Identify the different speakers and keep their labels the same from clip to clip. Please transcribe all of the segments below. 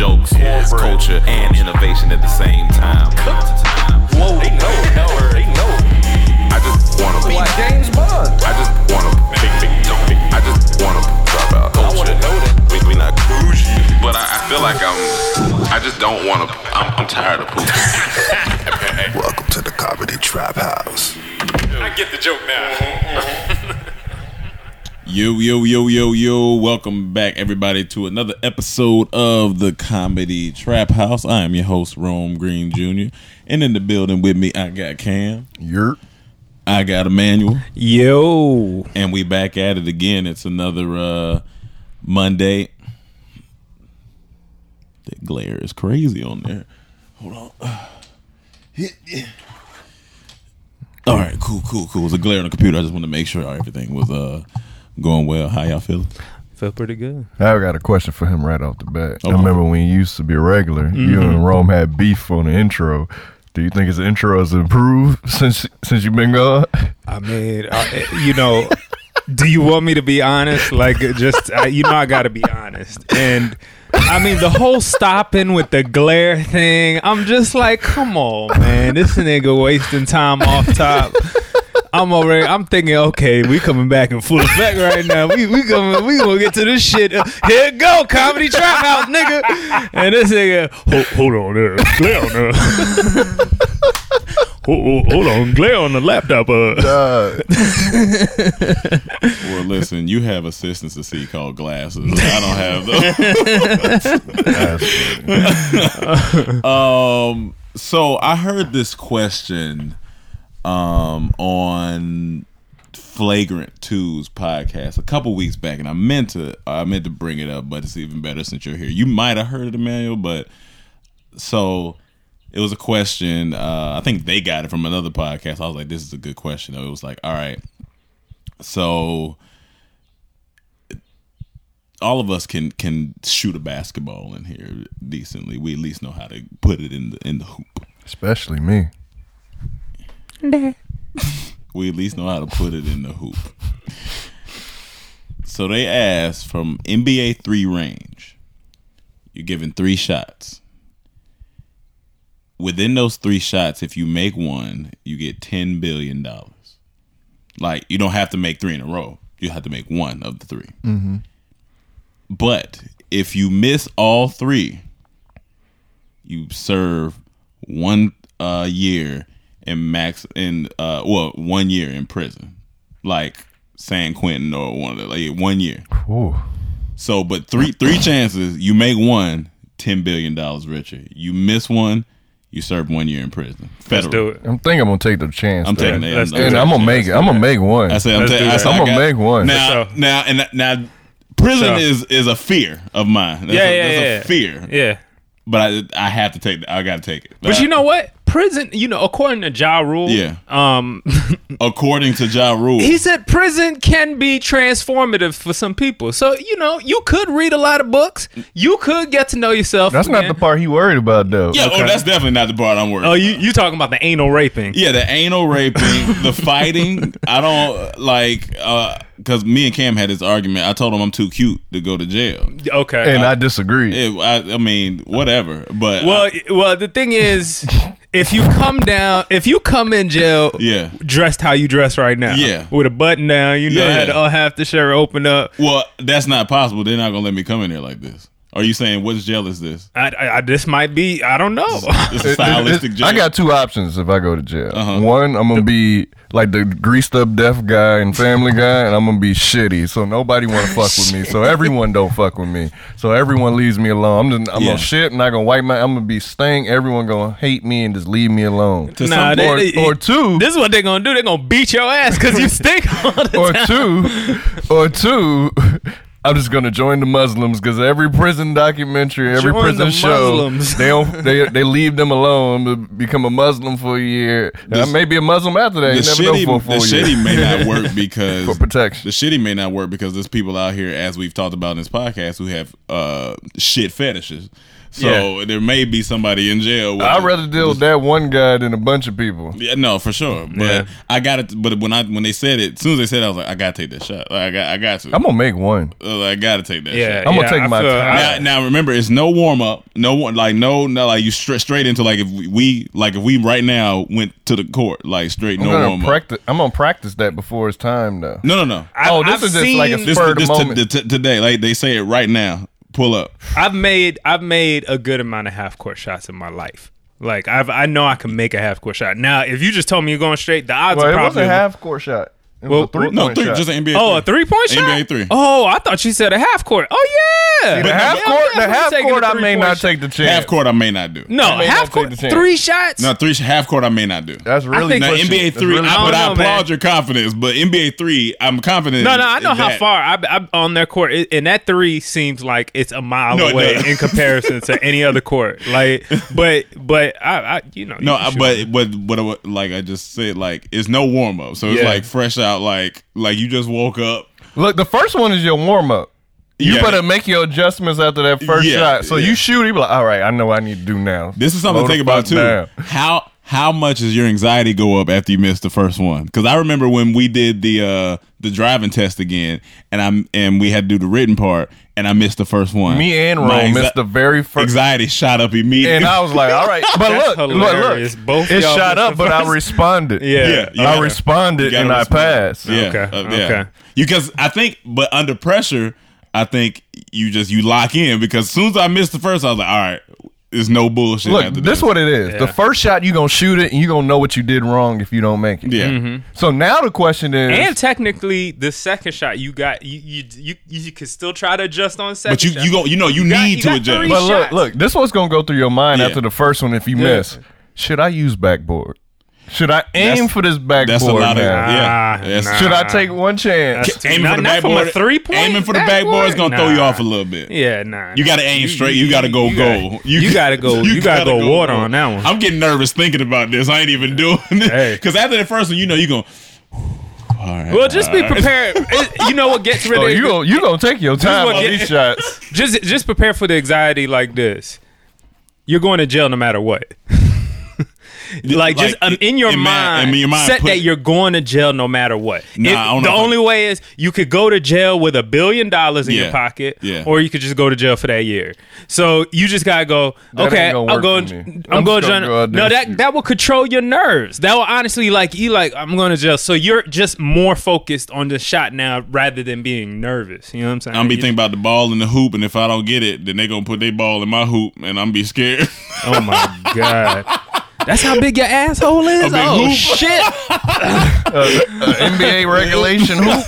Speaker 1: That's culture and innovation at the same time.
Speaker 2: Whoa. They know, know her. They know her.
Speaker 1: I just wanna
Speaker 2: Be
Speaker 1: like.
Speaker 2: James Bond.
Speaker 1: I just wanna big, big, big, I just wanna drop out.
Speaker 2: I wanna know that.
Speaker 1: We, we not bougie, but I, I feel like I'm. I just don't wanna. I'm, I'm tired of pooping.
Speaker 3: Welcome to the Comedy Trap House.
Speaker 2: I get the joke now.
Speaker 4: Yo, yo, yo, yo, yo. Welcome back, everybody, to another episode of the Comedy Trap House. I am your host, Rome Green Jr. And in the building with me, I got Cam,
Speaker 3: You're
Speaker 4: I got Emmanuel,
Speaker 5: Yo.
Speaker 4: and we back at it again. It's another uh Monday. That glare is crazy on there. Hold on. All right, cool, cool, cool. It's a glare on the computer. I just want to make sure everything was uh going well. How y'all feeling?
Speaker 5: Felt pretty good.
Speaker 6: I got a question for him right off the bat.
Speaker 4: Oh.
Speaker 6: I remember when you used to be a regular, you
Speaker 5: Mm-hmm.
Speaker 6: and Rome had beef on the intro. Do you think his intro has improved since since you've been gone?
Speaker 5: I mean, I, you know, do you want me to be honest? Like, just, I, you know, I got to be honest. And I mean, the whole stopping with the glare thing, I'm just like, come on, man. This nigga wasting time off top. I'm already. I'm thinking, okay, we coming back in full effect right now. We we coming. We gonna get to this shit. Uh, Here it go, comedy trap house, nigga. And this nigga, hold, hold on there, glare on there. hold, hold on, glare on the laptop. Uh.
Speaker 6: Uh,
Speaker 4: Well, listen, you have assistants to see called glasses. I don't have those.
Speaker 6: that's funny.
Speaker 4: Um, so I heard this question um, on Flagrant 2's podcast a couple weeks back, and I meant to I meant to bring it up, but it's even better since you're here. You might have heard it, Emmanuel, but so it was a question. Uh, I think they got it from another podcast. I was like, this is a good question. It was like, all right, so all of us can can shoot a basketball in here decently. We at least know how to put it in the in the hoop.
Speaker 6: especially me.
Speaker 4: We at least know how to put it in the hoop. So they asked from NBA three range, you're given three shots. Within those three shots, if you make one, you get ten billion dollars. Like you don't have to make three in a row. You have to make one of the 3 Mm-hmm. But if you miss all three, you serve one uh, year in max in uh, well one year in prison, like San Quentin or one of the like one year.
Speaker 6: Ooh.
Speaker 4: So, but three three chances you make one, ten billion dollars richer. You miss one, you serve one year in prison. Federal.
Speaker 5: it.
Speaker 6: I'm thinking I'm gonna take the chance.
Speaker 4: I'm
Speaker 6: though.
Speaker 4: taking the
Speaker 5: Let's do
Speaker 4: I'm
Speaker 5: it.
Speaker 6: And
Speaker 4: taking
Speaker 6: I'm
Speaker 4: the
Speaker 6: gonna make it.
Speaker 4: chance.
Speaker 6: I'm gonna make one.
Speaker 4: I said I'm,
Speaker 5: Let's
Speaker 4: ta-
Speaker 5: do
Speaker 4: I
Speaker 5: that.
Speaker 4: said, I
Speaker 6: I'm gonna
Speaker 4: got-
Speaker 6: make one.
Speaker 4: Now,
Speaker 5: So-
Speaker 4: now, and now, prison
Speaker 5: So-
Speaker 4: is is a fear of mine. That's
Speaker 5: Yeah,
Speaker 4: a,
Speaker 5: yeah,
Speaker 4: that's
Speaker 5: yeah.
Speaker 4: a fear.
Speaker 5: Yeah.
Speaker 4: But I, I have to take. I got to take it.
Speaker 5: But
Speaker 4: I-
Speaker 5: you know what? Prison, you know, according to Ja Rule,
Speaker 4: Yeah.
Speaker 5: um,
Speaker 4: according to Ja Rule,
Speaker 5: he said prison can be transformative for some people. So, you know, you could read a lot of books. You could get to know yourself.
Speaker 6: That's not
Speaker 5: man.
Speaker 6: the part he worried about though.
Speaker 4: Yeah, oh, that's definitely not the part I'm worried.
Speaker 5: Oh,
Speaker 4: about.
Speaker 5: you you talking about the anal raping.
Speaker 4: Yeah, the anal raping, the fighting. I don't like because me and Cam had this argument. I told him I'm too cute to go to jail.
Speaker 5: Okay.
Speaker 6: And I disagree.
Speaker 4: It- I, I mean, whatever. But
Speaker 5: well,
Speaker 4: I-
Speaker 5: y- well, the thing is, if you come down, if you come in jail
Speaker 4: yeah.
Speaker 5: dressed how you dress right now,
Speaker 4: Yeah.
Speaker 5: with a button down, you know,
Speaker 4: Yeah.
Speaker 5: had all half the shirt open up.
Speaker 4: Well, that's not possible. They're not gonna let me come in there like this. Are you saying what's jail is this?
Speaker 5: I, I, I, this might be, I don't know.
Speaker 4: It's
Speaker 6: It-
Speaker 4: a
Speaker 6: it-
Speaker 4: stylistic
Speaker 6: it-
Speaker 4: jail.
Speaker 6: I got two options if I go to jail.
Speaker 5: Uh-huh.
Speaker 6: One, I'm gonna be like the greased up deaf guy and Family Guy, and I'm gonna be shitty. So nobody wanna fuck with me. So everyone don't fuck with me. So everyone leaves me alone. I'm just I'm
Speaker 4: Yeah.
Speaker 6: gonna shit and I gonna wipe my. I'm gonna be stank. Everyone gonna hate me and just leave me alone.
Speaker 4: To
Speaker 5: Nah,
Speaker 4: some
Speaker 5: they-
Speaker 4: part-
Speaker 6: Or, or two.
Speaker 5: This is what they're gonna do. They're gonna beat your ass because you stink all the
Speaker 6: or
Speaker 5: time.
Speaker 6: two, or two. I'm just gonna join the Muslims because every prison documentary, every
Speaker 5: Join
Speaker 6: prison
Speaker 5: the
Speaker 6: show,
Speaker 5: Muslims.
Speaker 6: they don't they they leave them alone to become a Muslim for a year. And
Speaker 4: This-
Speaker 6: I may be a Muslim after that.
Speaker 4: the
Speaker 6: You never know
Speaker 4: shitty,
Speaker 6: for a
Speaker 4: the
Speaker 6: full year.
Speaker 4: shitty may not work because
Speaker 6: For protection.
Speaker 4: The shitty may not work because there's people out here, as we've talked about in this podcast, who have uh, shit fetishes. So there may be somebody in jail. with-
Speaker 6: I'd rather deal with that one guy than a bunch of people.
Speaker 4: Yeah, no, for sure. But
Speaker 5: Yeah.
Speaker 4: I got it. But when I when they said it, as soon as they said, it, I was like, I gotta take that shot. Like, I got, I got to.
Speaker 6: I'm gonna make one.
Speaker 4: Uh, was like, I gotta take that.
Speaker 5: Yeah,
Speaker 4: shot.
Speaker 6: I'm gonna
Speaker 5: yeah,
Speaker 6: take
Speaker 5: I
Speaker 6: my
Speaker 5: feel-
Speaker 6: time.
Speaker 4: Now, now remember, it's no warm up, no one like no, no like you straight straight into like if we like if we right now went to the court like straight
Speaker 6: I'm
Speaker 4: no
Speaker 6: gonna
Speaker 4: warm up.
Speaker 6: practice. I'm gonna practice that before it's time, though.
Speaker 4: No, no, no.
Speaker 5: I-
Speaker 6: oh, this
Speaker 5: I've
Speaker 6: is just like a
Speaker 5: seen-
Speaker 4: this
Speaker 6: spur of the
Speaker 4: this to-
Speaker 6: moment.
Speaker 4: to- today, like they say it right now. Pull up.
Speaker 5: I've made I've made a good amount of half court shots in my life. Like I've I know I can make a half court shot. Now if you just told me you're going straight, the odds
Speaker 6: well,
Speaker 5: are
Speaker 6: it was
Speaker 5: probably
Speaker 6: a half court shot. It
Speaker 5: Well,
Speaker 6: was a three
Speaker 4: No,
Speaker 6: point
Speaker 4: three,
Speaker 6: shot.
Speaker 4: just an NBA.
Speaker 5: Oh, a three point shot.
Speaker 4: NBA three.
Speaker 5: Oh, I thought you said a half court. Oh yeah.
Speaker 6: the
Speaker 5: Yeah,
Speaker 6: half court.
Speaker 5: I'm
Speaker 6: The
Speaker 5: definitely
Speaker 6: half
Speaker 5: taking a
Speaker 6: court. I may
Speaker 5: three-point
Speaker 6: not
Speaker 5: shot.
Speaker 6: take the chance.
Speaker 4: half court. I may not do.
Speaker 5: No,
Speaker 6: may not
Speaker 5: half
Speaker 6: take
Speaker 5: court.
Speaker 6: the chance.
Speaker 5: Three shots.
Speaker 4: no three half court. I may not do.
Speaker 6: That's really
Speaker 5: think-
Speaker 4: Now
Speaker 5: pushing
Speaker 4: NBA
Speaker 6: That's
Speaker 4: three,
Speaker 6: really
Speaker 4: I, but
Speaker 5: pushing
Speaker 4: I
Speaker 5: it.
Speaker 4: applaud
Speaker 5: I don't know,
Speaker 4: your confidence. But NBA three, I'm confident.
Speaker 5: No,
Speaker 4: in-
Speaker 5: no, I know
Speaker 4: in
Speaker 5: how
Speaker 4: that.
Speaker 5: far I, I'm on their court, It- and that three seems like it's a mile
Speaker 4: No, it
Speaker 5: away
Speaker 4: doesn't.
Speaker 5: in comparison to any other court. Like, but, but I, I you know,
Speaker 4: No,
Speaker 5: you
Speaker 4: I,
Speaker 5: shoot.
Speaker 4: but but what, what like I just said, like it's no warm up, so it's
Speaker 5: Yeah.
Speaker 4: like fresh out, like like you just woke up.
Speaker 6: Look, the first one is your warm up. You
Speaker 4: Yeah.
Speaker 6: better make your adjustments after that first
Speaker 4: Yeah,
Speaker 6: shot. So
Speaker 4: yeah.
Speaker 6: you shoot, you be like, all right, I know what I need to do now.
Speaker 4: This is something
Speaker 6: Slow
Speaker 4: to
Speaker 6: the
Speaker 4: think about
Speaker 6: fuck
Speaker 4: too.
Speaker 6: down.
Speaker 4: How how much does your anxiety go up after you miss the first one? Because I remember when we did the uh the driving test again, and I'm and we had to do the written part, and I missed the first one.
Speaker 6: Me and
Speaker 4: My
Speaker 6: Rome
Speaker 4: anxi-
Speaker 6: missed the very first.
Speaker 4: anxiety shot up immediately.
Speaker 6: And I was like, all right. But look, look,
Speaker 5: hilarious.
Speaker 6: look.
Speaker 5: Both
Speaker 6: it
Speaker 5: y'all missed
Speaker 6: shot
Speaker 5: the
Speaker 6: up, but
Speaker 5: first-
Speaker 6: I responded.
Speaker 5: Yeah.
Speaker 4: Yeah, you
Speaker 6: I
Speaker 4: gotta- you
Speaker 6: responded
Speaker 4: gotta
Speaker 6: and I
Speaker 4: respond.
Speaker 6: passed.
Speaker 4: Yeah.
Speaker 5: Okay,
Speaker 4: uh, yeah.
Speaker 5: okay.
Speaker 4: Because I think, but under pressure, I think you just you lock in because as soon as I missed the first, I was like, all right, it's no bullshit.
Speaker 6: Look,
Speaker 4: after
Speaker 6: this what it is. The
Speaker 5: Yeah.
Speaker 6: first shot you gonna shoot it, and you gonna know what you did wrong if you don't make it.
Speaker 4: Yeah.
Speaker 5: Mm-hmm.
Speaker 6: So now the question is,
Speaker 5: and technically the second shot you got, you you you, you could still try to adjust on second.
Speaker 4: But you
Speaker 5: shot.
Speaker 4: you go you know you,
Speaker 5: got-
Speaker 4: need
Speaker 5: you
Speaker 4: to
Speaker 5: got
Speaker 4: adjust.
Speaker 5: three
Speaker 6: but look,
Speaker 5: shots.
Speaker 6: look, this one's gonna go through your mind
Speaker 4: Yeah.
Speaker 6: after the first one if you miss. Should I use backboard? Should I aim
Speaker 4: That's-
Speaker 6: for this backboard?
Speaker 4: That's a lot of
Speaker 6: now?
Speaker 4: yeah.
Speaker 5: Ah,
Speaker 4: That's-
Speaker 5: nah.
Speaker 6: Should I take one chance?
Speaker 5: That's-
Speaker 4: Aiming
Speaker 5: Not-
Speaker 4: for the
Speaker 5: not from a
Speaker 4: backboard,
Speaker 5: three-point
Speaker 4: aiming for the
Speaker 5: backboard?
Speaker 4: backboard is gonna throw you
Speaker 5: Nah.
Speaker 4: off a little bit.
Speaker 5: yeah, nah.
Speaker 4: You got to aim straight. You got to go
Speaker 5: gotta-
Speaker 4: goal.
Speaker 5: you gotta go- you gotta go water on that one.
Speaker 4: I'm getting nervous thinking about this. I ain't even doing it
Speaker 5: Hey.
Speaker 4: because after the first one, you know you going. All right.
Speaker 5: Well, just be
Speaker 4: all right."
Speaker 5: prepared. It- you know what gets rid
Speaker 6: Oh,
Speaker 5: of
Speaker 6: you gonna, you gonna take your time
Speaker 5: what
Speaker 6: on
Speaker 5: get-
Speaker 6: these shots?
Speaker 5: just just prepare for the anxiety like this. You're going to jail no matter what. like, just um, in your
Speaker 4: in my-
Speaker 5: mind,
Speaker 4: in your mind,
Speaker 5: set
Speaker 4: put-
Speaker 5: that you're going to jail no matter what.
Speaker 4: Nah,
Speaker 5: If-
Speaker 4: I don't
Speaker 5: the
Speaker 4: know if I-
Speaker 5: only way is you could go to jail with a billion dollars in
Speaker 4: Yeah,
Speaker 5: your pocket,
Speaker 4: yeah.
Speaker 5: or you could just go to jail for that year. So you just gotta go.
Speaker 6: That
Speaker 5: okay,
Speaker 6: ain't gonna
Speaker 5: I'm
Speaker 6: work
Speaker 5: going.
Speaker 6: for me.
Speaker 5: I'm,
Speaker 6: I'm
Speaker 5: going
Speaker 6: just
Speaker 5: to
Speaker 6: gonna
Speaker 5: jail.
Speaker 6: go out there
Speaker 5: no,
Speaker 6: and
Speaker 5: that
Speaker 6: shoot.
Speaker 5: that will control your nerves. That will honestly, like, you like, I'm going to jail. So you're just more focused on the shot now rather than being nervous. You know what I'm saying?
Speaker 4: I'm be
Speaker 5: You-
Speaker 4: thinking about the ball in the hoop, and if I don't get it, then they gonna put their ball in my hoop, and I'm be scared.
Speaker 5: Oh my god. That's how big your asshole is.
Speaker 4: big
Speaker 5: Oh
Speaker 4: hoop.
Speaker 5: shit!
Speaker 6: Uh, NBA regulation hoop.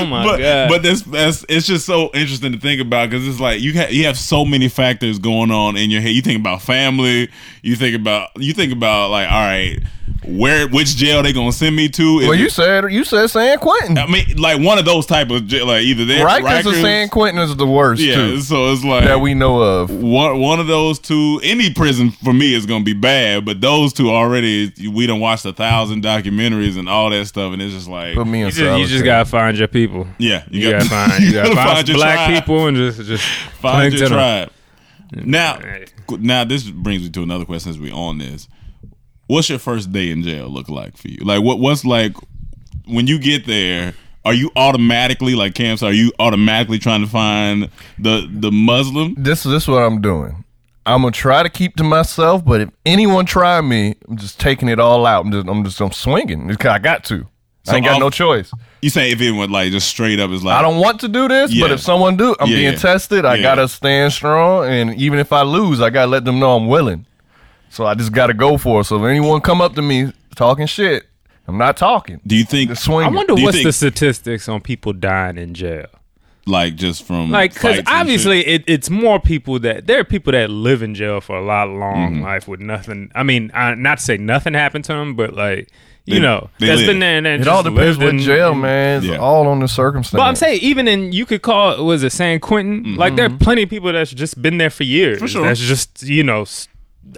Speaker 5: Oh my
Speaker 4: but
Speaker 5: god!
Speaker 4: but that's that's it's just so interesting to think about because it's like you ha- you have so many factors going on in your head. You think about family. You think about you think about like all right, where which jail they gonna send me to? Is
Speaker 6: Well,
Speaker 4: it-
Speaker 6: you said you said San Quentin,
Speaker 4: I mean, like one of those type of jail, like either they
Speaker 6: right?
Speaker 4: Rikers,
Speaker 6: Because San Quentin is the worst
Speaker 4: yeah.
Speaker 6: too
Speaker 4: So it's like
Speaker 6: that we know of.
Speaker 4: one one of those two. Any prison for me is gonna be bad, but those two already we done watched a thousand documentaries and all that stuff, and it's just like
Speaker 6: Put me in
Speaker 5: you just, you just
Speaker 6: solitary.
Speaker 5: gotta find your people.
Speaker 4: yeah,
Speaker 5: You, gotta, find. You gotta, find,
Speaker 4: your
Speaker 5: black
Speaker 4: tribe.
Speaker 5: people and just just
Speaker 4: Find
Speaker 5: cling
Speaker 4: your
Speaker 5: to them.
Speaker 4: tribe. Now,
Speaker 5: Right.
Speaker 4: now this brings me to another question. Since we on this, what's your first day in jail look like for you? Like, what what's like when you get there? Are you automatically like camps? Are you automatically trying to find the the Muslim?
Speaker 6: This this is what I'm doing. I'm gonna try to keep to myself, but if anyone try me, I'm just taking it all out. I'm just I'm just I'm swinging. It's 'cause I got to. I ain't got
Speaker 4: off-
Speaker 6: no choice.
Speaker 4: You say if it went like just straight up is like
Speaker 6: I don't want to do this, but
Speaker 4: Yeah.
Speaker 6: if someone do, I'm
Speaker 4: Yeah,
Speaker 6: being
Speaker 4: yeah.
Speaker 6: tested. I
Speaker 4: Yeah.
Speaker 6: gotta stand strong, and even if I lose, I gotta let them know I'm willing. So I just gotta go for it. So if anyone come up to me talking shit, I'm not talking.
Speaker 4: Do you think
Speaker 6: Just swing.
Speaker 5: I wonder
Speaker 4: Do you
Speaker 5: what's
Speaker 4: think-
Speaker 5: the statistics on people dying in jail.
Speaker 4: like just from
Speaker 5: Like, because
Speaker 4: fights and shit?
Speaker 5: obviously it, it's more people that there are people that live in jail for a lot of long
Speaker 4: Mm-hmm.
Speaker 5: life with nothing. I mean, I, not to say nothing happened to them, but like you
Speaker 4: They-
Speaker 5: know,
Speaker 4: they
Speaker 5: that's
Speaker 4: live.
Speaker 5: been there and
Speaker 6: It all depends
Speaker 5: in
Speaker 6: what jail, man. It's
Speaker 4: Yeah.
Speaker 6: all on the circumstance.
Speaker 5: But I'm saying even in you could call it was it San Quentin? Like there are plenty of people that's just been there for years.
Speaker 4: Mm-hmm. sure.
Speaker 5: That's just you know, s-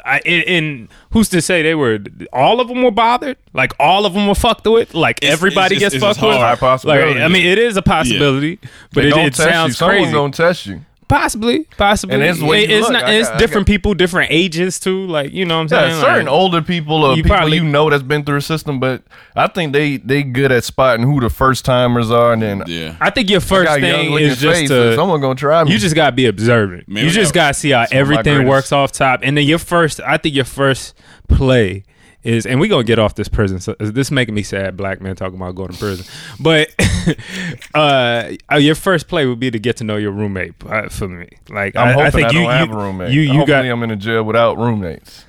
Speaker 5: I and, and who's to say they were all of them were bothered? Like all of them were fucked with. Like
Speaker 4: It's-
Speaker 5: everybody
Speaker 4: it's just-
Speaker 5: gets
Speaker 4: it's just
Speaker 5: fucked with.
Speaker 4: hard.
Speaker 6: High possibility.
Speaker 5: Like I mean, it is a possibility,
Speaker 4: Yeah.
Speaker 5: but it,
Speaker 6: They gonna
Speaker 5: it
Speaker 6: test you.
Speaker 5: sounds
Speaker 6: Someone
Speaker 5: crazy.
Speaker 6: gonna test you.
Speaker 5: Possibly, possibly.
Speaker 6: And it's the way you
Speaker 5: it's
Speaker 6: look.
Speaker 5: not-
Speaker 6: I
Speaker 5: it's
Speaker 6: got- I
Speaker 5: different people, different ages too. Like you know, what I'm
Speaker 6: Yeah,
Speaker 5: saying
Speaker 6: certain
Speaker 5: Like,
Speaker 6: older people or
Speaker 5: You
Speaker 6: people
Speaker 5: probably-
Speaker 6: you know that's been through a system, but I think they they good at spotting who the first timers are, and then
Speaker 4: Yeah.
Speaker 5: I think your first
Speaker 6: got
Speaker 5: thing
Speaker 6: young-looking
Speaker 5: is just
Speaker 6: faces.
Speaker 5: to
Speaker 6: someone gonna try me.
Speaker 5: you just gotta be observant.
Speaker 4: Man,
Speaker 5: you
Speaker 4: we
Speaker 5: just
Speaker 4: got-
Speaker 5: gotta see how
Speaker 6: of my
Speaker 5: everything
Speaker 6: greatest-
Speaker 5: works off top, and then your first. I think your first play is, and we gonna get off this prison. So uh, this is making me sad. Black man talking about going to prison, but uh, uh, your first play would be to get to know your roommate. Uh, for me, like
Speaker 6: I'm
Speaker 5: I,
Speaker 6: hoping
Speaker 5: I think you
Speaker 6: don't have
Speaker 5: you,
Speaker 6: a roommate.
Speaker 5: You you
Speaker 6: Hopefully
Speaker 5: got.
Speaker 6: I'm in a jail without roommates.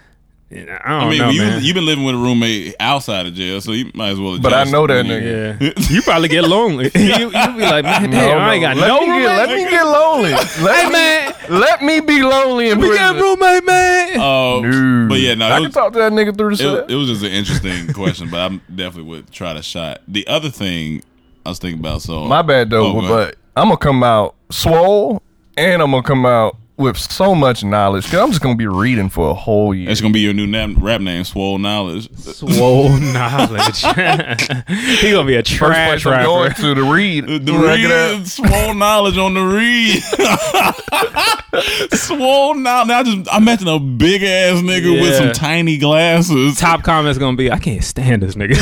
Speaker 5: I don't
Speaker 4: I mean,
Speaker 5: know,
Speaker 4: you
Speaker 5: man.
Speaker 4: you've been living with a roommate outside of jail, so you might as well. Adjust.
Speaker 6: But I know that
Speaker 4: Yeah.
Speaker 6: nigga.
Speaker 5: Yeah, you probably get lonely. you, you be like,
Speaker 6: No,
Speaker 5: man, damn,
Speaker 6: no.
Speaker 5: I ain't got
Speaker 6: let
Speaker 5: no
Speaker 6: me
Speaker 5: roommate.
Speaker 6: Get, let me get lonely. Let, me,
Speaker 5: man.
Speaker 6: let me be lonely in
Speaker 5: we
Speaker 6: prison.
Speaker 5: got roommate, man.
Speaker 4: Uh,
Speaker 6: Dude.
Speaker 4: But yeah, no,
Speaker 6: I
Speaker 4: it
Speaker 6: can
Speaker 4: was,
Speaker 6: talk to that nigga through the
Speaker 4: it,
Speaker 6: shit.
Speaker 4: it was just an interesting question, but I definitely would try to shot. The other thing I was thinking about, so
Speaker 6: My bad though,
Speaker 4: Oh, go ahead.
Speaker 6: but I'm gonna come out swole, and I'm gonna come out with so much knowledge. Cause I'm just gonna be reading for a whole year.
Speaker 4: That's gonna be your new nam- rap name, Swole Knowledge.
Speaker 5: Swole knowledge. he gonna be a
Speaker 6: First
Speaker 5: trash
Speaker 6: place I'm going
Speaker 5: rapper.
Speaker 6: to to read.
Speaker 4: The
Speaker 6: Rack it up.
Speaker 4: read, swole knowledge on the read. swole knowledge. Now I just I imagine a big ass nigga with
Speaker 5: Yeah.
Speaker 4: some tiny glasses.
Speaker 5: Top comment's gonna be, I can't stand this nigga.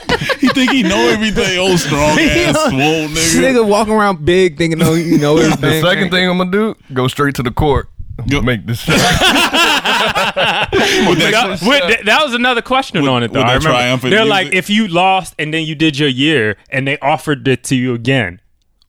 Speaker 4: He think he know everything. Old strong ass swole
Speaker 5: This
Speaker 4: nigga.
Speaker 5: walking around big, thinking oh, you know
Speaker 6: The
Speaker 5: everything.
Speaker 6: second thing I'm gonna do, go straight to the court.
Speaker 4: Yo-
Speaker 6: Make this.
Speaker 4: With that-
Speaker 5: That, wait, that- that was another question on it. Though.
Speaker 4: with
Speaker 5: I
Speaker 4: that
Speaker 5: remember.
Speaker 4: triumphant
Speaker 5: They're
Speaker 4: music.
Speaker 5: like, if you lost and then you did your year and they offered it to you again,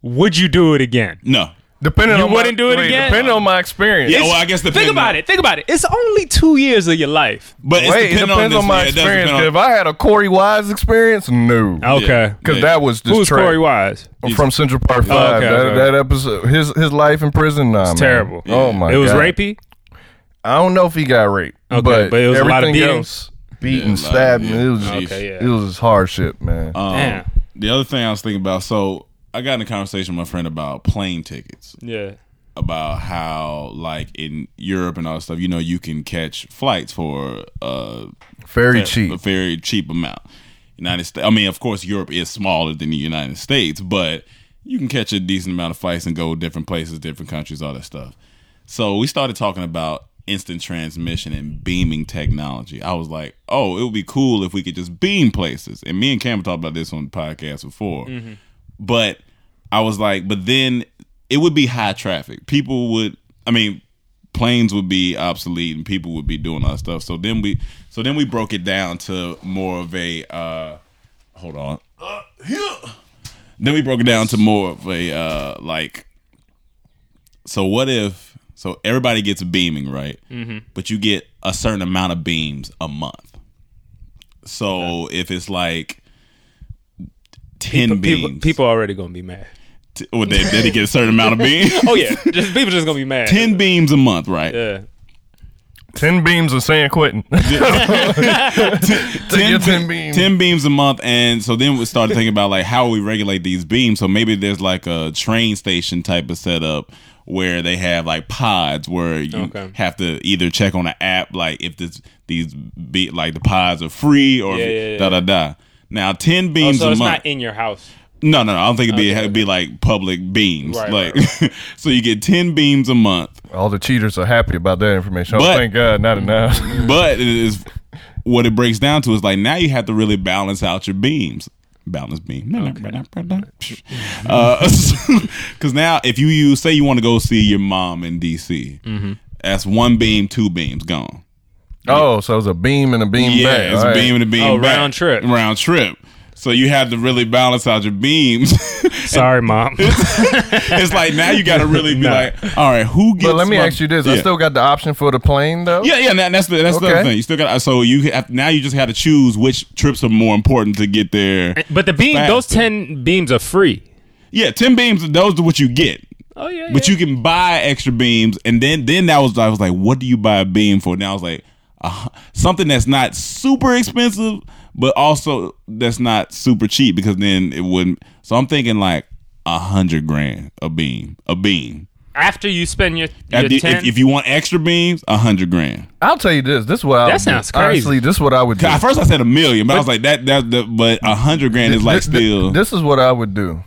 Speaker 5: would you do it again?
Speaker 4: no.
Speaker 6: Depending
Speaker 5: You
Speaker 6: on
Speaker 5: wouldn't
Speaker 6: my,
Speaker 5: do it
Speaker 6: wait,
Speaker 5: again?
Speaker 6: Depending on my experience.
Speaker 4: Yeah, well, I guess
Speaker 5: Think
Speaker 4: depending
Speaker 5: about
Speaker 4: on-
Speaker 5: it. Think about it. It's only two years of your life.
Speaker 4: But it's
Speaker 6: Wait, it depends on,
Speaker 4: this,
Speaker 6: my
Speaker 4: yeah, it does
Speaker 6: experience.
Speaker 4: depend on-
Speaker 6: if I had a Corey Wise experience, no,
Speaker 5: Okay.
Speaker 6: because
Speaker 4: Yeah.
Speaker 6: that was just
Speaker 5: Who's
Speaker 6: trash.
Speaker 5: Corey Wise?
Speaker 6: from Central Park Five.
Speaker 5: okay,
Speaker 6: that,
Speaker 5: okay.
Speaker 6: that episode, his his life in prison, nah, man.
Speaker 5: terrible.
Speaker 6: Oh my,
Speaker 5: it was
Speaker 6: God.
Speaker 5: rapey.
Speaker 6: I don't know if he got raped,
Speaker 5: Okay,
Speaker 6: but,
Speaker 5: but it was a lot of
Speaker 6: everything
Speaker 5: beatings?
Speaker 6: else, beating,
Speaker 4: Yeah, a lot of
Speaker 6: stabbing, it was
Speaker 4: beatings.
Speaker 6: just,
Speaker 4: Okay,
Speaker 5: yeah.
Speaker 6: it was just hard shit, man.
Speaker 4: Um,
Speaker 5: Damn.
Speaker 4: The other thing I was thinking about, so I got in a conversation with my friend about plane tickets,
Speaker 5: Yeah.
Speaker 4: about how like in Europe and all that stuff, you know, you can catch flights for uh
Speaker 6: Very
Speaker 4: a
Speaker 6: cheap.
Speaker 4: very cheap amount. United States. I mean, of course, Europe is smaller than the United States, but you can catch a decent amount of flights and go different places, different countries, all that stuff. So we started talking about instant transmission and beaming technology. I was like, oh, it would be cool if we could just beam places. And me and Cam talked about this on the podcast before, but I was like, but then it would be high traffic. People would, I mean, planes would be obsolete and people would be doing all that stuff. So then we, so then we broke it down to more of a, uh, hold on. Uh, yeah. Then we broke it down to more of a, uh, like, so what if, so everybody gets beaming, right?
Speaker 5: Mm-hmm.
Speaker 4: But you get a certain amount of beams a month. So if it's like 10
Speaker 5: People,
Speaker 4: beams.
Speaker 5: people already gonna be mad.
Speaker 4: T- well, they, they did get a certain amount of beams.
Speaker 5: Oh yeah, just people just gonna be mad.
Speaker 4: Ten beams a month, right?
Speaker 5: Yeah.
Speaker 6: Ten beams of San Quentin. Ten, ten
Speaker 5: Mm.
Speaker 6: beams.
Speaker 4: Ten beams a month, and so then we started thinking about like how we regulate these beams. So maybe there's like a train station type of setup where they have like pods where you
Speaker 5: Okay.
Speaker 4: have to either check on an app like if this these be like the pods are free or
Speaker 5: Yeah, yeah, yeah.
Speaker 4: da da da. Now ten
Speaker 5: Oh,
Speaker 4: beams
Speaker 5: so
Speaker 4: a
Speaker 5: it's
Speaker 4: month.
Speaker 5: not in your house.
Speaker 4: No, no, no. I don't think it'd be it'd be like public beams.
Speaker 5: Right,
Speaker 4: like
Speaker 5: right,
Speaker 4: so you get ten beams a month.
Speaker 6: All the cheaters are happy about that information. Oh,
Speaker 4: But-
Speaker 6: thank God, not enough.
Speaker 4: but it is what it breaks down to is like now you have to really balance out your beams balance beam because Uh, now if you use say you want to go see your mom in dc
Speaker 5: Mm-hmm.
Speaker 4: that's one beam two beams gone
Speaker 6: oh, so it's a beam and a beam
Speaker 4: yeah
Speaker 6: back.
Speaker 4: it's
Speaker 6: All right.
Speaker 4: a beam and a beam
Speaker 5: Oh,
Speaker 4: back.
Speaker 5: round trip.
Speaker 4: round trip so you have to really balance out your beams
Speaker 5: Sorry, mom.
Speaker 4: it's like now you got to really be
Speaker 5: Nah.
Speaker 4: like all right who gets
Speaker 6: But let me
Speaker 4: my-
Speaker 6: ask you this: I
Speaker 4: Yeah.
Speaker 6: still got the option for the plane, though.
Speaker 4: Yeah, yeah, that- that's the that's the other
Speaker 6: Okay.
Speaker 4: thing. You still got so you have, now you just had to choose which trips are more important to get there.
Speaker 5: But the beam,
Speaker 4: Fast.
Speaker 5: those ten beams are free.
Speaker 4: Yeah, ten beams. Those are what you get,
Speaker 5: Oh yeah.
Speaker 4: but you can buy extra beams, and then then that was I was like, what do you buy a beam for? Now I was like, uh, something that's not super expensive, but also that's not super cheap because then it wouldn't. So I'm thinking like a hundred grand a beam, a beam.
Speaker 5: after you spend your, your
Speaker 4: If,
Speaker 5: ten,
Speaker 4: if, if you want extra beams, a hundred grand.
Speaker 6: I'll tell you this. This is what I
Speaker 5: That
Speaker 6: would do.
Speaker 5: sounds crazy.
Speaker 6: Honestly, this is what I would do.
Speaker 4: At first I said a million, but I was like that that, that but a hundred grand is like
Speaker 6: Th- th-
Speaker 4: still.
Speaker 6: This is what I would do.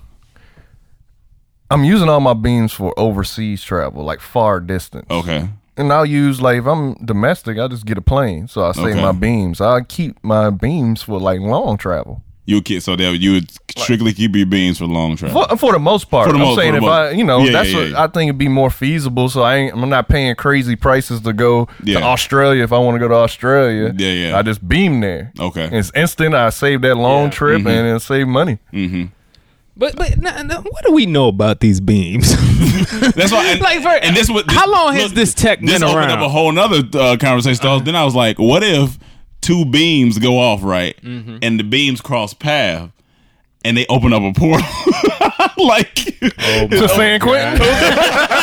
Speaker 6: I'm using all my beans for overseas travel, like far distance.
Speaker 4: Okay.
Speaker 6: And I'll use like if I'm domestic, I'll just get a plane. So I save
Speaker 4: Okay.
Speaker 6: my beams. I keep my beams for like long travel.
Speaker 4: You kid, so that you would strictly keep your beans for long travel.
Speaker 6: For, for the most part,
Speaker 4: For the
Speaker 6: I'm
Speaker 4: most-
Speaker 6: saying
Speaker 4: for
Speaker 6: if
Speaker 4: the
Speaker 6: I,
Speaker 4: most-
Speaker 6: you know,
Speaker 4: Yeah,
Speaker 6: that's
Speaker 4: yeah,
Speaker 6: what
Speaker 4: yeah.
Speaker 6: I think it'd be more feasible. So I ain't, I'm not paying crazy prices to go to
Speaker 4: Yeah.
Speaker 6: Australia if I want to go to Australia.
Speaker 4: Yeah, yeah.
Speaker 6: I just beam there.
Speaker 4: Okay. Mm-hmm.
Speaker 6: it's instant. I save that long trip and it save money.
Speaker 5: But but no, no, what do we know about these beams?
Speaker 4: That's why. And,
Speaker 5: Like, for-
Speaker 4: and this was
Speaker 5: how long has this tech
Speaker 4: this
Speaker 5: been
Speaker 4: opened
Speaker 5: around? Uh-huh.
Speaker 4: up a whole nother uh, conversation. So then I was like, what if two beams go off right,
Speaker 5: Mm-hmm.
Speaker 4: and the beams cross path, and they open up a portal? like
Speaker 5: Oh.
Speaker 6: To
Speaker 4: Oh
Speaker 6: San Quentin.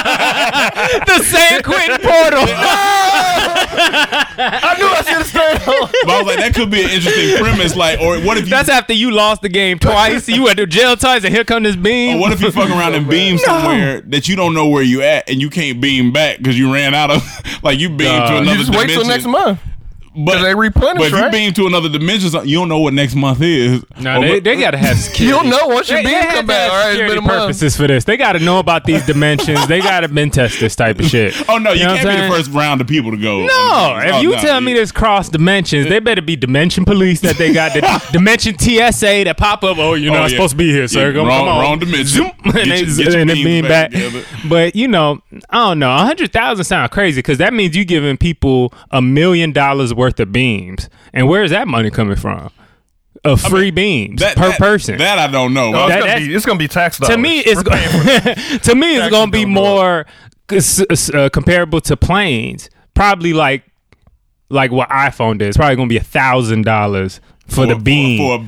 Speaker 5: the San Quentin portal.
Speaker 6: I knew I should have stayed home.
Speaker 4: But I was like, that could be an interesting premise. Like, or what if you,
Speaker 5: That's after you lost the game twice. You went to jail twice, and here come this
Speaker 4: or
Speaker 5: beam.
Speaker 4: Oh, what if you fuck around and beam somewhere that you don't know where you at, and you can't beam back because you ran out of, like, you beamed to
Speaker 5: Nah.
Speaker 4: another
Speaker 6: You just
Speaker 4: dimension.
Speaker 6: wait till next month.
Speaker 4: but
Speaker 6: 'cause they replenish,
Speaker 4: But if you
Speaker 6: right?
Speaker 4: beam to another dimension, so- you don't know what next month is.
Speaker 5: No,
Speaker 4: Or
Speaker 5: they,
Speaker 4: Oh, what-
Speaker 5: they gotta have security.
Speaker 6: You'll know once your
Speaker 5: They- they
Speaker 6: beam come
Speaker 5: had to have
Speaker 6: back. All right, it's been
Speaker 5: security
Speaker 6: a month.
Speaker 5: purposes for this. They gotta know about these dimensions. they gotta been test this type of shit.
Speaker 4: Oh no, you,
Speaker 5: know what
Speaker 4: can't
Speaker 5: I'm
Speaker 4: be the
Speaker 5: saying?
Speaker 4: first round of people to go.
Speaker 5: No, if
Speaker 4: Oh,
Speaker 5: you tell me
Speaker 4: that,
Speaker 5: there's cross dimensions, they better be dimension police that they got the dimension TSA that pop up. Oh, you're
Speaker 4: Oh,
Speaker 5: not
Speaker 4: yeah.
Speaker 5: supposed to be here, sir.
Speaker 4: Yeah,
Speaker 5: Go-
Speaker 4: wrong-
Speaker 5: come on.
Speaker 4: wrong dimension.
Speaker 5: Zoom, and
Speaker 4: Get
Speaker 5: they,
Speaker 4: your- get your
Speaker 5: and they
Speaker 4: beams
Speaker 5: beam
Speaker 4: back
Speaker 5: back.
Speaker 4: together.
Speaker 5: But you know, I don't know. A hundred thousand sound crazy because that means you giving people a million dollars worth of beams. And where is that money coming from? Of free beams per
Speaker 4: that-
Speaker 5: person.
Speaker 4: that I don't know.
Speaker 6: Oh,
Speaker 5: That-
Speaker 6: it's, gonna
Speaker 5: that's-
Speaker 6: be, it's gonna be tax dollars.
Speaker 5: to me, it's
Speaker 6: We're paying for it.
Speaker 5: to me it's gonna be
Speaker 6: don't know.
Speaker 5: more c- s- uh, comparable to planes. Probably like like what iPhone did. It's probably gonna be a thousand dollars for the
Speaker 4: For-
Speaker 5: beam.
Speaker 4: for,
Speaker 5: For,
Speaker 4: for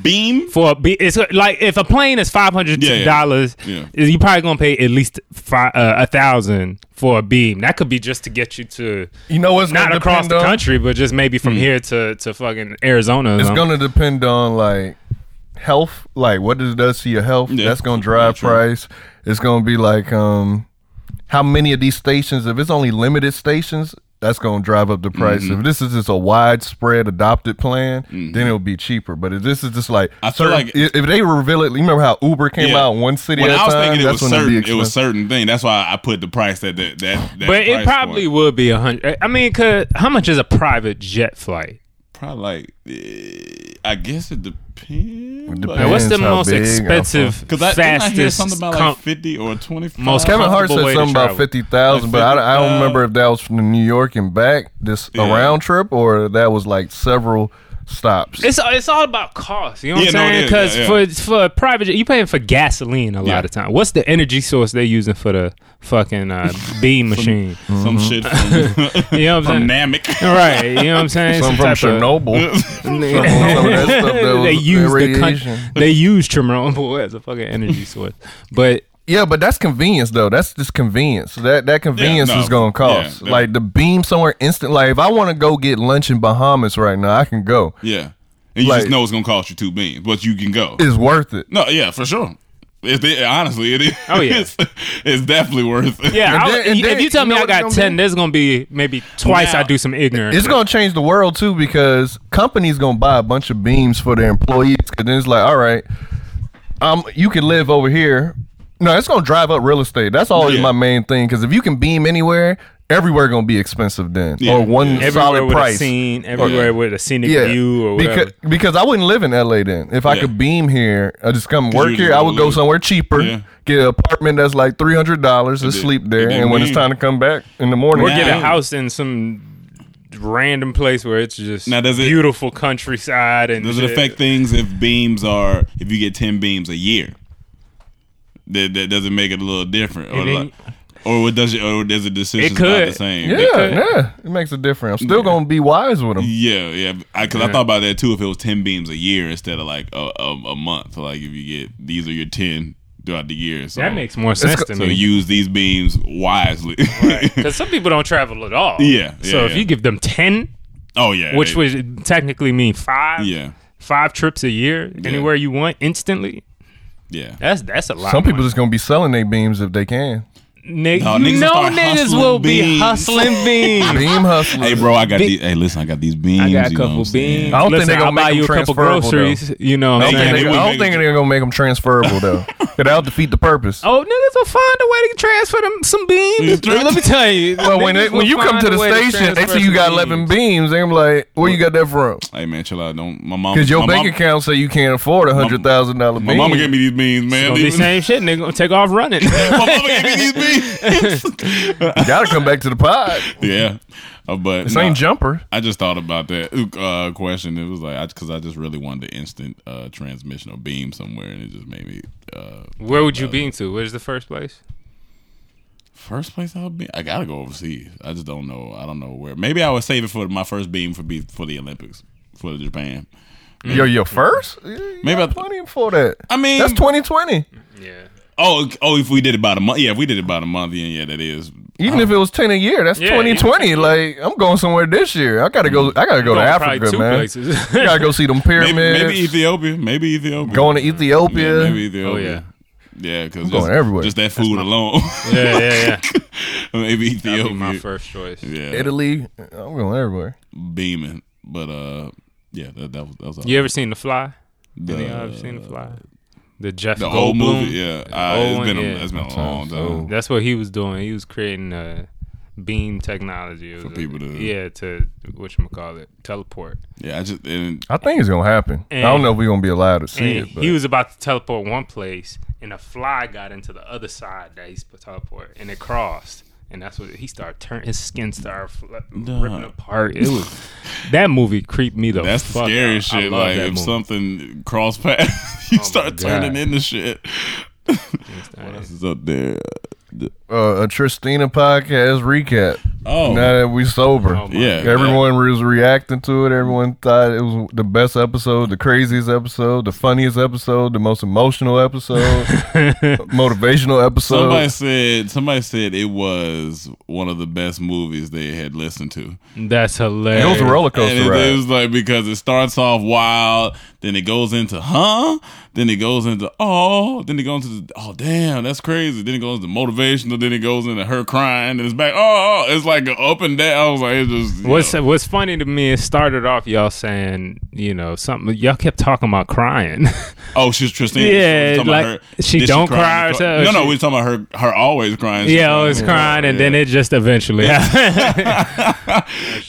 Speaker 4: a beam.
Speaker 5: a be- it's like if a plane is five hundred
Speaker 4: Yeah, yeah.
Speaker 5: dollars,
Speaker 4: Yeah.
Speaker 5: you probably gonna pay at least fi- uh, a thousand for a beam. That could be just to get you to
Speaker 6: you know what's
Speaker 5: not
Speaker 6: gonna
Speaker 5: across
Speaker 6: depend
Speaker 5: the
Speaker 6: on?
Speaker 5: country, but just maybe from
Speaker 4: Mm.
Speaker 5: here to to fucking Arizona. or
Speaker 6: It's
Speaker 5: something.
Speaker 6: gonna depend on like health, like what it does to your health.
Speaker 4: Yeah.
Speaker 6: That's gonna drive
Speaker 4: True.
Speaker 6: price. It's gonna be like um how many of these stations. If it's only limited stations, that's gonna drive up the price.
Speaker 4: Mm-hmm.
Speaker 6: If this is just a widespread adopted plan, then it'll be cheaper. But if this is just like
Speaker 4: I feel
Speaker 6: certain-
Speaker 4: like-
Speaker 6: if if they reveal it, you remember how Uber came
Speaker 4: Yeah.
Speaker 6: out one city
Speaker 4: When
Speaker 6: at
Speaker 4: I was
Speaker 6: a time.
Speaker 4: thinking it was
Speaker 6: That's when
Speaker 4: certain,
Speaker 6: it'd be
Speaker 4: it was
Speaker 6: expensive.
Speaker 4: certain thing. That's why I put the price at that that. that
Speaker 5: but it
Speaker 4: price
Speaker 5: probably
Speaker 4: point.
Speaker 5: would be a hundred. I mean, cause how much is a private jet flight?
Speaker 4: probably like eh, I guess it depends.
Speaker 6: It
Speaker 5: Now, what's the
Speaker 6: Depends how
Speaker 5: most
Speaker 6: big, how
Speaker 5: expensive,
Speaker 4: Because I, didn't I hear
Speaker 5: fastest?
Speaker 4: something about
Speaker 5: com-
Speaker 4: like fifty or twenty.
Speaker 5: Most
Speaker 6: Kevin Hart
Speaker 5: comfortable
Speaker 6: said
Speaker 5: way to
Speaker 6: something about
Speaker 5: travel.
Speaker 6: fifty thousand, but I, I
Speaker 4: 50,000.
Speaker 6: don't remember if that was from New York and back, this a
Speaker 4: Yeah.
Speaker 6: round trip, or that was like several stops.
Speaker 5: it's uh, it's all about cost. You know
Speaker 4: Yeah,
Speaker 5: what
Speaker 4: no,
Speaker 5: I'm
Speaker 4: it
Speaker 5: saying?
Speaker 4: is,
Speaker 5: Because
Speaker 4: yeah,
Speaker 5: for for a private jet, you paying for gasoline a lot
Speaker 4: Yeah.
Speaker 5: of time. What's the energy source they're using for the fucking uh, beam machine?
Speaker 4: some shit from,
Speaker 5: You know what
Speaker 4: from
Speaker 5: I'm saying?
Speaker 4: Namek.
Speaker 5: Mm-hmm. Right, you know what I'm saying?
Speaker 6: Some from
Speaker 5: type of-
Speaker 6: Chernobyl. Some- some of that stuff that was
Speaker 5: they use the
Speaker 6: radiation.
Speaker 5: con- they use Chernobyl as a fucking energy source, but
Speaker 6: Yeah, but that's convenience though. That's just convenience. That that convenience
Speaker 4: no.
Speaker 6: is gonna cost.
Speaker 4: Yeah, that-
Speaker 6: like the beam somewhere instant. Like if I want to go get lunch in Bahamas right now, I can go.
Speaker 4: Yeah, and you
Speaker 6: Like-
Speaker 4: just know it's gonna cost you two beans, but you can go.
Speaker 6: It's worth it.
Speaker 4: No, yeah, for sure. If they, honestly, it is.
Speaker 5: Oh, yeah.
Speaker 4: it's, it's definitely worth it.
Speaker 5: yeah.
Speaker 6: And
Speaker 5: I
Speaker 6: then-
Speaker 5: would-
Speaker 6: and then
Speaker 5: if you tell
Speaker 6: you
Speaker 5: me
Speaker 6: know
Speaker 5: I
Speaker 6: what it's
Speaker 5: got
Speaker 6: gonna
Speaker 5: ten,
Speaker 6: be?
Speaker 5: there's gonna be maybe twice
Speaker 4: Now-
Speaker 5: I do some ignorant.
Speaker 6: It's gonna change the world too because companies gonna buy a bunch of beams for their employees. Cause then it's like, all right, um, you can live over here. No, it's gonna drive up real estate. That's always
Speaker 4: Yeah.
Speaker 6: my main thing. Cause if you can beam anywhere, everywhere gonna be expensive then,
Speaker 4: Yeah.
Speaker 6: or one
Speaker 5: everywhere
Speaker 6: solid
Speaker 5: with
Speaker 6: price.
Speaker 5: a scene, everywhere
Speaker 4: yeah.
Speaker 5: with a scenic
Speaker 6: Yeah,
Speaker 5: view or whatever.
Speaker 6: because because I wouldn't live in L.A. then if I
Speaker 4: Yeah.
Speaker 6: could beam here, I just come work
Speaker 4: you
Speaker 6: here.
Speaker 4: just
Speaker 6: I would go
Speaker 4: live-
Speaker 6: somewhere cheaper,
Speaker 4: Yeah.
Speaker 6: get an apartment that's like three hundred dollars, and
Speaker 4: then-
Speaker 6: sleep there.
Speaker 4: and then
Speaker 6: And when it's
Speaker 4: beam.
Speaker 6: time to come back in the morning,
Speaker 5: or get a
Speaker 4: Now-
Speaker 5: house in some random place where it's just
Speaker 4: Now, does it-
Speaker 5: beautiful countryside and
Speaker 4: Does it
Speaker 5: shit.
Speaker 4: affect things if beams are if you get ten beams a year? That that doesn't make it a little different, or
Speaker 5: It ain't-
Speaker 4: like, or what does it? Or does the decision
Speaker 5: could.
Speaker 4: not the same?
Speaker 6: Yeah, yeah, it makes a difference. I'm still gonna be wise with them.
Speaker 4: yeah, yeah. Because I thought about that too. If it was ten beams a year instead of like a, a, a month, so like if you get these are your ten throughout the year, so
Speaker 5: that makes more sense to
Speaker 4: so
Speaker 5: me.
Speaker 4: use these beams wisely.
Speaker 5: Because some people don't travel at all.
Speaker 4: Yeah, yeah,
Speaker 5: so if
Speaker 4: yeah.
Speaker 5: you give them ten,
Speaker 4: oh yeah,
Speaker 5: which
Speaker 4: it-
Speaker 5: would technically mean five,
Speaker 4: yeah,
Speaker 5: five trips a year anywhere you want instantly.
Speaker 4: yeah.
Speaker 5: That's that's a lot.
Speaker 6: Some
Speaker 5: of
Speaker 6: people
Speaker 5: money.
Speaker 6: just gonna be selling their beams if they can.
Speaker 5: Nick,
Speaker 4: No,
Speaker 5: no,
Speaker 4: niggas will start
Speaker 5: niggas
Speaker 4: hustling
Speaker 5: will be
Speaker 4: beans.
Speaker 5: hustling beans.
Speaker 6: Beam hustling.
Speaker 4: Hey, bro, I got these. Hey, listen, I got these beans.
Speaker 5: I got a
Speaker 4: you know what
Speaker 5: couple
Speaker 4: I'm saying?
Speaker 5: beans.
Speaker 6: I don't think
Speaker 5: Listen,
Speaker 6: they gonna
Speaker 5: I'll buy
Speaker 6: make
Speaker 5: you a
Speaker 6: them
Speaker 5: couple
Speaker 6: transferable, though.
Speaker 5: groceries. You know what I'm
Speaker 4: They
Speaker 6: I
Speaker 4: Yeah,
Speaker 6: don't
Speaker 5: saying?
Speaker 6: think
Speaker 4: they
Speaker 6: they-
Speaker 4: would
Speaker 6: I
Speaker 4: make
Speaker 6: don't think
Speaker 4: it-
Speaker 6: they're gonna make them transferable though. That'll defeat the purpose.
Speaker 5: Oh, niggas will find a way to transfer them some beans.
Speaker 4: Mm.
Speaker 5: Let me tell you.
Speaker 6: Well, when
Speaker 5: niggas
Speaker 6: they, when
Speaker 5: will
Speaker 6: you come
Speaker 5: find
Speaker 6: to
Speaker 5: a
Speaker 6: the
Speaker 5: way
Speaker 6: station, they
Speaker 5: transfer
Speaker 6: see you
Speaker 5: some
Speaker 6: got
Speaker 5: beans.
Speaker 6: eleven beams. They're like, "Where you got that from?"
Speaker 4: Hey man, chill out. Don't my mom.
Speaker 6: Because your
Speaker 4: my
Speaker 6: bank
Speaker 4: mom-
Speaker 6: account say you can't afford a hundred thousand dollar beam.
Speaker 4: My mama gave me these beans, man.
Speaker 5: Gonna be
Speaker 4: These-
Speaker 5: same shit. Nigga gonna take off running.
Speaker 4: my mama gave me these beans.
Speaker 6: You gotta come back to the pod.
Speaker 4: yeah, Uh, but
Speaker 6: This ain't
Speaker 4: nah,
Speaker 6: jumper.
Speaker 4: I just thought about that uh, question. It was like because I, just really wanted the instant uh, transmission or beam somewhere, and it just made me. Uh,
Speaker 5: Where would you beam to? Where's the first place?
Speaker 4: first place I'll be, I gotta go overseas. I just don't know. I don't know where. Maybe I would save it for my first beam for be for the Olympics for Japan.
Speaker 6: Yo, your first? Maybe
Speaker 4: Maybe I-
Speaker 6: plenty for that.
Speaker 4: I mean-
Speaker 6: that's twenty twenty.
Speaker 5: Yeah.
Speaker 4: Oh, oh, if we did it about a month, yeah, if we did it about a month, then yeah, that is.
Speaker 6: Even if it was ten a year, that's
Speaker 5: Yeah,
Speaker 6: twenty twenty. Like I'm going somewhere this year. I gotta go. I gotta go to Africa, man. I gotta go see them
Speaker 4: Maybe,
Speaker 6: pyramids.
Speaker 4: maybe Ethiopia, maybe Ethiopia,
Speaker 6: going to
Speaker 4: yeah,
Speaker 6: Ethiopia.
Speaker 4: maybe Ethiopia.
Speaker 5: Oh, yeah.
Speaker 4: Yeah, because
Speaker 6: going everywhere.
Speaker 4: Just that food alone.
Speaker 5: yeah, yeah, yeah.
Speaker 4: maybe
Speaker 5: That'd
Speaker 4: Ethiopia.
Speaker 5: be my first choice.
Speaker 4: Yeah,
Speaker 6: Italy. I'm going everywhere.
Speaker 4: beaming. But uh, yeah, that, that was that was all.
Speaker 5: You ever seen The Fly?
Speaker 4: The-
Speaker 5: Any of
Speaker 6: Uh,
Speaker 5: y'all ever seen The Fly? The Jeff
Speaker 4: the
Speaker 5: Goldblum.
Speaker 4: whole movie. Yeah, uh,
Speaker 5: old
Speaker 4: it's
Speaker 5: one,
Speaker 4: been a,
Speaker 5: yeah.
Speaker 4: it's been a long time.
Speaker 5: That's what he was doing. He was creating uh, beam technology It was
Speaker 4: For people to-
Speaker 5: yeah to what you call it teleport.
Speaker 4: Yeah, I just and
Speaker 6: I think it's gonna happen.
Speaker 5: And-
Speaker 6: I don't know if we're gonna be allowed to see
Speaker 5: And
Speaker 6: it. But
Speaker 5: he was about to teleport one place, and a fly got into the other side that he's supposed to teleport, and it crossed. And that's what he started turning. His skin started fl- ripping apart. It was that movie creeped me the
Speaker 4: that's the
Speaker 5: fuck
Speaker 4: scary
Speaker 5: out. I
Speaker 4: shit.
Speaker 5: love
Speaker 4: Like
Speaker 5: that
Speaker 4: if
Speaker 5: movie. Oh
Speaker 4: something cross paths, you start turning
Speaker 5: God.
Speaker 4: into shit. what else is up there?
Speaker 6: uh, a Tristina podcast recap.
Speaker 4: Oh,
Speaker 6: Now that we sober,
Speaker 5: Oh, my
Speaker 4: yeah.
Speaker 6: everyone was reacting to it. Everyone thought it was the best episode, the craziest episode, the funniest episode, the most emotional episode, motivational episode.
Speaker 4: Somebody said somebody said it was one of the best movies they had listened to.
Speaker 5: That's
Speaker 6: it was
Speaker 5: hilarious.
Speaker 6: a roller
Speaker 4: And
Speaker 6: coaster
Speaker 4: it- It
Speaker 6: ride.
Speaker 4: was like because it starts off wild, then it goes into huh, then it goes into oh, then it goes into oh damn, that's crazy. Then it goes to motivational, then it goes into her crying, and it's back oh, oh. it's like an up and down. I was like, it's just you
Speaker 5: What's
Speaker 4: know.
Speaker 5: what's funny to me is started off y'all saying you know something y'all kept talking about crying.
Speaker 4: oh, she's Tristina.
Speaker 5: Yeah,
Speaker 4: We're talking about
Speaker 5: like, she
Speaker 4: did
Speaker 5: don't
Speaker 4: cry in the
Speaker 5: cry
Speaker 4: car?
Speaker 5: herself.
Speaker 4: No, no,
Speaker 5: She-
Speaker 4: we're talking about her. Her always crying. She
Speaker 5: yeah, I
Speaker 4: cries.
Speaker 5: was crying, and then it just eventually.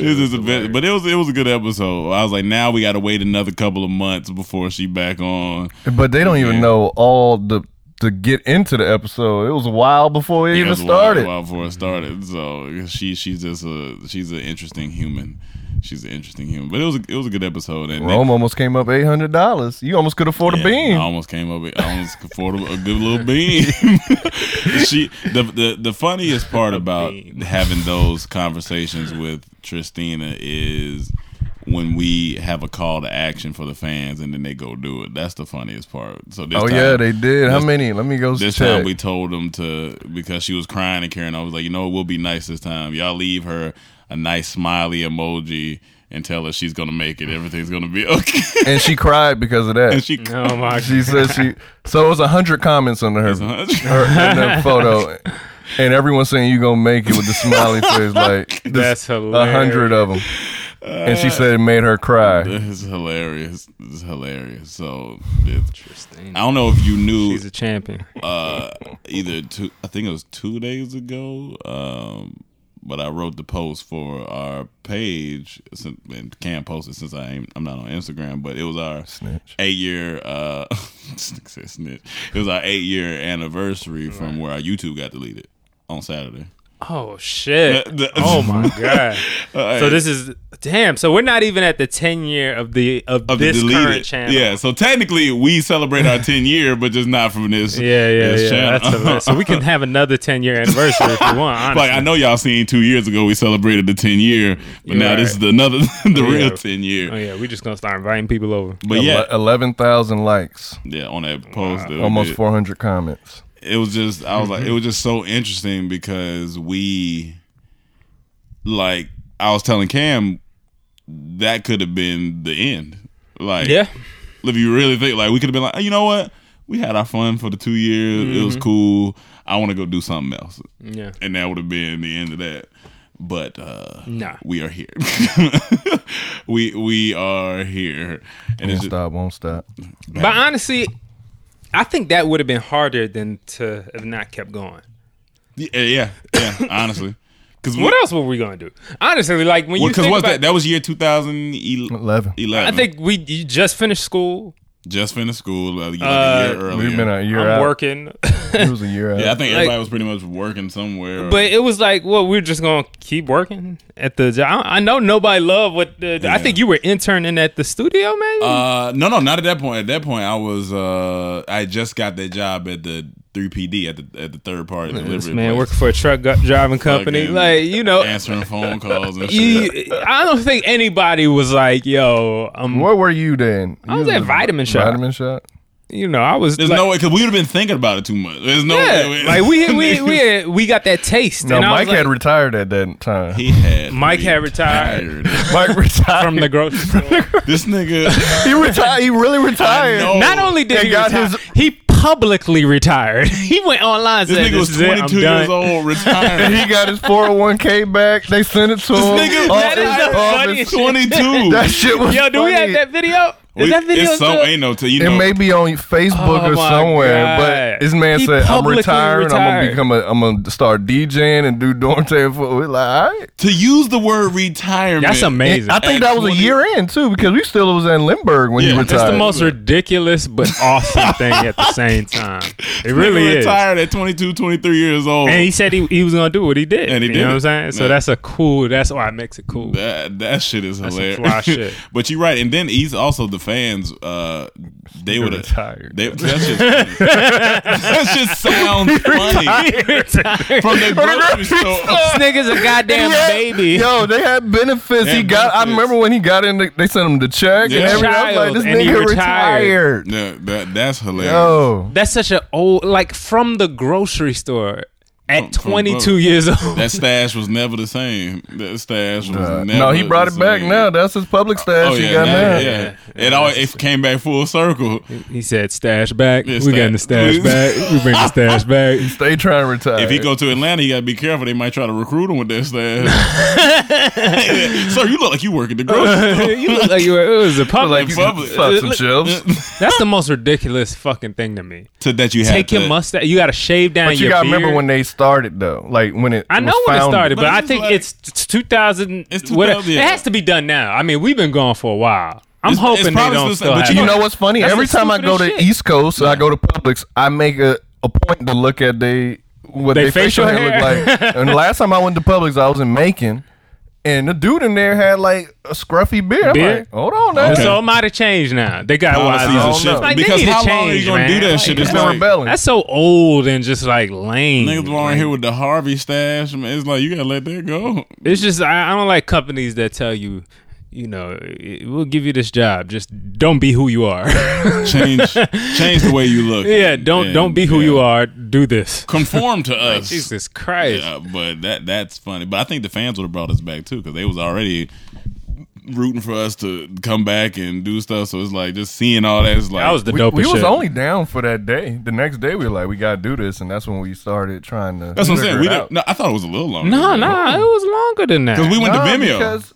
Speaker 4: It was just a bit, but it was it was a good episode. I was like, now we got to wait another couple of months before she back on.
Speaker 6: But they don't even know all the to get into the episode. It was a while before it even
Speaker 4: It was a while-
Speaker 6: started.
Speaker 4: a while before it started. So she she's just a she's an interesting human. She's an interesting human. But it was a, it was a good episode. And
Speaker 6: Rome almost came up eight hundred dollars. You almost could afford
Speaker 4: yeah,
Speaker 6: a beam.
Speaker 4: I almost came up. with- I almost could afford a a good little beam. she the, the the funniest part about having those conversations with Tristina is when we have a call to action for the fans and then they go do it. That's the funniest part. So this
Speaker 6: oh
Speaker 4: time-
Speaker 6: yeah, they did. How
Speaker 4: this-
Speaker 6: many? Let me go
Speaker 4: this
Speaker 6: check.
Speaker 4: time we told them to because she was crying and Karen. I was like, you know, we'll be nice this time. Y'all leave her a nice smiley emoji and tell her she's gonna make it. Everything's gonna be okay.
Speaker 6: and she cried because of
Speaker 4: and
Speaker 6: that.
Speaker 4: she
Speaker 5: oh my!
Speaker 6: She said she. So it was a hundred comments under her, her, in that photo, and everyone saying you gonna make it with the smiley face, like
Speaker 5: That's
Speaker 6: a
Speaker 5: hilarious.
Speaker 6: hundred of them. And she said it made her cry.
Speaker 4: This is hilarious. This is hilarious. So it's, I don't know if you knew
Speaker 5: He's a champion.
Speaker 4: uh, either two. I think it was two days ago. Um, but I wrote the post for our page, since- and Cam posted since I ain't, I'm not on Instagram. But it was our
Speaker 6: Snitch.
Speaker 4: eight year. Uh, said snitch. It was our eight year anniversary from where our YouTube got deleted on Saturday.
Speaker 5: Oh shit!
Speaker 4: The- the-
Speaker 5: oh my god! so this is damn. So we're not even at the ten year of the of,
Speaker 4: Of the
Speaker 5: this
Speaker 4: deleted.
Speaker 5: current channel.
Speaker 4: Yeah, so technically we celebrate our 10 year, but just not from this.
Speaker 5: yeah, yeah,
Speaker 4: this
Speaker 5: yeah.
Speaker 4: channel.
Speaker 5: That's hilarious. so we can have another ten year anniversary if you want. Honestly.
Speaker 4: Like I know y'all seen two years ago we celebrated the ten year, but now this is the another the real
Speaker 5: Yeah.
Speaker 4: ten
Speaker 5: Oh
Speaker 4: year.
Speaker 5: yeah, we just gonna start inviting people over.
Speaker 4: But yeah,
Speaker 6: eleven thousand likes,
Speaker 4: yeah, on that post, that we
Speaker 6: almost
Speaker 4: did.
Speaker 6: four hundred comments.
Speaker 4: It was just I was like,
Speaker 5: Mm-hmm.
Speaker 4: it was just so interesting because we, like, I was telling Cam that could have been the end. Like,
Speaker 5: Yeah,
Speaker 4: if you really think, like, we could have been like, you know what, we had our fun for the two years. It was cool. I want to go do something else,
Speaker 5: Mm-hmm. Yeah.
Speaker 4: and that would have been the end of that. But uh,
Speaker 5: Nah.
Speaker 4: we are here. we we are here, and
Speaker 6: Won't
Speaker 4: it's just,
Speaker 6: stop, won't stop.
Speaker 5: But honestly, I think that would have been harder than to have not kept going.
Speaker 4: yeah, yeah, yeah, honestly, because
Speaker 5: What else were we gonna do? Honestly, like when you
Speaker 4: Because
Speaker 5: think
Speaker 4: what's
Speaker 5: about,
Speaker 4: that? That was year 2011.
Speaker 6: 11.
Speaker 5: I think we you just finished school.
Speaker 4: just finished school uh, like
Speaker 5: Uh,
Speaker 4: a year earlier.
Speaker 6: We've been a year
Speaker 5: I'm
Speaker 6: out.
Speaker 5: working,
Speaker 6: It was a year out.
Speaker 4: yeah, I think
Speaker 5: like-
Speaker 4: everybody was pretty much working somewhere.
Speaker 5: but it was like, well, we're just gonna keep working at the job. I I know nobody loved what. The,
Speaker 4: Yeah.
Speaker 5: I think you were interning at the studio, maybe.
Speaker 4: uh, no, no, not at that point. At that point, I was uh, I just got that job at the 3PD at the at the third party
Speaker 5: this
Speaker 4: delivery.
Speaker 5: man
Speaker 4: place.
Speaker 5: working for a truck gu- driving company,
Speaker 4: Fucking
Speaker 5: like you know,
Speaker 4: answering phone calls and shit.
Speaker 5: you, I don't think anybody was like, "Yo, um, I'm."
Speaker 6: Where were you then?
Speaker 5: I was
Speaker 6: You
Speaker 5: at Vitamin Shop.
Speaker 6: Vitamin shop.
Speaker 5: You know, I was.
Speaker 4: There's
Speaker 5: like,
Speaker 4: no way because we would have been thinking about it too much. There's no way.
Speaker 5: Yeah, like we we we had- we got that taste.
Speaker 6: No,
Speaker 5: and I was
Speaker 6: Mike
Speaker 5: like-
Speaker 6: had retired at that time.
Speaker 4: he had
Speaker 5: Mike had retired.
Speaker 6: Mike retired
Speaker 5: from the grocery store.
Speaker 4: this nigga.
Speaker 6: He retired. He really retired.
Speaker 4: know.
Speaker 5: Not only did
Speaker 6: And
Speaker 5: he
Speaker 6: got
Speaker 5: retire,
Speaker 6: his-
Speaker 5: he publicly retired. he went online.
Speaker 4: This
Speaker 5: said,
Speaker 4: nigga was
Speaker 5: is it, I'm
Speaker 4: 22 years
Speaker 5: done."
Speaker 4: old,
Speaker 6: And
Speaker 4: retired.
Speaker 6: he got his 401k back. They sent it to him.
Speaker 4: nigga-
Speaker 6: All
Speaker 4: that
Speaker 5: is
Speaker 6: his-
Speaker 5: the
Speaker 6: all his-
Speaker 5: funniest shit.
Speaker 4: 22.
Speaker 6: That shit was
Speaker 5: Yo, do we have
Speaker 6: funny.
Speaker 5: that video? Is
Speaker 4: We-
Speaker 5: that video?
Speaker 4: it's so
Speaker 5: still-
Speaker 4: ain't no t- you
Speaker 6: It
Speaker 4: know,
Speaker 6: may be on Facebook
Speaker 5: Oh
Speaker 6: or
Speaker 5: my
Speaker 6: somewhere,
Speaker 5: God.
Speaker 6: but this man
Speaker 5: He
Speaker 6: said, "I'm
Speaker 5: publicly
Speaker 6: retiring. I'm gonna
Speaker 5: retired.
Speaker 6: become a. I'm gonna start DJing and do dormtail for." We're like, all right.
Speaker 4: to use the word retirement.
Speaker 5: That's amazing.
Speaker 6: I think that was a
Speaker 4: 20
Speaker 6: year in too, because we still was in Limburg when
Speaker 4: Yeah,
Speaker 6: you
Speaker 4: that's
Speaker 6: retired.
Speaker 4: the
Speaker 5: It's the most ridiculous but awesome thing at the same time. It really
Speaker 4: Nigga
Speaker 5: is.
Speaker 4: retired at 22, 23 years old.
Speaker 5: And he said he, he was gonna do what he did.
Speaker 4: And he
Speaker 5: you
Speaker 4: did
Speaker 5: know what
Speaker 4: it.
Speaker 5: I'm saying? So
Speaker 4: Yeah.
Speaker 5: that's a cool. That's why it makes it cool.
Speaker 4: that that shit is
Speaker 5: some
Speaker 4: hilarious.
Speaker 5: fly shit.
Speaker 4: but you're right. And then he's also the fans. Uh, they would
Speaker 6: retired.
Speaker 4: They, that's just that just sounds funny
Speaker 5: Retired.
Speaker 4: from the grocery store.
Speaker 5: This nigga's a goddamn
Speaker 6: Yeah.
Speaker 5: baby.
Speaker 6: Yo, they had benefits.
Speaker 4: They
Speaker 6: he
Speaker 4: had
Speaker 6: got. I
Speaker 4: benefits.
Speaker 6: remember when he got in. The, they sent him the check
Speaker 4: Yeah.
Speaker 6: and everything. I was like,
Speaker 5: Child,
Speaker 6: this
Speaker 5: and he
Speaker 6: nigga retired.
Speaker 5: retired.
Speaker 4: Yeah, that that's hilarious.
Speaker 6: Yo,
Speaker 5: That's such an old, like from the grocery store at
Speaker 4: From- from
Speaker 5: 22
Speaker 4: both.
Speaker 5: years old.
Speaker 4: That stash was never the same. That stash was
Speaker 6: Uh,
Speaker 4: never.
Speaker 6: no, he brought it
Speaker 4: the
Speaker 6: back
Speaker 4: same.
Speaker 6: now. That's his public stash
Speaker 4: Oh
Speaker 6: he
Speaker 4: yeah,
Speaker 6: got now.
Speaker 4: now, yeah. It always it came back full circle.
Speaker 5: he said, "Stash back.
Speaker 4: Yeah,
Speaker 5: we
Speaker 4: stash.
Speaker 5: getting the stash back. We bring the stash back."
Speaker 6: They trying to retire.
Speaker 4: If he go to Atlanta, you gotta be careful. They might try to recruit him with that stash. Sir, you look like you work at the grocery store.
Speaker 5: you look like you were, it was a public.
Speaker 6: like
Speaker 4: in
Speaker 6: you
Speaker 4: public.
Speaker 6: fuck some shelves.
Speaker 5: That's the most ridiculous fucking thing to me.
Speaker 4: to that you had
Speaker 5: Take your
Speaker 4: to-
Speaker 5: mustache. You got to shave down
Speaker 6: But you
Speaker 5: your
Speaker 6: gotta
Speaker 5: beard.
Speaker 6: remember when they started though. Like when it.
Speaker 5: I know
Speaker 6: was
Speaker 5: when it
Speaker 6: founded.
Speaker 5: started, but,
Speaker 4: But
Speaker 5: I
Speaker 4: it's
Speaker 5: think
Speaker 4: like-
Speaker 5: it's, it's 2000.
Speaker 4: It's
Speaker 5: whatever.
Speaker 4: 2000,
Speaker 5: It
Speaker 4: yeah.
Speaker 5: has to be done now. I mean, we've been gone for a while. I'm
Speaker 4: It's-
Speaker 5: hoping
Speaker 4: it's
Speaker 5: they
Speaker 4: probably
Speaker 5: don't
Speaker 4: still-
Speaker 5: still
Speaker 4: but
Speaker 5: have
Speaker 4: you
Speaker 5: it.
Speaker 6: You know what's funny?
Speaker 5: That's
Speaker 6: Every
Speaker 5: the
Speaker 6: time I go to
Speaker 5: stupidest shit.
Speaker 6: East Coast, I go to Publix. I make a, a point to look at they what
Speaker 5: They
Speaker 6: they facial,
Speaker 5: facial
Speaker 6: hair
Speaker 5: hair.
Speaker 6: look like. and the last time I went to Publix, I was in Macon, and the dude in there had like a scruffy beard. I'm
Speaker 5: Beard?
Speaker 6: like, hold on, now.
Speaker 5: So it might have changed now. They got
Speaker 4: policies
Speaker 5: wise.
Speaker 4: and
Speaker 6: don't
Speaker 4: shit.
Speaker 6: know.
Speaker 5: Like, they
Speaker 4: because
Speaker 5: need to
Speaker 4: how long are you
Speaker 5: change,
Speaker 4: gonna do
Speaker 5: man.
Speaker 4: that
Speaker 5: Like,
Speaker 4: shit?
Speaker 6: It's
Speaker 4: It's
Speaker 6: been
Speaker 4: like,
Speaker 6: rebelling.
Speaker 5: That's so old and just like lame.
Speaker 4: niggas blowing here with the Harvey stash. Man, it's like you gotta let that go.
Speaker 5: It's just I, I don't like companies that tell you, you know, "Eh, we'll give you this job, just don't be who you are.
Speaker 4: Change, change the way you look.
Speaker 5: yeah, don't
Speaker 4: And,
Speaker 5: don't be who
Speaker 4: yeah.
Speaker 5: you are. Do this.
Speaker 4: Conform to us.
Speaker 5: Jesus Christ.
Speaker 4: Yeah, but that that's funny. But I think the fans would have brought us back too because they was already rooting for us to come back and do stuff. So it's like just seeing all that is like
Speaker 5: That was the
Speaker 6: we,
Speaker 5: dopest
Speaker 6: we was
Speaker 5: shit.
Speaker 6: only down for that day. The next day, we were like, we gotta do this, and that's when we started trying to.
Speaker 4: That's what I'm saying.
Speaker 6: figure
Speaker 4: We
Speaker 6: it
Speaker 4: didn't,
Speaker 6: out.
Speaker 4: no, I thought it was a little longer.
Speaker 5: no, no, it was longer than that.
Speaker 4: because we went
Speaker 6: No,
Speaker 4: to Vimeo.
Speaker 6: because-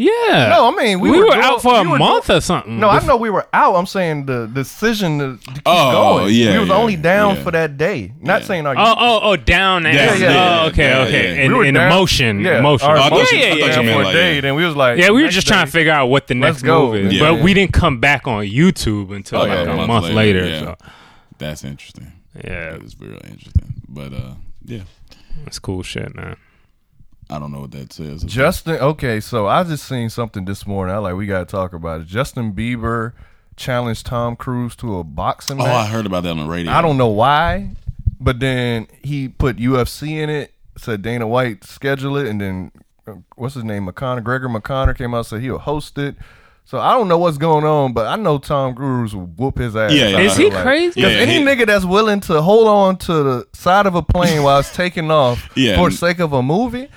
Speaker 5: yeah.
Speaker 6: No, I mean, we
Speaker 5: were,
Speaker 6: were doing-
Speaker 5: out for a
Speaker 6: we were
Speaker 5: month
Speaker 6: doing-
Speaker 5: or
Speaker 4: Mm.
Speaker 5: something.
Speaker 6: No, I know we were out. I'm saying the decision to, to keep
Speaker 4: Oh,
Speaker 6: going.
Speaker 4: yeah,
Speaker 6: we was
Speaker 4: yeah,
Speaker 6: only down
Speaker 4: yeah.
Speaker 6: for that day. Not saying our
Speaker 5: Oh, oh, oh, down. and
Speaker 4: Yeah,
Speaker 6: yeah,
Speaker 5: oh, okay,
Speaker 4: yeah,
Speaker 5: okay.
Speaker 4: yeah.
Speaker 5: And,
Speaker 6: We were
Speaker 5: and
Speaker 6: down-
Speaker 5: emotion, emotion.
Speaker 6: our
Speaker 4: I thought
Speaker 6: emotion
Speaker 4: you-
Speaker 5: yeah,
Speaker 4: I
Speaker 5: yeah,
Speaker 4: thought
Speaker 5: yeah.
Speaker 4: you
Speaker 6: for
Speaker 4: meant
Speaker 6: a
Speaker 4: like,
Speaker 6: day.
Speaker 4: yeah.
Speaker 6: Then we was like,
Speaker 5: Yeah, we were
Speaker 6: next
Speaker 5: just trying to
Speaker 6: day.
Speaker 5: figure out what the
Speaker 6: Let's
Speaker 5: next
Speaker 6: go. Oh,
Speaker 5: move is,
Speaker 4: Yeah.
Speaker 5: but we didn't come back on YouTube until
Speaker 4: Like
Speaker 5: like a month later.
Speaker 4: yeah.
Speaker 5: so.
Speaker 4: That's interesting.
Speaker 5: Yeah.
Speaker 4: That is real interesting. But uh, yeah,
Speaker 5: That's cool shit, man.
Speaker 4: I don't know what that says.
Speaker 6: Justin. Okay, so I just seen something this morning. I like we gotta talk about it. Justin Bieber challenged Tom Cruise to a boxing
Speaker 4: oh,
Speaker 6: match.
Speaker 4: I heard about that on the radio.
Speaker 6: I don't know why, but then he put UFC in it. Said Dana White schedule it, and then uh, what's his name? McConnor, Gregor McConnor came out said he'll host it. So I don't know what's going on, but I know Tom Cruise will whoop his ass.
Speaker 4: Yeah, yeah.
Speaker 6: I
Speaker 4: Is
Speaker 5: he
Speaker 6: feel like.
Speaker 5: crazy?
Speaker 6: 'Cause
Speaker 4: Yeah,
Speaker 6: any
Speaker 4: he-
Speaker 6: nigga that's willing to hold on to the side of a plane while it's taking off
Speaker 4: Yeah,
Speaker 6: for
Speaker 4: and-
Speaker 6: sake of a movie,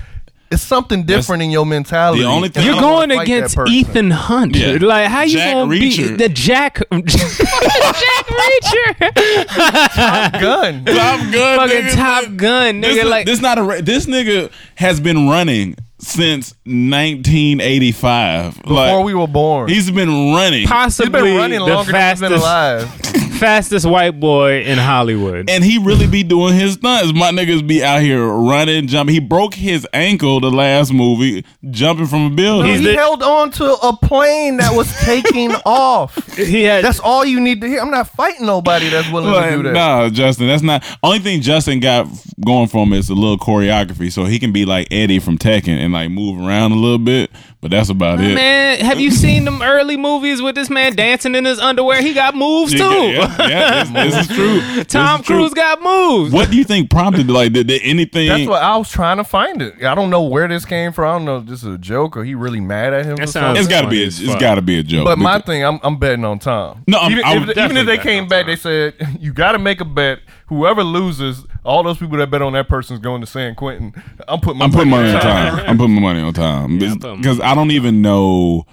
Speaker 6: It's something different in your mentality.
Speaker 4: the only thing-
Speaker 6: and I
Speaker 4: You're
Speaker 5: You're
Speaker 6: don't wanna
Speaker 5: going
Speaker 6: fight that
Speaker 5: against
Speaker 6: person.
Speaker 5: Ethan Hunt.
Speaker 4: Yeah.
Speaker 5: Like how you
Speaker 4: Jack
Speaker 5: gonna be
Speaker 4: Reacher.
Speaker 5: the Jack Jack Reacher,
Speaker 6: Gun.
Speaker 4: Top Gun,
Speaker 5: fucking
Speaker 4: nigga.
Speaker 5: Top Gun,
Speaker 4: This,
Speaker 5: nigga? Like
Speaker 4: this not a ra- this nigga has been running since 1985.
Speaker 6: Before
Speaker 4: like,
Speaker 6: we were born.
Speaker 4: he's been running,
Speaker 6: He's been
Speaker 5: possibly
Speaker 6: running
Speaker 5: the
Speaker 6: longer than we've been
Speaker 5: fastest
Speaker 6: alive.
Speaker 5: fastest white boy in Hollywood.
Speaker 4: and he really be doing his stunts. My niggas be out here running, jumping. He broke his ankle the last movie, jumping from a building.
Speaker 5: He's
Speaker 6: He
Speaker 5: the-
Speaker 6: held on to a plane that was taking off.
Speaker 5: he had
Speaker 6: That's all you need to hear. I'm not fighting nobody that's willing to do
Speaker 4: Like,
Speaker 6: that.
Speaker 4: nah, Justin, that's not. Only thing Justin got f- going for him is a little choreography, so he can be like Eddie from Tekken and like move around a little bit. But that's about it.
Speaker 5: man. Have you seen them early movies with this man dancing in his underwear? He got moves
Speaker 4: Yeah,
Speaker 5: too.
Speaker 4: yeah, yeah, this, this is true. This
Speaker 5: Tom
Speaker 4: is true.
Speaker 5: Cruise got moves.
Speaker 4: What do you think prompted like did, did anything?
Speaker 6: That's what I was trying to find it. I don't know where this came from. I don't know if this is a joke or he really mad at him.
Speaker 5: That
Speaker 6: or
Speaker 5: sounds-
Speaker 6: something.
Speaker 4: it's got to be. A,
Speaker 5: Funny as
Speaker 4: it's
Speaker 5: fuck.
Speaker 4: got to be a joke.
Speaker 6: But my
Speaker 4: because-
Speaker 6: thing, I'm, I'm betting on Tom.
Speaker 4: No, I'm-
Speaker 6: even,
Speaker 4: I
Speaker 6: if-
Speaker 4: would
Speaker 6: even
Speaker 5: definitely
Speaker 6: if they
Speaker 5: bet
Speaker 6: came
Speaker 5: on
Speaker 6: back, they said you got to make a bet. Whoever loses, all those people that bet on that person's going to San Quentin. I'm putting my
Speaker 4: I'm putting money
Speaker 6: on
Speaker 4: on time. I'm putting my money on time
Speaker 5: putting-
Speaker 4: because I don't even know.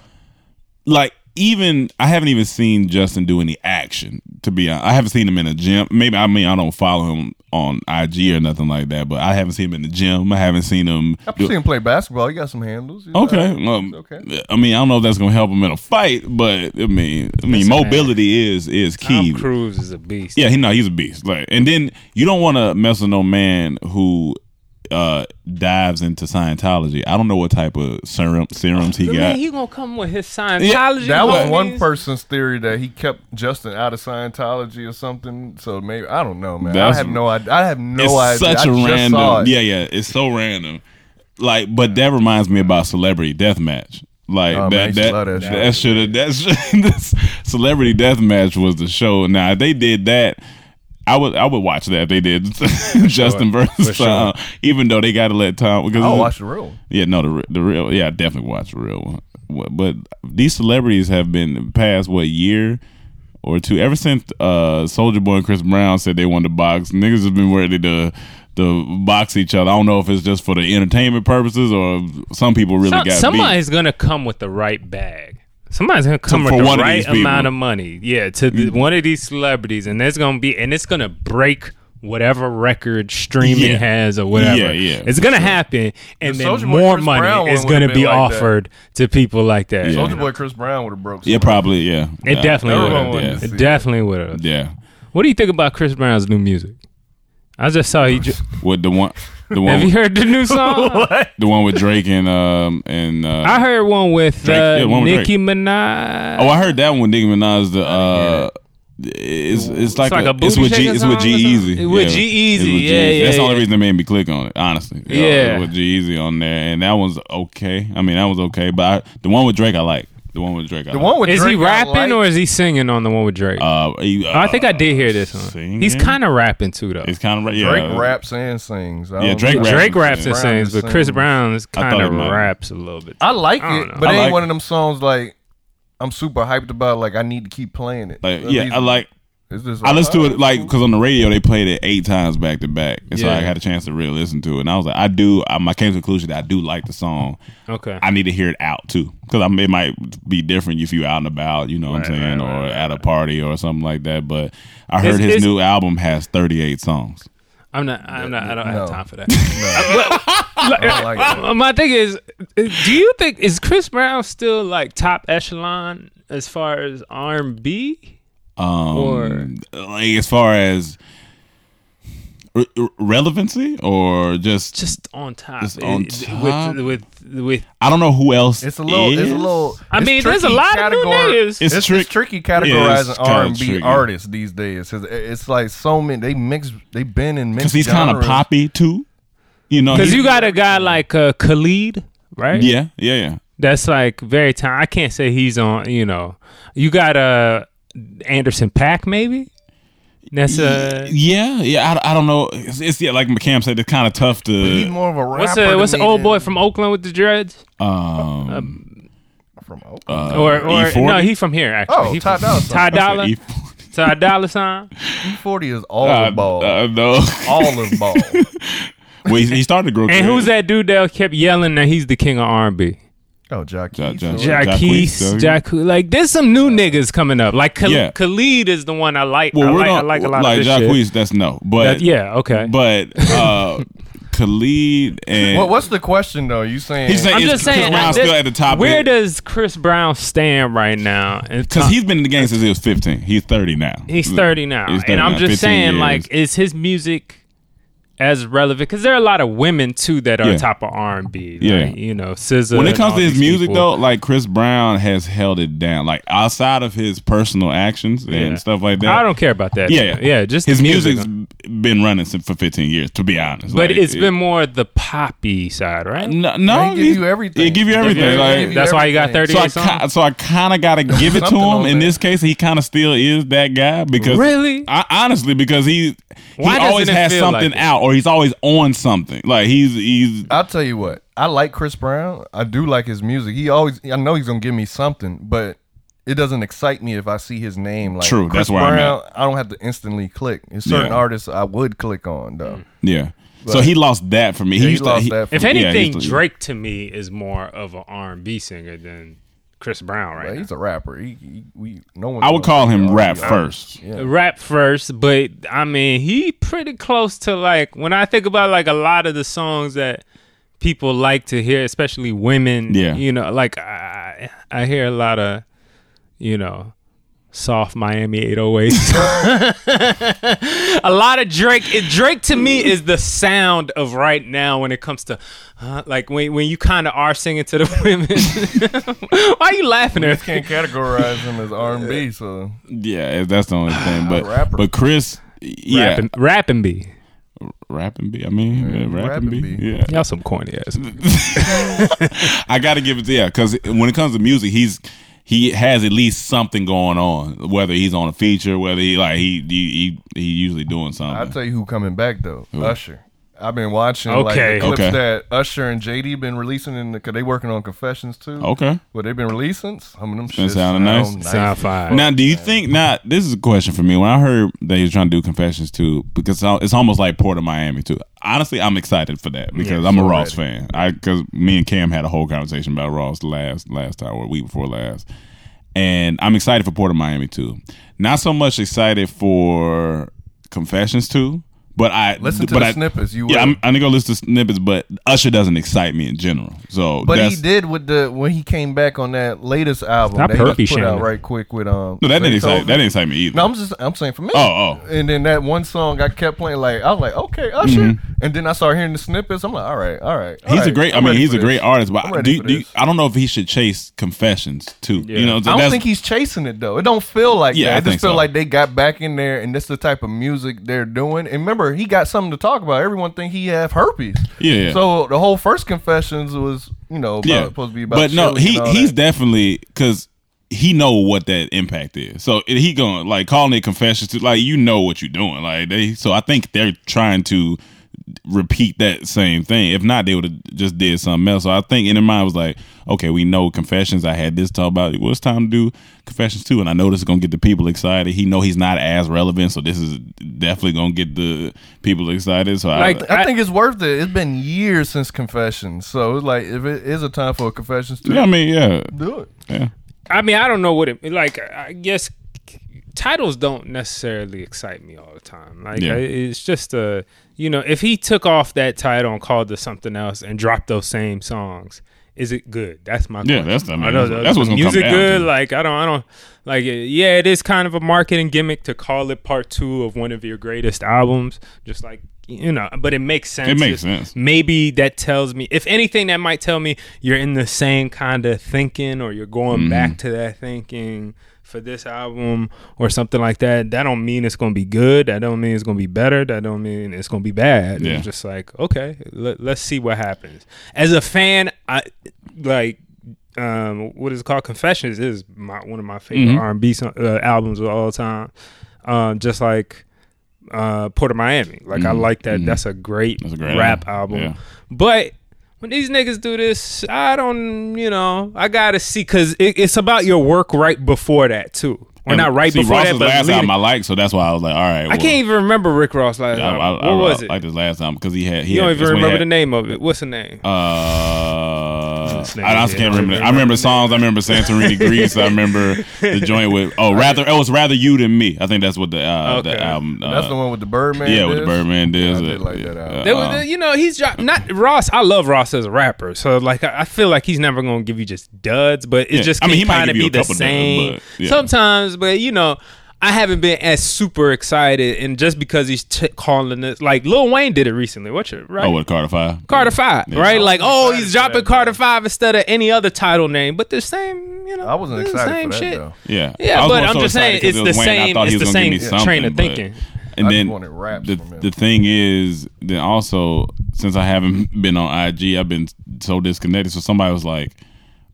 Speaker 4: Like even I haven't even seen Justin do any action. To be honest, I haven't seen him in a gym. Maybe I mean I don't follow him on IG or nothing like that. But I haven't seen him in the gym. I haven't seen him.
Speaker 6: I've
Speaker 4: do-
Speaker 6: seen him play basketball. He got some handles. He's all
Speaker 4: Okay.
Speaker 6: right.
Speaker 4: Um,
Speaker 6: Okay.
Speaker 4: I mean, I don't know if that's gonna help him in a fight, but I mean, I mean, mobility is is key.
Speaker 5: Tom Cruise is a beast.
Speaker 4: Yeah, he no, he's a beast. Like, and then you don't want to mess with no man who uh dives into Scientology. I don't know what type of serum serums he
Speaker 5: The
Speaker 4: got.
Speaker 5: man, he gonna come with his Scientology.
Speaker 6: That was
Speaker 5: homies.
Speaker 6: one person's theory that he kept Justin out of Scientology or something. So maybe I don't know, man.
Speaker 4: That's-
Speaker 6: I have no idea. I have no
Speaker 4: it's
Speaker 6: idea.
Speaker 4: such
Speaker 6: Oh, I
Speaker 4: a
Speaker 6: just saw
Speaker 4: random.
Speaker 6: it.
Speaker 4: Yeah, yeah, it's so random. Like, but that reminds me about Celebrity Deathmatch. Like
Speaker 6: Oh, man, I
Speaker 4: that,
Speaker 6: used to
Speaker 4: that,
Speaker 6: love that
Speaker 4: that,
Speaker 6: shit.
Speaker 4: should have that should, this Celebrity Deathmatch was the show. Now if they did that. I would I would watch that if they did Justin versus
Speaker 5: sure.
Speaker 4: Tom, even though they got to let Tom because
Speaker 6: I'll watch the real. one.
Speaker 4: Yeah, no, the re- the real. Yeah, I definitely watch the real one. What- But these celebrities have been the past what year or two ever since uh Soldier Boy and Chris Brown said they wanted to box. Niggas have been ready to to box each other. I don't know if it's just for the entertainment purposes or some people really
Speaker 5: Some-
Speaker 4: got
Speaker 5: somebody's gonna come with the right bag. Somebody's gonna come
Speaker 4: For
Speaker 5: with the
Speaker 4: one of
Speaker 5: right
Speaker 4: these people.
Speaker 5: amount of money. Yeah, to the, one of these celebrities, and there's gonna be, and it's gonna break whatever record streaming
Speaker 4: Yeah.
Speaker 5: has or whatever.
Speaker 4: Yeah, yeah.
Speaker 5: It's gonna happen, and
Speaker 6: The
Speaker 5: then
Speaker 6: Soulja Boy
Speaker 5: more
Speaker 6: Chris Brown
Speaker 5: money
Speaker 6: one
Speaker 5: is
Speaker 6: would've
Speaker 5: gonna
Speaker 6: been
Speaker 5: be
Speaker 6: like that.
Speaker 5: offered to people like that.
Speaker 4: Yeah.
Speaker 6: Soldier Boy Chris Brown would have broke.
Speaker 4: beat. Yeah,
Speaker 6: somebody.
Speaker 4: probably. Yeah,
Speaker 5: It
Speaker 4: Yeah.
Speaker 5: definitely
Speaker 6: Everyone
Speaker 5: would.
Speaker 6: wanted
Speaker 4: Yeah,
Speaker 6: to
Speaker 5: It
Speaker 6: see
Speaker 5: definitely would have.
Speaker 4: yeah.
Speaker 5: What do you think about Chris Brown's new music? I just saw he. Ju-
Speaker 4: With the one, the
Speaker 5: Have you
Speaker 4: one,
Speaker 5: heard the new song?
Speaker 4: the one with Drake and um and uh,
Speaker 5: I heard one with uh,
Speaker 4: Drake, yeah, one with
Speaker 5: Nicki Minaj.
Speaker 4: Oh, I heard that one. Nicki Minaj. The uh, it's it's like,
Speaker 5: like
Speaker 4: a,
Speaker 5: a booty
Speaker 4: it's with G
Speaker 5: shaking
Speaker 4: it's with
Speaker 5: song or
Speaker 4: G Easy.
Speaker 5: something? With G-Easy, yeah, yeah,
Speaker 4: That's the only
Speaker 5: yeah.
Speaker 4: reason that made me click on it. Honestly, You know,
Speaker 5: Yeah.
Speaker 4: with G Easy on there, and that one's okay. I mean, that was okay, but I, the one with Drake, I like. The one with Drake, I
Speaker 6: The
Speaker 4: like.
Speaker 6: one with
Speaker 5: Is he
Speaker 6: Drake I
Speaker 5: rapping
Speaker 6: like.
Speaker 5: or is he singing on the one with Drake?
Speaker 4: Uh, he, uh,
Speaker 5: Oh, I think I did hear this one. He's
Speaker 4: singing?
Speaker 5: kind of rapping too, though.
Speaker 4: It's kind of yeah.
Speaker 6: Drake raps and sings. I
Speaker 4: Yeah,
Speaker 6: don't
Speaker 4: Drake
Speaker 6: know.
Speaker 4: raps.
Speaker 5: Drake raps and
Speaker 6: Brown
Speaker 5: sings,
Speaker 6: is
Speaker 5: but Chris
Speaker 6: singing.
Speaker 5: Brown is
Speaker 4: I thought
Speaker 5: kind
Speaker 4: it
Speaker 5: of
Speaker 4: might-
Speaker 5: raps a little bit.
Speaker 6: I like
Speaker 5: I
Speaker 6: it,
Speaker 5: don't know.
Speaker 6: but
Speaker 4: I
Speaker 6: it ain't
Speaker 4: like
Speaker 6: one
Speaker 4: it.
Speaker 6: of them songs like I'm super hyped about. Like I need to keep playing it.
Speaker 4: Like, yeah, I like.
Speaker 6: It's just
Speaker 4: I listened to
Speaker 6: alright,
Speaker 4: it like because on the radio they played it eight times back to back, and so
Speaker 5: Yeah.
Speaker 4: I had a chance to really listen to it. And I was like, I do. I, I came to the conclusion that I do like the song.
Speaker 5: Okay.
Speaker 4: I need to hear it out too, because I mean, it might be different if you out and about, you know what I'm saying, or at a party or something like that. But I heard
Speaker 5: It's-
Speaker 4: his
Speaker 5: it's-
Speaker 4: new album has 38 songs.
Speaker 5: I'm not. I'm not. I don't
Speaker 6: No.
Speaker 5: have time for that.
Speaker 6: I like it.
Speaker 5: Uh, My thing is, do you think is Chris Brown still like top echelon as far as R&B?
Speaker 4: Um,
Speaker 5: Or-
Speaker 4: like as far as re- re- relevancy or just,
Speaker 5: Just on top.
Speaker 4: Just on
Speaker 5: It-
Speaker 4: top?
Speaker 5: With with with.
Speaker 4: I don't know who else.
Speaker 6: It's a little. It's
Speaker 4: is.
Speaker 6: a little.
Speaker 5: I
Speaker 6: it's
Speaker 5: mean, there's a
Speaker 6: tricky
Speaker 5: lot of new
Speaker 6: categor-
Speaker 5: niggas.
Speaker 4: It's
Speaker 6: It's, it's
Speaker 4: trick-
Speaker 6: tricky
Speaker 4: Yeah, it's
Speaker 6: categorizing
Speaker 4: kinda
Speaker 6: R and B
Speaker 4: tricky.
Speaker 6: artists these days. 'cause It's like so many. They mix. They've been in
Speaker 4: because
Speaker 6: mixed.
Speaker 4: he's kind of
Speaker 6: genres.
Speaker 4: poppy too. You know,
Speaker 5: Because
Speaker 4: he's-
Speaker 5: you got a guy like uh, Khalid, right?
Speaker 4: yeah, yeah, yeah.
Speaker 5: That's like very time. I can't say he's on. You know, you got uh Anderson Pack maybe. That's a
Speaker 4: yeah, yeah. I, I don't know. It's, it's yeah, like McCam said, it's kind of tough
Speaker 6: He's
Speaker 4: to.
Speaker 6: more of a rapper.
Speaker 5: what's a
Speaker 6: to
Speaker 5: what's the
Speaker 6: me
Speaker 5: old
Speaker 6: than-
Speaker 5: boy from Oakland with the dreads
Speaker 4: Um,
Speaker 6: from? Oakland.
Speaker 4: uh,
Speaker 5: or or
Speaker 4: E40?
Speaker 5: no he's from here actually.
Speaker 6: Oh,
Speaker 5: he
Speaker 6: Ty
Speaker 5: from,
Speaker 6: Dolla Sign.
Speaker 5: Ty
Speaker 4: I said
Speaker 5: Dolla
Speaker 4: E40.
Speaker 5: Ty Dolla Sign.
Speaker 6: Forty is all
Speaker 4: Uh,
Speaker 6: the ball.
Speaker 4: uh, no.
Speaker 6: all the ball.
Speaker 4: Well, he, he started to grow.
Speaker 5: And who's
Speaker 4: dreads.
Speaker 5: that dude that kept yelling that he's the king of R&B?
Speaker 6: Oh, Jock.
Speaker 4: Ja- Ja-
Speaker 6: Keys.
Speaker 4: Ja-
Speaker 5: Jaquise,
Speaker 4: Jaquise,
Speaker 5: Jack, like there's some new niggas coming up. Like Khal-
Speaker 4: Yeah.
Speaker 5: Khalid is the one I like.
Speaker 4: Well,
Speaker 5: I,
Speaker 4: we're
Speaker 5: like
Speaker 4: gonna,
Speaker 5: I like a lot
Speaker 4: like
Speaker 5: of this shit.
Speaker 4: Jacquees, That's no, but
Speaker 5: That- yeah, okay.
Speaker 4: but uh, Khalid and
Speaker 6: What, what's the question though? You saying?
Speaker 4: He's saying-
Speaker 5: I'm
Speaker 4: Is
Speaker 5: just
Speaker 4: Chris
Speaker 5: saying,
Speaker 4: Brown
Speaker 5: I-
Speaker 4: still
Speaker 5: this-
Speaker 4: at the top
Speaker 5: Where
Speaker 4: end?
Speaker 5: does Chris Brown stand right now?
Speaker 4: because he's been in the game since he was fifteen. He's thirty now.
Speaker 5: he's 30 now,
Speaker 4: Mm. He's 30
Speaker 5: and I'm
Speaker 4: now,
Speaker 5: just
Speaker 4: 15
Speaker 5: saying,
Speaker 4: years.
Speaker 5: like, is his music as relevant? Because there are a lot of women too that are
Speaker 4: Yeah.
Speaker 5: top of R&B. like,
Speaker 4: Yeah.
Speaker 5: you know, SZA.
Speaker 4: when it
Speaker 5: and
Speaker 4: comes
Speaker 5: all
Speaker 4: to his
Speaker 6: E
Speaker 5: these
Speaker 4: music
Speaker 5: people.
Speaker 4: though like chris brown has held it down like outside of his personal actions
Speaker 5: Yeah.
Speaker 4: and stuff like that
Speaker 5: I don't care about that.
Speaker 4: yeah yeah,
Speaker 5: yeah, just
Speaker 4: his
Speaker 5: the music.
Speaker 4: music's been running since for 15 years to be honest
Speaker 5: But
Speaker 4: Like,
Speaker 5: it's
Speaker 4: it-
Speaker 5: been more the poppy side, right?
Speaker 4: no, no
Speaker 6: They give
Speaker 4: he's-
Speaker 6: you everything.
Speaker 4: it give you
Speaker 6: They give
Speaker 4: everything
Speaker 6: you
Speaker 4: like-
Speaker 6: everything.
Speaker 5: That's why he got
Speaker 6: everything.
Speaker 5: 38
Speaker 4: so I,
Speaker 5: songs.
Speaker 4: ki- so I kind of got to give it to
Speaker 6: Something
Speaker 4: him.
Speaker 6: on
Speaker 4: In
Speaker 6: there.
Speaker 4: this case, he kind of still is that guy because
Speaker 5: Really?
Speaker 4: I, honestly, because he he
Speaker 5: Why doesn't
Speaker 4: always
Speaker 5: it
Speaker 4: has
Speaker 5: feel like
Speaker 4: something
Speaker 5: it?
Speaker 4: out or he's always on something. Like he's he's
Speaker 6: I'll tell you what. I like Chris Brown. I do like his music. He always. I know he's gonna give me something, but it doesn't excite me if I see his name. Like
Speaker 4: True,
Speaker 6: Chris
Speaker 4: that's where I'm
Speaker 6: Brown, I don't have to instantly click. There's certain
Speaker 4: Yeah.
Speaker 6: artists I would click on
Speaker 5: Mm.
Speaker 6: though.
Speaker 4: yeah. so he lost that for me.
Speaker 6: he
Speaker 4: used to-
Speaker 6: lost that for
Speaker 5: If
Speaker 6: Yeah,
Speaker 4: he
Speaker 5: anything,
Speaker 4: used to-
Speaker 5: Drake to me is more of an R&B singer than Chris Brown right
Speaker 6: But
Speaker 5: now.
Speaker 6: he's a rapper. He, he, we, no one.
Speaker 4: I would call
Speaker 6: Oh,
Speaker 4: him rap first.
Speaker 5: Rap first, but I mean, he pretty close to like when I think about like a lot of the songs that people like to hear, especially women.
Speaker 4: Yeah.
Speaker 5: you know, like I, I hear a lot of, you know, soft Miami 808s. a lot of Drake. It- Drake to me is the sound of right now when it comes to, uh, like when when you kind of are singing to the women. Why are you laughing at?
Speaker 6: Can't categorize him as R and B. So
Speaker 4: Yeah, that's the only thing. But
Speaker 6: Rapper.
Speaker 4: but Chris, yeah,
Speaker 5: Rapping, rapping B.
Speaker 4: rapping B. I mean, yeah, rapping
Speaker 6: rapping
Speaker 4: B.
Speaker 6: B.
Speaker 4: Yeah,
Speaker 5: Y'all some corny ass.
Speaker 4: I got to give it to yeah, because when it comes to music, he's he has at least something going on. Whether he's on a feature, whether he like he he he, he usually doing
Speaker 6: I'll
Speaker 4: something.
Speaker 6: tell you who coming back though. Usher. I've been watching like
Speaker 5: Okay.
Speaker 6: the clips
Speaker 4: Okay.
Speaker 6: that Usher and JD been releasing, in the, cause they working on Confessions too.
Speaker 4: okay.
Speaker 6: What they've been releasing? Some of them
Speaker 4: Been
Speaker 6: shit
Speaker 4: sounding nice.
Speaker 6: sound
Speaker 5: Sound
Speaker 6: as
Speaker 5: fire.
Speaker 6: fuck.
Speaker 4: Now, do you think? Now, this is a question for me. When I heard that he was trying to do confessions too, because I- it's almost like Port of Miami too. Honestly, I'm excited for that because I'm a Ross fan. I because me and Cam had a whole conversation about Ross last last time or week before last, and I'm excited for Port of Miami too. Not so much excited for confessions too. But I
Speaker 6: Listen to
Speaker 4: but
Speaker 6: the
Speaker 4: I-
Speaker 6: snippets, you
Speaker 4: yeah,
Speaker 6: will.
Speaker 4: I'm, I'm gonna go listen to snippets, but Usher doesn't excite me in general. So,
Speaker 6: But he
Speaker 4: that's-
Speaker 6: did with the when he came back on that latest album
Speaker 5: Stop
Speaker 6: that he just
Speaker 5: herpy
Speaker 6: put out
Speaker 5: shaming.
Speaker 6: right quick with um.
Speaker 4: No, that didn't
Speaker 6: Beethoven.
Speaker 4: excite. That didn't excite me either.
Speaker 6: No, I'm just I'm saying for me.
Speaker 4: Oh, oh.
Speaker 6: And then that one song I kept playing, like I was like, okay, Usher. And then I started hearing the snippets. I'm like, all right, all right. all
Speaker 4: Mm-hmm. He's a
Speaker 6: right,
Speaker 4: great. I
Speaker 6: I'm
Speaker 4: mean,
Speaker 6: ready
Speaker 4: he's
Speaker 6: for
Speaker 4: a great
Speaker 6: this.
Speaker 4: artist, but
Speaker 6: I'm
Speaker 4: do,
Speaker 6: ready
Speaker 4: you-
Speaker 6: for
Speaker 4: do you-
Speaker 6: this.
Speaker 4: I don't know if he should chase confessions too. You know, so
Speaker 6: I don't
Speaker 4: that's-
Speaker 6: think he's chasing it though. It don't feel like
Speaker 4: Yeah,
Speaker 6: that.
Speaker 4: I
Speaker 6: I, just
Speaker 4: think
Speaker 6: feel
Speaker 4: so.
Speaker 6: like they got back in there, and this the type of music they're doing. And remember, he got something to talk about. Everyone think he have herpes.
Speaker 4: Yeah, yeah.
Speaker 6: So the whole first confessions was, you know, about,
Speaker 4: yeah,
Speaker 6: supposed to be about.
Speaker 4: but no,
Speaker 6: Shirley
Speaker 4: he
Speaker 6: and all
Speaker 4: he's
Speaker 6: that.
Speaker 4: definitely because he know what that impact is. So it- he going like calling it confessions to like you know what you're doing. Like they, so I think they're trying to repeat that same thing. If not, they would have just did something else. So I think in their mind was like, okay, we know confessions. I had this talk about it. Well, it's time to do confessions too. And I know this is gonna get the people excited. He know he's not as relevant, so this is definitely gonna get the people excited. So I,
Speaker 5: Like,
Speaker 6: I, think it's worth it. It's been years since confessions, so it's like if it is a time for a confessions, to
Speaker 4: yeah, Uh, I mean, yeah,
Speaker 6: do it.
Speaker 4: yeah.
Speaker 5: I mean, I don't know what it like. I guess titles don't necessarily excite me all the time. Like
Speaker 4: Yeah.
Speaker 5: I- it's just a you know, if he took off that title and called it something else and dropped those same songs, is it good? That's my
Speaker 4: Yeah,
Speaker 5: question.
Speaker 4: that's- I mean,
Speaker 5: know
Speaker 4: that's-
Speaker 5: the-
Speaker 4: that's what's
Speaker 5: the
Speaker 4: gonna come
Speaker 5: music
Speaker 4: down
Speaker 5: good.
Speaker 4: to.
Speaker 5: Like I don't, I don't like. Yeah, it is kind of a marketing gimmick to call it part two of one of your greatest albums. Just like you know, but it makes sense.
Speaker 4: It makes
Speaker 5: It's-
Speaker 4: sense.
Speaker 5: maybe that tells me if anything that might tell me you're in the same kind of thinking or you're going back to that thinking for this album or something like that that don't mean it's going to be good that don't mean it's going to be better that don't mean it's going to be bad
Speaker 4: Yeah.
Speaker 5: it's just like okay let, let's see what happens as a fan i like um what is it called confessions is my one of my favorite r&b song, uh, albums of all time um just like uh port of miami like i like that that's a great
Speaker 4: Mm-hmm. That's a great
Speaker 5: rap
Speaker 4: album.
Speaker 5: album.
Speaker 4: Yeah.
Speaker 5: But when these niggas do this, I don't, you know, I gotta see because it, it's about your work right before that too. Well, not right
Speaker 4: See,
Speaker 5: before
Speaker 4: Ross
Speaker 5: that,
Speaker 4: was
Speaker 5: but
Speaker 4: last
Speaker 5: leading-
Speaker 4: time I liked, so that's why I was like, all right.
Speaker 5: I
Speaker 4: well,
Speaker 5: can't even remember Rick Ross last
Speaker 4: I,
Speaker 5: time.
Speaker 4: I,
Speaker 5: What
Speaker 4: I,
Speaker 5: was it?
Speaker 4: Like this last time because he had. He
Speaker 5: you don't
Speaker 4: had,
Speaker 5: even
Speaker 4: that's when he
Speaker 5: remember
Speaker 4: had-
Speaker 5: the name of it. What's the name?
Speaker 4: Uh,
Speaker 5: Snake
Speaker 4: I
Speaker 5: Eyes,
Speaker 4: just
Speaker 5: yeah.
Speaker 4: can't remember. I remember songs. I remember Santorini, Greece. I remember the joint with oh rather oh it's rather you than me. I think that's what the uh,
Speaker 5: Okay.
Speaker 4: the album. Uh,
Speaker 6: That's the one with the Birdman.
Speaker 4: yeah, with the
Speaker 6: disc?
Speaker 4: Birdman uh, did.
Speaker 6: I did like that album.
Speaker 5: There
Speaker 4: uh,
Speaker 5: was- you know, he's dro- not Ross. I love Ross as a rapper, so like I, I feel like he's never gonna give you just duds, but it's
Speaker 4: Yeah,
Speaker 5: just
Speaker 4: I mean, he might
Speaker 5: kind of
Speaker 4: give you
Speaker 5: be
Speaker 4: a
Speaker 5: the
Speaker 4: couple duds,
Speaker 5: same
Speaker 4: but, yeah.
Speaker 5: sometimes. But you know, I haven't been as super excited, and just because he's t- calling it like Lil Wayne did it recently. What's your right?
Speaker 4: oh, with Carter Five.
Speaker 5: Carter Five,
Speaker 4: Yeah.
Speaker 5: right? Like, oh, he's dropping Carter Five instead of any other title name, but the same, you know,
Speaker 6: I wasn't
Speaker 5: the
Speaker 6: excited
Speaker 5: same
Speaker 6: for that
Speaker 5: shit.
Speaker 6: though.
Speaker 4: Yeah,
Speaker 5: Yeah,
Speaker 4: I was
Speaker 5: but
Speaker 4: more
Speaker 5: I'm
Speaker 4: so
Speaker 5: just saying,
Speaker 4: excited 'cause
Speaker 5: it's
Speaker 4: it was
Speaker 5: the
Speaker 4: Wayne. I
Speaker 5: same-
Speaker 4: thought he
Speaker 5: it's
Speaker 4: was
Speaker 5: the
Speaker 4: gonna give
Speaker 5: same
Speaker 4: me
Speaker 5: train of
Speaker 4: something, but-
Speaker 5: thinking.
Speaker 4: And
Speaker 6: I just
Speaker 4: then
Speaker 6: wanted raps
Speaker 4: the
Speaker 6: from him.
Speaker 4: the thing is, then also since I haven't been on IG, I've been so disconnected. So somebody was like,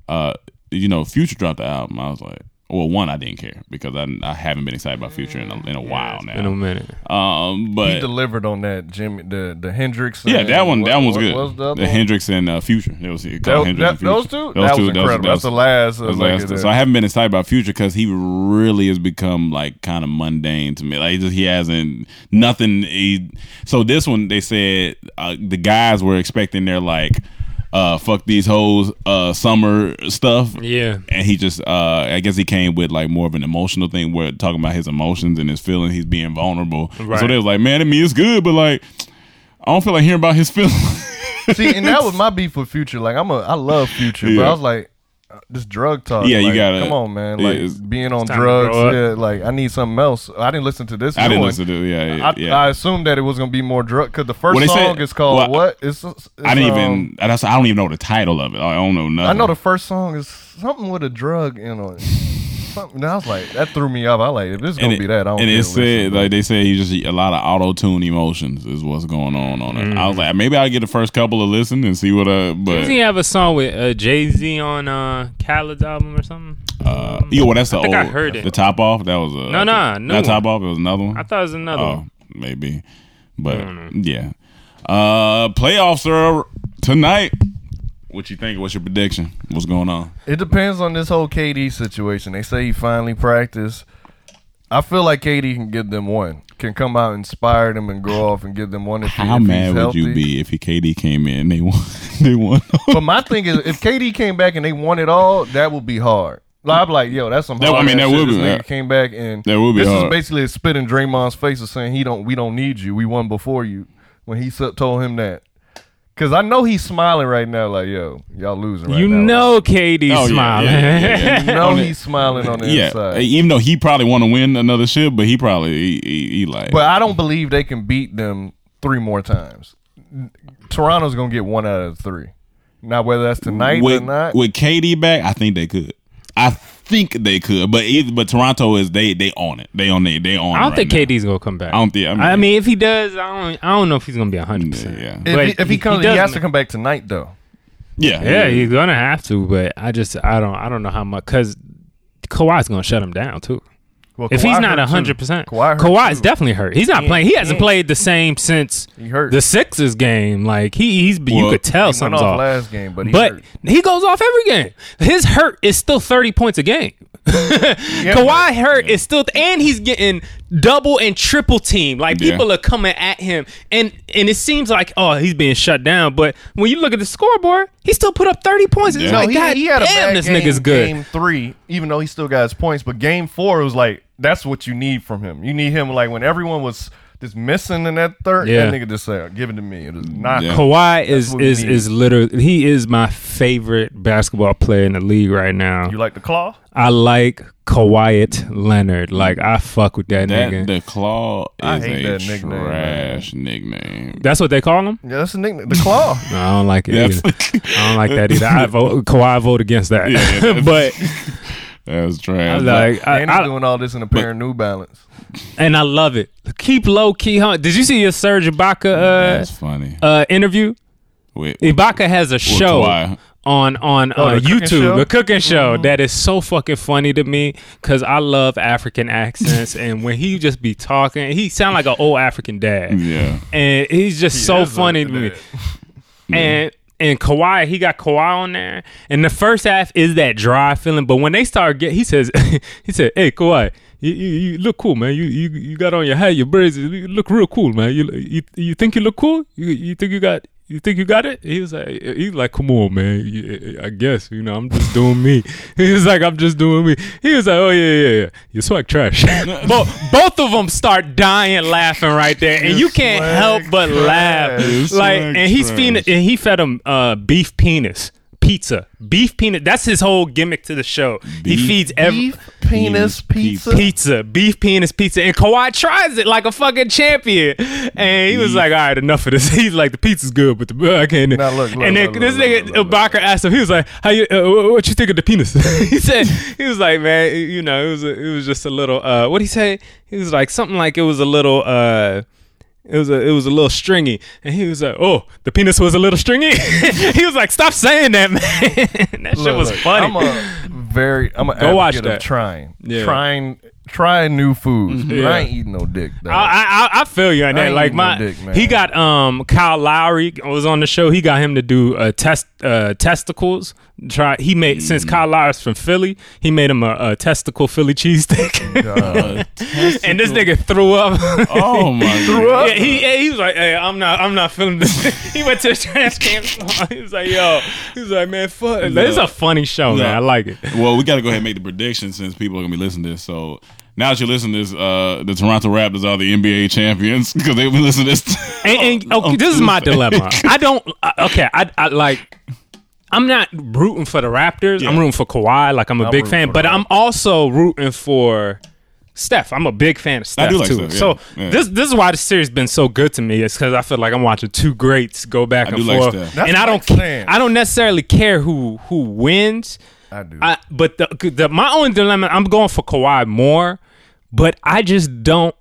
Speaker 4: uh, you know, Future dropped the album. I was like, well, one, I didn't care because I, I haven't been excited about Future in a, in a while now.
Speaker 5: In a minute,
Speaker 4: Um,
Speaker 6: He
Speaker 4: but
Speaker 6: delivered on that Jimmy the the Hendrix.
Speaker 4: yeah,
Speaker 6: and-
Speaker 4: that one
Speaker 6: what-
Speaker 4: that one was
Speaker 6: what
Speaker 4: good.
Speaker 6: was the, other one?
Speaker 4: Hendrix and uh, Future. It was it
Speaker 6: That-
Speaker 4: called Hendrix
Speaker 6: that-
Speaker 4: and Future.
Speaker 6: those two. that was incredible. That's the last.
Speaker 4: that was last- so I haven't been excited about Future because he really has become like kind of mundane to me. Like he just he hasn't nothing. He, so this one they said uh, the guys were expecting their like uh, fuck these hoes uh, summer stuff.
Speaker 5: yeah.
Speaker 4: And he just, uh, I guess he came with like more of an emotional thing where talking about his emotions and his feelings, he's being vulnerable. So
Speaker 5: Right.
Speaker 4: they was like, man, I mean, it's good, but like, I don't feel like hearing about his feelings.
Speaker 6: See, and that was my beef with Future. Like I'm a, I love Future, but
Speaker 4: Yeah.
Speaker 6: I was like, uh, this drug talk.
Speaker 4: Yeah, you
Speaker 6: like,
Speaker 4: gotta-
Speaker 6: Come on, man.
Speaker 4: yeah,
Speaker 6: Like
Speaker 4: it's-
Speaker 6: being on
Speaker 5: to
Speaker 6: drugs.
Speaker 5: grow up.
Speaker 6: Yeah, like I need something else. I didn't listen to this.
Speaker 4: I
Speaker 6: new
Speaker 4: didn't
Speaker 6: one.
Speaker 4: listen to it. Yeah, yeah.
Speaker 6: I,
Speaker 4: yeah.
Speaker 6: I assumed that it was gonna be more drug because the first
Speaker 4: Well, they
Speaker 6: song
Speaker 4: said-
Speaker 6: is called
Speaker 4: well,
Speaker 6: what? It's, it's,
Speaker 4: I didn't
Speaker 6: um,
Speaker 4: even. That's, I don't even know the title of it. I don't know nothing.
Speaker 6: I know the first song is something with a drug in on it. Something. And I was like, that threw me off. I like, if this is
Speaker 4: and
Speaker 6: gonna be that, I don't.
Speaker 4: and
Speaker 6: care
Speaker 4: it
Speaker 6: to listen,
Speaker 4: said uh,
Speaker 6: but-
Speaker 4: like they said he just a lot of auto tune emotions is what's going on on it.
Speaker 6: Mm.
Speaker 4: I was like maybe I'll get the first couple of listen and see what uh
Speaker 5: Doesn't he
Speaker 4: but
Speaker 5: have a song with uh, Jay Z on uh, Khaled's album or something?
Speaker 4: uh yeah well that's the old
Speaker 5: think I heard it.
Speaker 4: the top off that was a
Speaker 5: No, nah, new
Speaker 4: not
Speaker 5: one.
Speaker 4: top off it was another one
Speaker 5: I thought it was another
Speaker 4: oh
Speaker 5: one.
Speaker 4: maybe but yeah uh playoffs are tonight what you think what's your prediction what's going on
Speaker 6: It depends on this whole KD situation. They say he finally practiced. I feel like KD can give them one. Can come out, inspire them, and go off and give them one. If he-
Speaker 4: how
Speaker 6: if he's
Speaker 4: mad would you
Speaker 6: healthy.
Speaker 4: be if he KD came in and they won they won
Speaker 6: But my thing is, if KD came back and they won it all, that would be hard. Like, I'm like, yo, that's some.
Speaker 4: That- I
Speaker 6: hard
Speaker 4: mean, that
Speaker 6: ass shit.
Speaker 4: would be
Speaker 6: This nigga
Speaker 4: hard.
Speaker 6: Came back and
Speaker 4: That would be
Speaker 6: This
Speaker 4: hard.
Speaker 6: is basically a spit in Draymond's face of saying he don't, we don't need you. We won before you. When he s- told him that, because I know he's smiling right now, like, yo, y'all losing. Right
Speaker 5: you
Speaker 6: now.
Speaker 5: know, KD
Speaker 4: Oh, yeah,
Speaker 5: smiling.
Speaker 4: yeah, yeah, yeah.
Speaker 6: you know he's smiling on the
Speaker 4: yeah,
Speaker 6: inside.
Speaker 4: even though he probably want to win another ship, but he probably he, he, he like.
Speaker 6: But I don't believe they can beat them three more times. Toronto's gonna get one out of three. Now whether that's tonight
Speaker 4: with,
Speaker 6: or not,
Speaker 4: with KD back, I think they could. I think they could, but either, but Toronto is they they on it. They on they they on.
Speaker 5: I don't
Speaker 4: right
Speaker 5: think
Speaker 4: now.
Speaker 5: KD's gonna come back.
Speaker 4: I don't think- I mean-
Speaker 5: I mean, if he does, I don't. I don't know if he's gonna be hundred percent.
Speaker 4: Yeah,
Speaker 6: if,
Speaker 5: But
Speaker 6: he, if he
Speaker 5: he-
Speaker 6: comes,
Speaker 5: he
Speaker 6: he,
Speaker 5: does
Speaker 6: has to
Speaker 5: make-
Speaker 6: come back tonight though.
Speaker 4: yeah,
Speaker 5: Yeah, he's gonna have to. But I just, I don't, I don't know how much because Kawhi's gonna shut him down too.
Speaker 6: Well,
Speaker 5: If he's
Speaker 6: Kawhi
Speaker 5: not
Speaker 6: hurt, too.
Speaker 5: hundred percent,
Speaker 6: Kawhi hurt,
Speaker 5: Kawhi's
Speaker 6: too.
Speaker 5: definitely hurt. He's not playing. He hasn't played the same since
Speaker 6: He hurt.
Speaker 5: the Sixers game. Like he, he's you
Speaker 4: Well,
Speaker 5: could
Speaker 6: He
Speaker 5: tell
Speaker 6: went
Speaker 5: something's
Speaker 6: off
Speaker 5: off.
Speaker 6: last game, but he
Speaker 5: but
Speaker 6: hurt.
Speaker 5: he goes off every game. His hurt is still thirty points a game. Kawhi hurt is still, and he's getting double and triple team. Like
Speaker 4: Yeah.
Speaker 5: people are coming at him, and and it seems like oh he's being shut down. But when you look at the scoreboard, he still put up thirty points. It's
Speaker 4: Yeah.
Speaker 5: like God damn, this nigga's good.
Speaker 6: Game three, even though he still got his points, but game four it was like that's what you need from him. You need him like when everyone was just missing in that third.
Speaker 5: Yeah.
Speaker 6: That nigga just said, "Give it to me." It is not.
Speaker 4: Yeah.
Speaker 5: Kawhi is
Speaker 6: what we
Speaker 5: is
Speaker 6: need.
Speaker 5: is literally he is my favorite basketball player in the league right now.
Speaker 6: You like the claw?
Speaker 5: I like Kawhi Leonard. Like I fuck with that,
Speaker 4: That
Speaker 5: nigga.
Speaker 4: the claw
Speaker 6: I
Speaker 4: is a
Speaker 6: hate that nickname, man.
Speaker 4: trash nickname.
Speaker 5: That's what they call him.
Speaker 6: Yeah, that's the nickname. The claw.
Speaker 5: No, I don't like it.
Speaker 4: That's-
Speaker 5: Either. I don't like that either. I vote Kawhi vote against that.
Speaker 4: Yeah.
Speaker 5: but
Speaker 4: That was trash.
Speaker 5: like I,
Speaker 6: and he's
Speaker 5: I,
Speaker 6: doing all this in a pair of New Balance.
Speaker 5: and I love it. Keep low key hunt. Did you see your Serge Ibaka
Speaker 4: that's funny.
Speaker 5: uh, uh interview?
Speaker 4: Wait,
Speaker 5: Ibaka has a show
Speaker 4: Kawhi.
Speaker 5: on on uh,
Speaker 6: Oh, the cooking
Speaker 5: YouTube,
Speaker 6: show? Mm-hmm.
Speaker 5: the cooking show. That is so fucking funny to me because I love African accents, and when he just be talking, he sound like an old African dad,
Speaker 4: yeah,
Speaker 5: and he's just so
Speaker 6: is a
Speaker 5: funny to me.
Speaker 6: dad.
Speaker 5: And and Kawhi, he got Kawhi on there, and the first half is that dry feeling, but when they start get, he says, he said, "Hey Kawhi." you, you, you look cool, man. You, you you got on your hat, your braids. You look real cool, man. You you, you think you look cool? You, you think you got you think you got it? He was like he's like, come on, man. You- I guess you know I'm just doing me. He was like, I'm just doing me. He was like, oh yeah yeah yeah. You swag trash. both both of them start dying laughing right there, and you can't help but laugh.
Speaker 4: trash. You
Speaker 5: Like,
Speaker 4: swag
Speaker 5: and he's
Speaker 4: trash.
Speaker 5: feeding and he fed him uh, beef penis. Pizza, beef peanut. That's his whole gimmick to the show. he
Speaker 4: Beef-
Speaker 5: feeds every
Speaker 6: Beef, penis, pizza.
Speaker 5: pizza, beef penis pizza, and Kawhi tries it like a fucking champion, and he was like, "All right, enough of this." He's like, "The pizza's good, but the I can't."
Speaker 6: Now, look, look,
Speaker 5: and then
Speaker 6: look, look,
Speaker 5: this
Speaker 6: look,
Speaker 5: nigga
Speaker 6: look, look,
Speaker 5: Ibaka asked him, he was like, "How you? Uh, wh- what you think of the penis?" he said, "He was like, man, you know, it was a, it was just a little. Uh, what he say? He was like something like it was a little." uh it was a it was a little stringy, and he was like, "Oh, the penis was a little stringy." he was like, "Stop saying that, man. that shit
Speaker 6: Look,
Speaker 5: was
Speaker 6: look,
Speaker 5: funny."
Speaker 6: I'm a very I'm a
Speaker 5: Go watch
Speaker 6: advocate
Speaker 5: that.
Speaker 6: of trying,
Speaker 5: Yeah. Mm-hmm.
Speaker 6: trying, trying new foods.
Speaker 5: Yeah.
Speaker 6: I ain't eating no dick. Though.
Speaker 5: I, I I feel you on
Speaker 6: I
Speaker 5: that.
Speaker 6: ain't
Speaker 5: Like
Speaker 6: eating no
Speaker 5: my,
Speaker 6: dick, man.
Speaker 5: he got um Kyle Lowry was on the show. He got him to do uh, test uh, testicles. Try he made
Speaker 6: Mm.
Speaker 5: since Kyle Lowry's from Philly, he made him a, a testicle Philly cheesesteak. and this nigga threw up.
Speaker 4: Oh my god.
Speaker 5: Yeah, he yeah, he was like, hey, I'm not, I'm not feeling this. he went to the trash can. He was like, yo, he was like, man, fuck. It's a funny show, man. I like it.
Speaker 4: Well, we got to go ahead and make the prediction since people are gonna be listening to this. So now that you're listening to this, uh, the Toronto Raptors are the NBA champions because they've been listening to this.
Speaker 5: and,
Speaker 4: Oh,
Speaker 5: and okay, this is my dilemma. I don't. I, okay, I, I like. I'm not rooting for the Raptors. I'm rooting for Kawhi. Like I'm a big
Speaker 6: rooting
Speaker 5: fan,
Speaker 6: for
Speaker 5: but
Speaker 6: the
Speaker 5: I'm also rooting for Steph. I'm a big fan of Steph
Speaker 4: do like
Speaker 5: too.
Speaker 4: Steph, yeah,
Speaker 5: So
Speaker 4: yeah.
Speaker 5: this this is why the series been so good to me. It's because I feel like I'm watching two greats go back and
Speaker 4: do like
Speaker 5: forth,
Speaker 4: Steph.
Speaker 6: That's
Speaker 5: and I
Speaker 6: what
Speaker 5: don't.
Speaker 6: I'm
Speaker 5: ca-
Speaker 6: saying.
Speaker 5: I don't necessarily care who who wins.
Speaker 6: I do.
Speaker 5: I, but the, the my own dilemma. I'm going for Kawhi more, but I just don't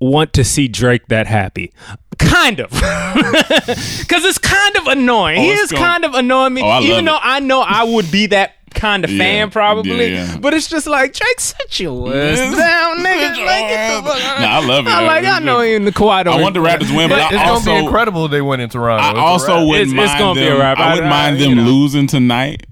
Speaker 5: want to see Drake that happy. Kind of, because it's kind of annoying. he
Speaker 4: Oh, it's
Speaker 5: is
Speaker 4: gonna-
Speaker 5: kind of annoying me,
Speaker 4: Oh, I
Speaker 5: even
Speaker 4: love
Speaker 5: though
Speaker 4: it.
Speaker 5: I know I would be that kind of
Speaker 4: Yeah,
Speaker 5: fan
Speaker 4: yeah,
Speaker 5: probably.
Speaker 4: yeah.
Speaker 5: But it's just like Drake, sit your ass
Speaker 4: Yes.
Speaker 5: down, nigga.
Speaker 4: Sit your
Speaker 5: Like, get the
Speaker 4: ass-
Speaker 5: fuck out.
Speaker 4: Nah, I love it,
Speaker 5: I
Speaker 4: man.
Speaker 5: like. I
Speaker 4: It's
Speaker 5: know
Speaker 4: just-
Speaker 5: in the Kawhi. don't-
Speaker 4: I want the Raptors to win, but
Speaker 6: it's
Speaker 4: I
Speaker 6: gonna be
Speaker 4: also
Speaker 6: incredible if they win in Toronto.
Speaker 4: I
Speaker 6: It's a
Speaker 4: also
Speaker 6: wrap.
Speaker 4: wouldn't
Speaker 5: It's-
Speaker 4: mind
Speaker 5: it's gonna be a
Speaker 4: them-
Speaker 5: wrap.
Speaker 4: I
Speaker 5: I-
Speaker 4: wouldn't
Speaker 5: I-
Speaker 4: mind
Speaker 5: you
Speaker 4: them
Speaker 5: know.
Speaker 4: losing tonight,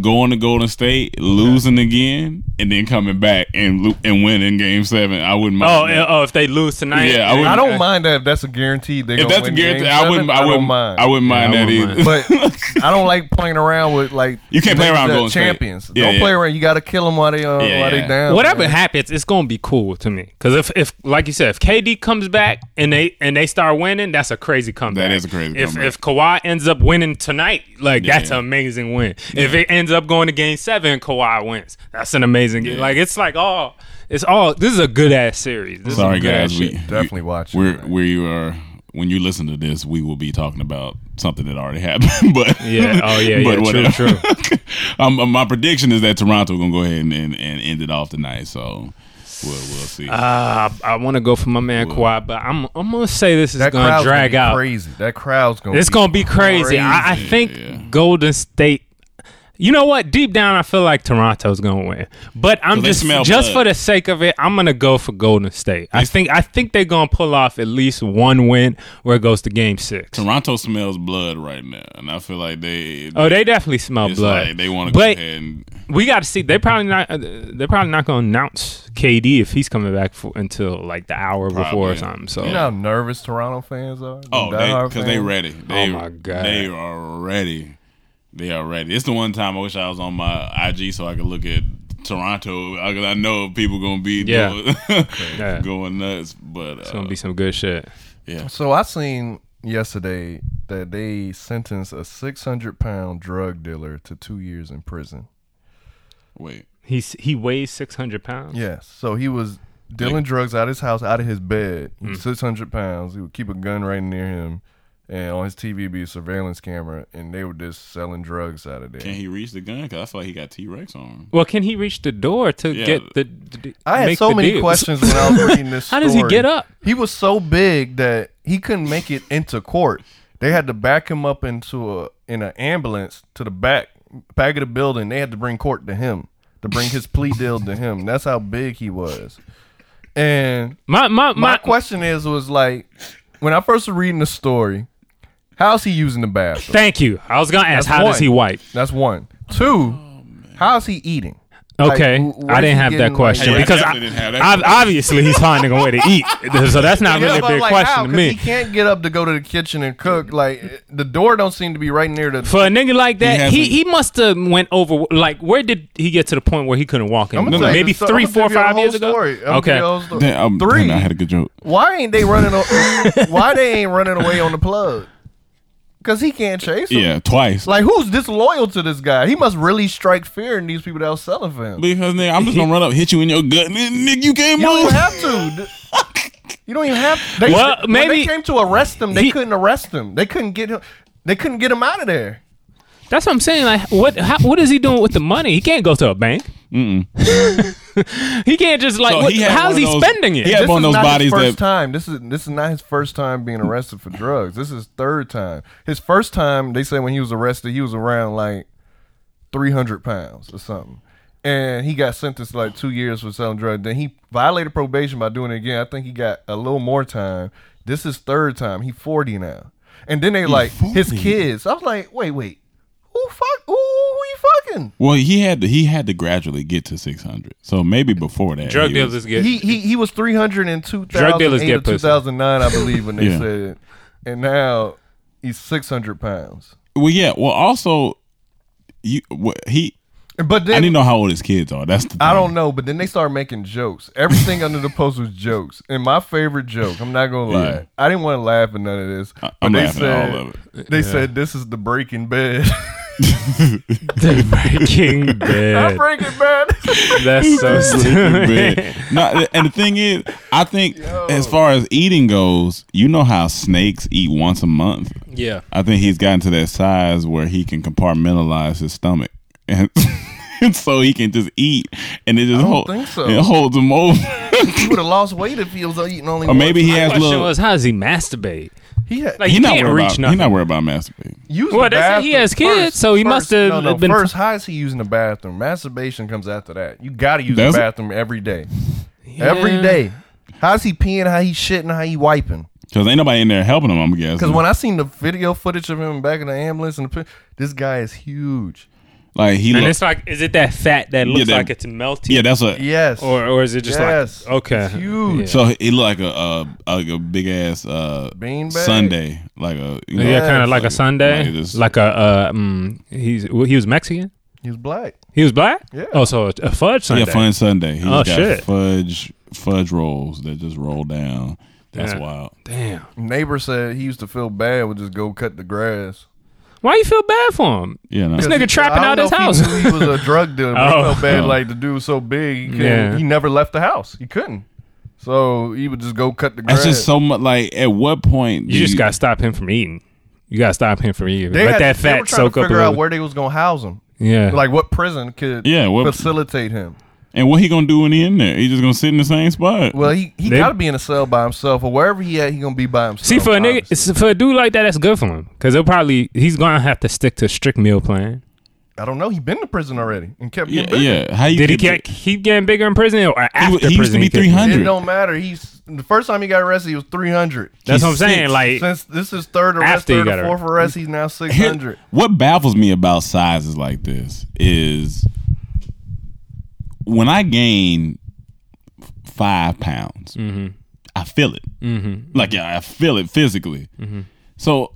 Speaker 4: going to Golden State, losing again, and then coming back and lo- and winning Game Seven. I wouldn't mind.
Speaker 5: Oh,
Speaker 4: that.
Speaker 5: eh, oh, if they lose tonight, eh,
Speaker 4: Yeah, I wouldn't-
Speaker 6: I don't mind that if that's a guarantee. They
Speaker 4: if
Speaker 6: gonna
Speaker 4: that's a
Speaker 6: win
Speaker 4: guarantee,
Speaker 6: game
Speaker 4: I
Speaker 6: seven,
Speaker 4: wouldn't. I
Speaker 6: don't
Speaker 4: wouldn't.
Speaker 6: mind.
Speaker 4: I wouldn't mind
Speaker 5: I
Speaker 4: that
Speaker 5: wouldn't
Speaker 4: either.
Speaker 6: but I don't like playing around with like
Speaker 4: You can't play around
Speaker 6: the
Speaker 4: Golden State.
Speaker 6: champions.
Speaker 4: Yeah,
Speaker 6: don't
Speaker 4: yeah.
Speaker 6: play around. You got to kill them while they uh,
Speaker 4: Yeah,
Speaker 6: while
Speaker 4: yeah.
Speaker 6: they down.
Speaker 5: whatever
Speaker 6: man.
Speaker 5: happens, it's gonna be cool to me. Because if, if like you said, if KD comes back and they and they start winning, that's a crazy comeback.
Speaker 4: That is a crazy
Speaker 5: if,
Speaker 4: comeback.
Speaker 5: If Kawhi ends up winning tonight, like
Speaker 4: Yeah,
Speaker 5: that's
Speaker 4: yeah.
Speaker 5: an amazing win. If it ends up going to Game Seven, Kawhi wins. That's an amazing game. Like it's like oh, it's all. This is a good ass series. This
Speaker 4: Sorry
Speaker 5: is some good ass
Speaker 4: guys, we
Speaker 5: shit.
Speaker 6: Definitely watch it,
Speaker 4: Where
Speaker 6: man.
Speaker 4: where you are when you listen to this, we will be talking about something that already happened. But
Speaker 5: Yeah. Oh yeah.
Speaker 4: but
Speaker 5: yeah.
Speaker 4: whatever.
Speaker 5: True. True.
Speaker 4: um, um, my prediction is that Toronto gonna go ahead and, and, and end it off tonight. So we'll we'll see.
Speaker 5: Uh, I, want to go for my man Kawhi, but I'm I'm gonna say this is
Speaker 6: That
Speaker 5: gonna
Speaker 6: crowd's
Speaker 5: drag
Speaker 6: gonna be
Speaker 5: out.
Speaker 6: crazy. That crowd's gonna.
Speaker 5: It's gonna be crazy. I, I
Speaker 6: crazy.
Speaker 5: think Golden State. You know what? Deep down, I feel like Toronto's gonna win, but I'm
Speaker 4: 'Cause they
Speaker 5: just
Speaker 4: smell
Speaker 5: just
Speaker 4: blood.
Speaker 5: for the sake of it, I'm gonna go for Golden State. I think I think they're gonna pull off at least one win where it goes to Game Six.
Speaker 4: Toronto smells blood right now, and I feel like they
Speaker 5: Oh, they definitely smell
Speaker 4: it's
Speaker 5: blood.
Speaker 4: like they want to go
Speaker 5: but
Speaker 4: ahead and
Speaker 5: we got to see. They probably not. uh, They're probably not gonna announce KD if he's coming back for, until like the hour before or
Speaker 4: Probably.
Speaker 5: something. So
Speaker 6: You know how nervous Toronto fans are. Them
Speaker 4: oh
Speaker 6: diehard
Speaker 4: because they,
Speaker 6: fans?
Speaker 4: ready. They,
Speaker 5: Oh my God.
Speaker 4: they are ready. They are ready. It's the one time I wish I was on my IG so I could look at Toronto because I know people gonna be
Speaker 5: Yeah.
Speaker 4: doing-
Speaker 5: Yeah.
Speaker 4: going nuts. But
Speaker 5: it's
Speaker 4: uh,
Speaker 5: gonna be some good shit.
Speaker 6: So I seen yesterday that they sentenced a 600 pound drug dealer to two years in prison.
Speaker 4: wait.
Speaker 5: He's he weighs six hundred pounds.
Speaker 6: Yes. So he was dealing drugs out of his house, out of his bed. He was 600 pounds. He would keep a gun right near him. And on his TV be a surveillance camera, and they were just selling drugs out of there.
Speaker 4: Can he reach the gun? Because I feel like he got T Rex on.
Speaker 5: Well, can he reach the door to
Speaker 4: Yeah.
Speaker 5: get the? the
Speaker 6: I had
Speaker 5: make
Speaker 6: so
Speaker 5: the
Speaker 6: many
Speaker 5: deals?
Speaker 6: questions when I was reading this.
Speaker 5: How does he
Speaker 6: story.
Speaker 5: get up?
Speaker 6: He was so big that he couldn't make it into court. They had to back him up into a in an ambulance to the back back of the building. They had to bring court to him to bring his plea deal to him. That's how big he was. And
Speaker 5: My my
Speaker 6: my,
Speaker 5: my.
Speaker 6: question is, was like when I first was reading the story, how's he using the bathroom?
Speaker 5: thank you. I was gonna ask,
Speaker 6: That's
Speaker 5: how does
Speaker 6: one.
Speaker 5: he wipe?
Speaker 6: That's one. Two. How's he eating?
Speaker 5: Okay,
Speaker 6: Like, wh-
Speaker 5: I
Speaker 6: where's
Speaker 5: didn't
Speaker 6: he
Speaker 5: have that
Speaker 6: getting,
Speaker 5: question
Speaker 6: like-
Speaker 4: Yeah, I
Speaker 5: because I,
Speaker 4: definitely didn't have that
Speaker 5: ob- obviously he's finding a way to eat, so that's not really
Speaker 6: Yeah,
Speaker 5: a
Speaker 6: but
Speaker 5: big
Speaker 6: like,
Speaker 5: question
Speaker 6: how?
Speaker 5: to
Speaker 6: 'Cause
Speaker 5: me.
Speaker 6: He can't get up to go to the kitchen and cook. Like the door don't seem to be right near the.
Speaker 5: For a nigga like that,
Speaker 4: He
Speaker 5: he,
Speaker 4: hasn't-
Speaker 5: he must have went over. Like, where did he get to the point where he couldn't walk in?
Speaker 6: I'ma tell you
Speaker 5: Maybe
Speaker 6: the sto-
Speaker 5: three,
Speaker 6: I'ma give
Speaker 5: four,
Speaker 6: you the
Speaker 5: five
Speaker 6: whole
Speaker 5: years ago.
Speaker 6: story. I'ma give you the
Speaker 5: Okay, uh,
Speaker 6: whole story.
Speaker 4: Damn, I'm,
Speaker 6: Three.
Speaker 4: Three. I had a good joke.
Speaker 6: Why ain't they running? On, why they ain't running away on the plug? Because he can't chase him.
Speaker 4: Yeah, twice.
Speaker 6: Like who's disloyal to this guy? He must really strike fear in these people that was selling for him.
Speaker 4: because nigga, I'm just gonna run up, hit you in your gut, nigga. nigga, You can't
Speaker 6: You
Speaker 4: move.
Speaker 6: don't even have to. You don't even have. To. They,
Speaker 5: Well,
Speaker 6: when
Speaker 5: maybe-
Speaker 6: they came to arrest him. They
Speaker 5: He-
Speaker 6: couldn't arrest him. They couldn't get him. They couldn't get him out of there.
Speaker 5: that's what I'm saying. Like, what how, what is he doing with the money? He can't go to a bank. he can't just like.
Speaker 4: So
Speaker 5: what-
Speaker 4: he had one
Speaker 5: how's
Speaker 4: of
Speaker 5: he
Speaker 4: those-
Speaker 5: spending it?
Speaker 4: he had-
Speaker 6: This
Speaker 4: one
Speaker 6: is
Speaker 4: of those
Speaker 6: not
Speaker 4: bodies
Speaker 6: his first
Speaker 4: that-
Speaker 6: time. This is this is not his first time being arrested for drugs. This is third time. His first time, they say when he was arrested, he was around like three hundred pounds or something, and he got sentenced to, like two years for selling drugs. Then he violated probation by doing it again. I think he got a little more time. This is third time. He forty now, and then they like his
Speaker 4: 40?
Speaker 6: kids. I was like, wait, wait, who fuck? Who, who he fucking?
Speaker 4: Well, he had to. He had to gradually get to 600. So maybe before that,
Speaker 5: Drug
Speaker 4: he was-
Speaker 5: dealers get.
Speaker 6: he he he was 300 in 2008
Speaker 5: Drug dealers
Speaker 6: or
Speaker 5: get pussy.
Speaker 6: 2009 I believe when they
Speaker 4: Yeah.
Speaker 6: said it and now he's 600 pounds
Speaker 4: Well, yeah. Well, also, you what, he.
Speaker 6: but
Speaker 4: I
Speaker 6: then I,
Speaker 4: didn't know how old his kids are. That's the. Thing.
Speaker 6: don't know but then they started making jokes everything under the post was jokes and my favorite joke I'm not gonna lie
Speaker 4: Yeah.
Speaker 6: I didn't want to laugh at none of this
Speaker 4: I-
Speaker 6: but
Speaker 4: I'm
Speaker 6: they
Speaker 4: laughing
Speaker 6: said
Speaker 4: at all of it.
Speaker 6: they said this is the breaking bed
Speaker 5: breaking bed.
Speaker 6: breaking bed
Speaker 5: That's so stupid.
Speaker 4: Bed. No, and the thing is, I think as far as eating goes, you know how snakes eat once a month.
Speaker 5: Yeah.
Speaker 4: I think he's gotten to that size where he can compartmentalize his stomach, and, and so he can just eat, and it just hold-
Speaker 6: think so.
Speaker 4: it holds him over.
Speaker 6: he would have lost weight if he was uh, eating only
Speaker 4: or maybe he has
Speaker 5: Question
Speaker 4: little.
Speaker 5: was, how does he masturbate?
Speaker 6: he had,
Speaker 5: Like,
Speaker 4: he
Speaker 5: he,
Speaker 4: not
Speaker 5: can't
Speaker 4: worried
Speaker 5: reach
Speaker 4: about. He
Speaker 5: nothing.
Speaker 4: not worried about masturbating.
Speaker 6: Use
Speaker 5: Well,
Speaker 6: the
Speaker 5: they said he
Speaker 6: bathroom
Speaker 5: has kids, so he must have
Speaker 6: no, no,
Speaker 5: been-
Speaker 6: First, how is he using the bathroom? Masturbation comes after that. You got to use
Speaker 4: Does it?
Speaker 6: the bathroom every day. Every day. How's he peeing? How he shitting? How he wiping?
Speaker 4: Because ain't nobody in there helping him. I'm guessing.
Speaker 6: Because when I seen the video footage of him back in the ambulance, and the, pi- this guy is huge.
Speaker 4: like he
Speaker 5: And
Speaker 4: look,
Speaker 5: it's like, is it that fat that looks
Speaker 4: that-
Speaker 5: like it's melting?
Speaker 4: yeah, that's a
Speaker 6: Yes.
Speaker 5: Or, or is it just
Speaker 6: yes.
Speaker 5: like okay?
Speaker 6: It's huge.
Speaker 4: So he look like a a, a, a big ass uh,
Speaker 6: Beanbag.
Speaker 4: Sunday, like a you know,
Speaker 5: Yeah, kind of like a
Speaker 4: like
Speaker 5: Sunday,
Speaker 4: this-
Speaker 5: like a uh, mm, he's well, he was Mexican.
Speaker 6: He's black.
Speaker 5: He was black.
Speaker 6: Yeah.
Speaker 5: Oh, so a, a fudge Sunday.
Speaker 4: yeah, fun Sunday. He's
Speaker 5: Oh,
Speaker 4: got
Speaker 5: shit.
Speaker 4: fudge fudge rolls that just roll down. That's
Speaker 5: Yeah.
Speaker 4: wild.
Speaker 5: Damn.
Speaker 6: Neighbor said he used to feel bad would just go cut the grass.
Speaker 5: Why you feel bad for him?
Speaker 4: Yeah, no.
Speaker 5: This nigga trapping
Speaker 6: I
Speaker 5: out
Speaker 6: don't
Speaker 5: his
Speaker 6: know
Speaker 5: house.
Speaker 6: if He, knew he was a drug dealer. But
Speaker 5: Oh.
Speaker 6: he felt bad.
Speaker 4: Oh.
Speaker 6: Like the dude was so big, he couldn't.
Speaker 5: Yeah.
Speaker 6: He never left the house. He couldn't. So he would just go cut the grass.
Speaker 4: That's just so much. Like at what point do
Speaker 5: you just gotta stop him from eating. You gotta stop him from eating.
Speaker 6: They
Speaker 5: Let
Speaker 6: had-
Speaker 5: that
Speaker 6: they were
Speaker 5: fat
Speaker 6: trying
Speaker 5: soak
Speaker 6: to
Speaker 5: up.
Speaker 6: figure
Speaker 5: a
Speaker 6: out
Speaker 5: little-
Speaker 6: where they was gonna house him.
Speaker 5: yeah.
Speaker 6: Like what prison could
Speaker 4: Yeah, what-
Speaker 6: facilitate him.
Speaker 4: and what he gonna do when he in there? He just gonna sit in the same spot.
Speaker 6: Well, he, he
Speaker 5: They-
Speaker 6: got to be in a cell by himself, or wherever he at, he gonna be by himself.
Speaker 5: See, for a nigga,
Speaker 6: obviously.
Speaker 5: it's- for a dude like that, that's good for him because he'll probably he's gonna have to stick to a strict meal plan.
Speaker 6: I don't know. He been to prison already and kept
Speaker 4: yeah,
Speaker 6: getting bigger.
Speaker 4: yeah. How you
Speaker 5: Did he
Speaker 4: get-
Speaker 5: get, keep getting bigger in prison or
Speaker 4: He,
Speaker 5: after
Speaker 4: wa- he used to
Speaker 5: prison
Speaker 4: be
Speaker 5: kicked
Speaker 4: three
Speaker 5: him?
Speaker 6: It
Speaker 4: hundred.
Speaker 6: don't matter. He's the first time he got arrested, he was three hundred.
Speaker 5: That's what I'm
Speaker 4: He's
Speaker 5: saying.
Speaker 4: six.
Speaker 5: Like
Speaker 6: Since this is third arrest,
Speaker 5: After he
Speaker 6: third
Speaker 5: got
Speaker 6: or fourth arrest, he's now six
Speaker 4: Here-
Speaker 6: hundred.
Speaker 4: What baffles me about sizes like this is when I gain f- five pounds,
Speaker 5: Mm-hmm.
Speaker 4: I feel it. Mm-hmm. Like yeah, I feel it physically.
Speaker 5: Mm-hmm.
Speaker 4: So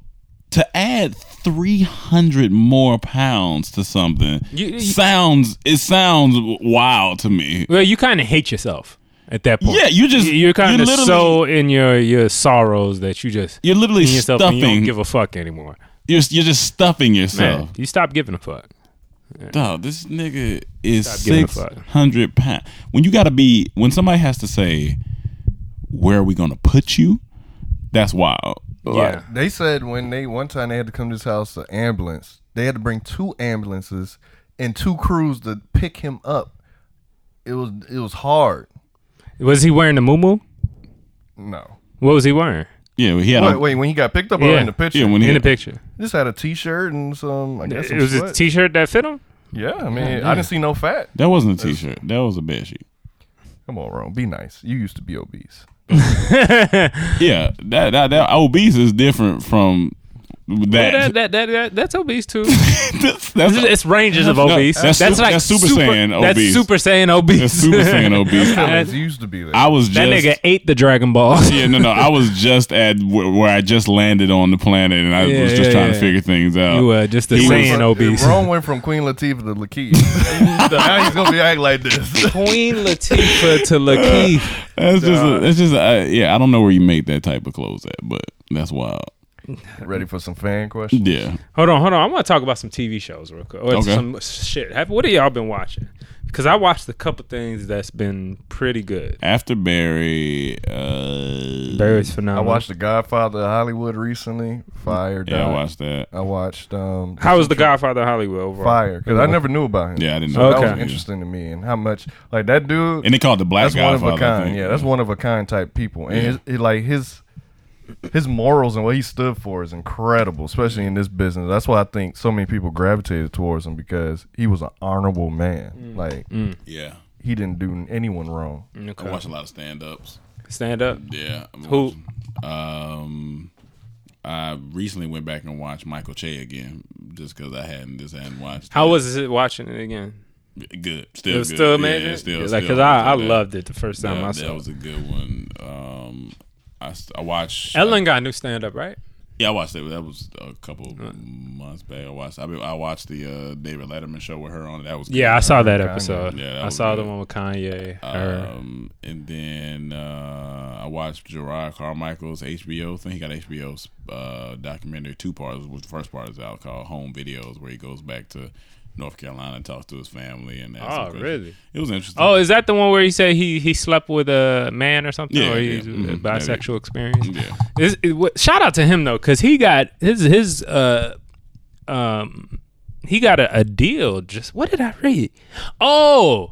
Speaker 4: to add three hundred more pounds to something
Speaker 5: You- you-
Speaker 4: sounds it sounds wild to me.
Speaker 5: Well, you kind of hate yourself at that point.
Speaker 4: Yeah, you just-
Speaker 5: You- you're kind
Speaker 4: you
Speaker 5: of
Speaker 4: literally-
Speaker 5: so in your your sorrows that you just
Speaker 4: You're literally
Speaker 5: in yourself and you don't
Speaker 4: stuffing.
Speaker 5: give a fuck anymore.
Speaker 4: you're, you're just stuffing
Speaker 5: Man,
Speaker 4: yourself.
Speaker 5: you stop giving a fuck.
Speaker 4: Dog, this nigga is
Speaker 5: giving a
Speaker 4: six
Speaker 5: fuck.
Speaker 4: hundred pounds. When you gotta be, when somebody has to say, "Where are we gonna put you?" That's wild. Like,
Speaker 5: yeah,
Speaker 6: They said when they one time they had to come to his house, an ambulance. They had to bring two ambulances and two crews to pick him up. It was it was hard.
Speaker 5: was he wearing the muumuu?
Speaker 6: No,
Speaker 5: What was he wearing
Speaker 4: yeah. He had
Speaker 6: wait,
Speaker 4: a,
Speaker 6: wait. When he got picked up or
Speaker 5: Yeah.
Speaker 6: in the picture,
Speaker 4: yeah. When
Speaker 5: in
Speaker 4: he,
Speaker 5: the picture?
Speaker 6: just had a T-shirt and some. I guess
Speaker 5: It
Speaker 6: some
Speaker 5: was a
Speaker 6: sweat.
Speaker 5: t-shirt that fit him.
Speaker 6: yeah, I mean, I didn't see no fat.
Speaker 4: that wasn't a t-shirt. That was a bed sheet.
Speaker 6: Come on, Rome, be nice. You used to be obese.
Speaker 4: Yeah, that that that obese is different from That,
Speaker 5: that, that, that, that, that's obese too.
Speaker 4: that's, that's,
Speaker 5: It's, it's ranges of
Speaker 4: No,
Speaker 5: obese.
Speaker 4: that's
Speaker 5: that's,
Speaker 4: super-
Speaker 5: like
Speaker 4: that's Super Saiyan
Speaker 5: That's
Speaker 4: obese.
Speaker 5: Super Saiyan obese.
Speaker 4: that's super saying obese. I,
Speaker 5: That-
Speaker 6: It used to be there.
Speaker 4: I was just
Speaker 5: that nigga ate the Dragon Ball.
Speaker 4: yeah, no, no. I was just at where, where I just landed on the planet, and I
Speaker 5: Yeah,
Speaker 4: was just
Speaker 5: yeah,
Speaker 4: trying to
Speaker 5: yeah.
Speaker 4: figure things out.
Speaker 5: You uh, just a
Speaker 4: He was-
Speaker 5: Saiyan obese.
Speaker 6: Rome went from Queen Latifah to Lakeith. now he's gonna be acting like this.
Speaker 5: Queen Latifah to Lakeith.
Speaker 4: that's just, a, that's just, uh, yeah. I don't know where you make that type of clothes at, but that's wild.
Speaker 6: Ready for some fan questions?
Speaker 4: Yeah,
Speaker 5: Hold on, hold on. I want to talk about some TV shows real quick. Or
Speaker 4: Okay.
Speaker 5: some shit. Have, what have y'all been watching? Because I watched a couple things that's been pretty good.
Speaker 4: after Barry, uh,
Speaker 5: Barry's
Speaker 6: I
Speaker 5: phenomenal.
Speaker 6: watched The Godfather of Hollywood recently. Fire.
Speaker 4: yeah, I
Speaker 6: died.
Speaker 4: watched that.
Speaker 6: I watched um
Speaker 5: How was the Godfather of Hollywood overall?
Speaker 6: Fire because I never knew about him.
Speaker 4: Yeah, I didn't
Speaker 6: So
Speaker 4: know.
Speaker 6: that
Speaker 5: Okay.
Speaker 6: was interesting to me and how much like that dude.
Speaker 4: And they called the Black
Speaker 6: that's one of
Speaker 4: Godfather.
Speaker 6: a
Speaker 4: I
Speaker 6: kind.
Speaker 4: think.
Speaker 6: Yeah, that's one of a kind type people. And his, he- like his his morals and what he stood for is incredible, especially in this business. That's why I think so many people gravitated towards him because he was an honorable man. Like
Speaker 4: yeah.
Speaker 6: he didn't do anyone wrong.
Speaker 4: I watched a lot of stand ups.
Speaker 5: Stand up.
Speaker 4: Yeah. I'm
Speaker 5: Who?
Speaker 4: watching. Um, I recently went back and watched Michael Che again, just because I hadn't just hadn't watched.
Speaker 5: How
Speaker 4: it.
Speaker 5: was it watching it again?
Speaker 4: good? Still
Speaker 5: It was
Speaker 4: good.
Speaker 5: still
Speaker 4: Yeah,
Speaker 5: amazing.
Speaker 4: still,
Speaker 5: like,
Speaker 4: still
Speaker 5: cause I, I
Speaker 4: good.
Speaker 5: loved it the first time
Speaker 4: That,
Speaker 5: I
Speaker 4: that
Speaker 5: saw.
Speaker 4: was
Speaker 5: it.
Speaker 4: a good one. Um, I, s- I watched.
Speaker 5: Ellen got a new stand up, right?
Speaker 4: yeah, I watched it. That was a couple months back. I watched. I, mean, I watched the uh, David Letterman show with her on it. That was good.
Speaker 5: Yeah, I saw that episode.
Speaker 4: Yeah, that
Speaker 5: I
Speaker 4: was
Speaker 5: saw
Speaker 4: good.
Speaker 5: the one with Kanye. her.
Speaker 4: Um, and then uh, I watched Gerard Carmichael's HBO thing. He got HBO's uh, documentary, two parts. Which the first part is out called Home Videos, where he goes back to North Carolina and talks to his family. And asks
Speaker 5: Oh,
Speaker 4: some questions.
Speaker 5: really?
Speaker 4: It was interesting.
Speaker 5: Oh, is that the one where he said he he slept with a man or something,
Speaker 4: Yeah,
Speaker 5: or
Speaker 4: yeah.
Speaker 5: he's a
Speaker 4: Mhm.
Speaker 5: bisexual experience?
Speaker 4: yeah.
Speaker 5: Is, is- what- shout out to him though, because he got his his uh um he got a, a deal. Just what did I read? Oh,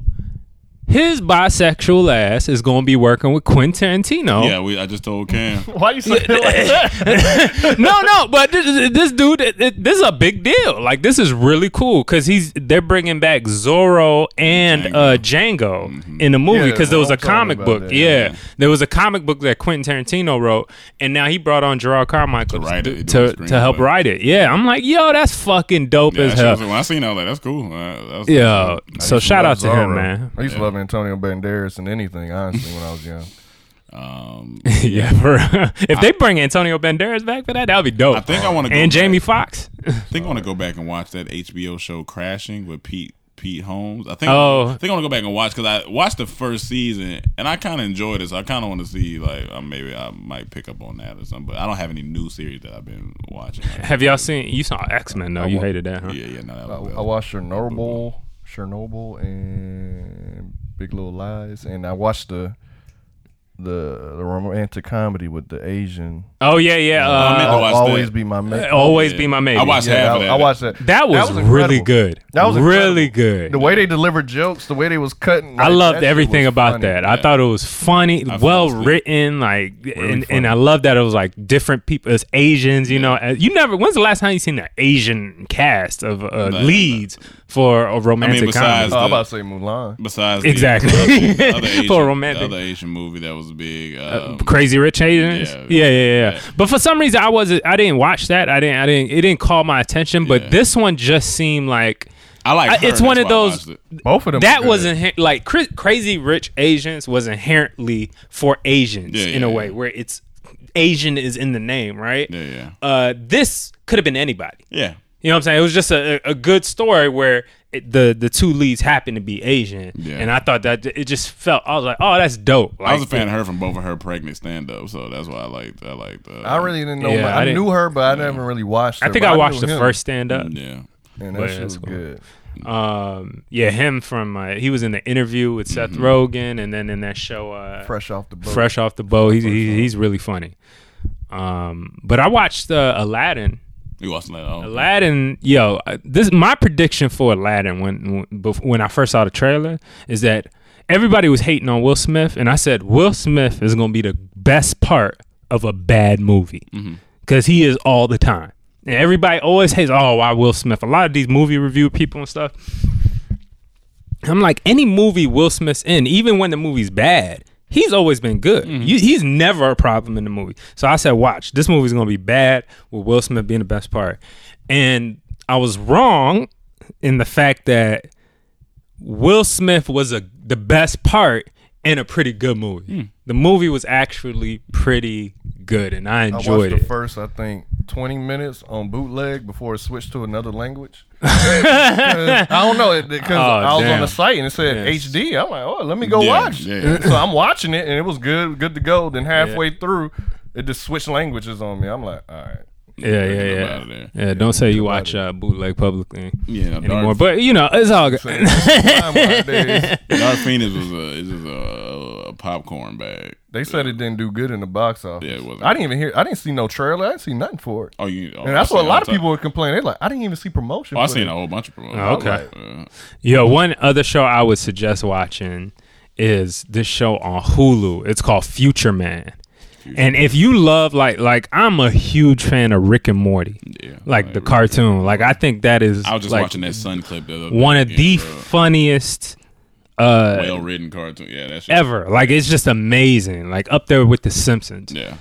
Speaker 5: his bisexual ass is going to be working with Quentin Tarantino.
Speaker 4: Yeah, we. I just told Cam.
Speaker 6: Why you saying like that?
Speaker 5: no, no, but this, this dude, it- it- this is a big deal. Like this is really cool because he's they're bringing back Zorro and
Speaker 4: Django. Mm-hmm.
Speaker 5: Django, uh, Django in the movie
Speaker 6: Yeah,
Speaker 5: because there was
Speaker 6: I'm
Speaker 5: a
Speaker 6: talking
Speaker 5: comic
Speaker 6: about
Speaker 5: book.
Speaker 6: that.
Speaker 5: Yeah, there was a comic book that Quentin Tarantino wrote, and now he brought on Gerard Carmichael
Speaker 4: To
Speaker 5: to
Speaker 4: write it, do
Speaker 5: to,
Speaker 4: the
Speaker 5: to help
Speaker 4: screenplay.
Speaker 5: write it. Yeah, I'm like, yo, that's fucking dope
Speaker 4: Yeah,
Speaker 5: as
Speaker 4: that shit was-
Speaker 5: hell.
Speaker 4: when I seen, it, I was like, "That's cool." Uh, that was-
Speaker 5: Yeah, so shout out to him,
Speaker 6: Zorro.
Speaker 5: man.
Speaker 6: I used to love Antonio Banderas and anything honestly when I was young.
Speaker 4: Um,
Speaker 5: yeah, for if they bring Antonio Banderas back for that, that would be dope.
Speaker 4: I think I wanna go
Speaker 5: and
Speaker 4: back.
Speaker 5: Jamie Foxx.
Speaker 4: I think I want to go back and watch that HBO show Crashing with Pete Pete Holmes. I think
Speaker 5: Oh.
Speaker 4: I think I want to go back and watch because I watched the first season and I kind of enjoyed it. So I kind of want to see like uh, maybe I might pick up on that or something. But I don't have any new series that I've been watching.
Speaker 5: Have y'all seen? You saw X Men though. You
Speaker 6: wa-
Speaker 5: hated that, huh?
Speaker 4: yeah, yeah, no, that
Speaker 6: Oh, I,
Speaker 4: was
Speaker 6: I watched Chernobyl, Chernobyl, and Big Little Lies, and I watched the the the romantic comedy with the Asian.
Speaker 5: Oh yeah, yeah.
Speaker 4: I meant
Speaker 5: Uh,
Speaker 4: to watch
Speaker 6: I'll always
Speaker 4: that.
Speaker 6: be my man.
Speaker 5: Always
Speaker 4: Yeah. oh,
Speaker 5: be my maybe.
Speaker 4: I watched half
Speaker 6: yeah,
Speaker 4: of
Speaker 6: I,
Speaker 4: that.
Speaker 6: I watched that.
Speaker 5: That was, really
Speaker 6: incredible.
Speaker 5: good.
Speaker 6: That was
Speaker 5: really good.
Speaker 6: The way they delivered jokes, the way they was cutting.
Speaker 5: I
Speaker 6: like,
Speaker 5: loved
Speaker 6: that shit
Speaker 5: everything
Speaker 6: was
Speaker 5: about
Speaker 6: funny.
Speaker 5: that. I thought it was funny,
Speaker 4: fell
Speaker 5: well
Speaker 4: asleep.
Speaker 5: written, like,
Speaker 6: funny.
Speaker 5: and, and I love that it was like different people. It's Asians, you know. uh, You never. When's the last time you seen an Asian cast of uh,
Speaker 4: No,
Speaker 5: leads for a romantic
Speaker 4: besides-
Speaker 5: comedy?
Speaker 6: Oh, I'm about to say Mulan.
Speaker 4: Besides the-
Speaker 5: Exactly.
Speaker 4: the, the other Asian,
Speaker 5: For romantic. Uh,
Speaker 4: the other Asian movie that was big. Um,
Speaker 5: Crazy Rich Asians.
Speaker 4: Yeah.
Speaker 5: Yeah, yeah, yeah,
Speaker 4: Yeah.
Speaker 5: But for some reason, I wasn't. I didn't watch that. I didn't. I didn't. It didn't call my attention. But
Speaker 4: Yeah.
Speaker 5: this one just seemed like.
Speaker 4: I like.
Speaker 5: I-
Speaker 4: Her,
Speaker 5: it's one
Speaker 4: that's why
Speaker 5: of
Speaker 4: I
Speaker 5: those-
Speaker 4: watched it.
Speaker 6: Both of them.
Speaker 5: that
Speaker 6: were good.
Speaker 5: was inher- like cra- crazy rich asians was inherently for asians
Speaker 4: Yeah,
Speaker 5: in
Speaker 4: yeah,
Speaker 5: a
Speaker 4: yeah.
Speaker 5: way where it's asian is in the name right
Speaker 4: Yeah, yeah,
Speaker 5: uh this could have been anybody
Speaker 4: yeah.
Speaker 5: you know what i'm saying it was just a, a a good story where it, the the two leads happened to be asian
Speaker 4: Yeah.
Speaker 5: and i thought that it just felt i was like oh that's dope
Speaker 4: I was a
Speaker 5: Like,
Speaker 4: fan of her from both of her pregnant stand up, so that's why I liked. I liked. Uh,
Speaker 6: I really didn't know.
Speaker 5: Yeah,
Speaker 6: my-
Speaker 5: I
Speaker 6: I,
Speaker 5: didn't-
Speaker 6: knew her, but I never really watched. Her,
Speaker 5: i think
Speaker 6: but
Speaker 5: i
Speaker 6: knew
Speaker 5: watched the
Speaker 6: him,
Speaker 5: first stand-up
Speaker 4: Yeah.
Speaker 6: and
Speaker 5: but
Speaker 6: that shit was
Speaker 5: that's cool.
Speaker 6: good.
Speaker 5: um yeah him from uh, he was in the interview with seth
Speaker 4: Mm-hmm.
Speaker 5: rogen and then in that show uh
Speaker 6: Fresh off the boat.
Speaker 5: fresh off the boat. He's he's, he's really funny. Um, but I watched uh, Aladdin.
Speaker 4: You watched that? Oh,
Speaker 5: Aladdin, yo, uh, this my prediction for Aladdin when when, bef- when I first saw the trailer is that everybody was hating on Will Smith, and I said Will Smith is gonna be the best part of a bad movie because he is all the time, and everybody always hates. Oh, why Will Smith? A lot of these movie review people and stuff. I'm like any movie Will Smith's in, even when the movie's bad, He's always been good. You, he's never a problem in the movie. So I said, watch, this movie's gonna be bad with Will Smith being the best part. And I was wrong in the fact that Will Smith was a the best part in a pretty good movie. The movie was actually pretty good, and I
Speaker 6: I
Speaker 5: enjoyed
Speaker 6: watched the
Speaker 5: it.
Speaker 6: first, I think, 20 minutes on bootleg before it switched to another language. 'Cause- I don't know. Because I was on
Speaker 5: damn.
Speaker 6: the site and it said
Speaker 5: Yes.
Speaker 6: HD. I'm like, oh, let me go
Speaker 4: Oh, Yeah,
Speaker 6: watch.
Speaker 4: yeah.
Speaker 6: So I'm watching it and it was good, good to go. Then halfway through, it just switched languages on me. I'm like, all right.
Speaker 5: Yeah, yeah,
Speaker 4: Get
Speaker 5: yeah.
Speaker 4: out of there.
Speaker 5: Yeah, don't say you watch uh, bootleg publicly
Speaker 4: Yeah,
Speaker 5: anymore,
Speaker 4: Dark,
Speaker 5: but you know it's all good.
Speaker 6: Time nowadays.
Speaker 4: Dark Phoenix was a is just a, a popcorn bag.
Speaker 6: They said it didn't do good in the box office.
Speaker 4: Yeah, it wasn't.
Speaker 6: I didn't even hear. I didn't see no trailer. I didn't see nothing for it.
Speaker 4: Oh, you oh,
Speaker 6: and that's
Speaker 4: I
Speaker 6: what a
Speaker 4: seen
Speaker 6: lot
Speaker 4: all
Speaker 6: of
Speaker 4: the time.
Speaker 6: people were complaining. They like, I didn't even see promotion.
Speaker 4: Oh, I
Speaker 6: for
Speaker 4: seen
Speaker 6: it.
Speaker 4: a whole bunch of promotions.
Speaker 5: Oh, okay.
Speaker 4: Uh,
Speaker 5: Yo, one other show I would suggest watching is this show on Hulu. It's called Future Man. And if you love like like I'm a huge fan of Rick and Morty.
Speaker 4: Yeah,
Speaker 5: like
Speaker 4: I
Speaker 5: the cartoon. Like I think that is
Speaker 4: I was just
Speaker 5: like,
Speaker 4: watching that Sun clip. The other
Speaker 5: one of
Speaker 4: day,
Speaker 5: the
Speaker 4: yeah,
Speaker 5: funniest uh
Speaker 4: well written cartoon. Yeah, that's
Speaker 5: ever. Like it's just amazing. Like up there with the Simpsons.
Speaker 4: Yeah,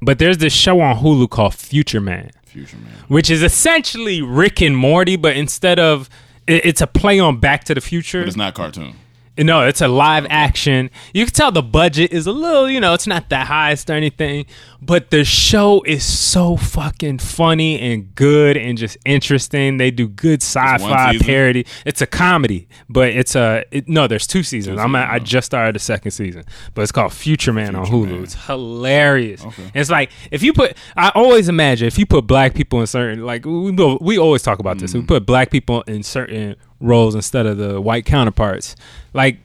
Speaker 5: But there's this show on Hulu called Future Man.
Speaker 4: Future Man.
Speaker 5: which is essentially Rick and Morty, but instead of it- it's a play on Back to the Future.
Speaker 4: But it's not cartoon.
Speaker 5: no, it's a live action. You can tell the budget is a little, you know, it's not the highest or anything, but the show is so fucking funny and good and just interesting. They do good sci-fi
Speaker 4: season?
Speaker 5: parody. It's a comedy, but it's a it, no. There's two seasons. I'm at, I just started the second season, but it's called Future Man on Hulu. It's hilarious. It's like if you put. I always imagine if you put black people in certain like we go- we always talk about
Speaker 4: Mm.
Speaker 5: this. We put black people in certain roles instead of the white counterparts. Like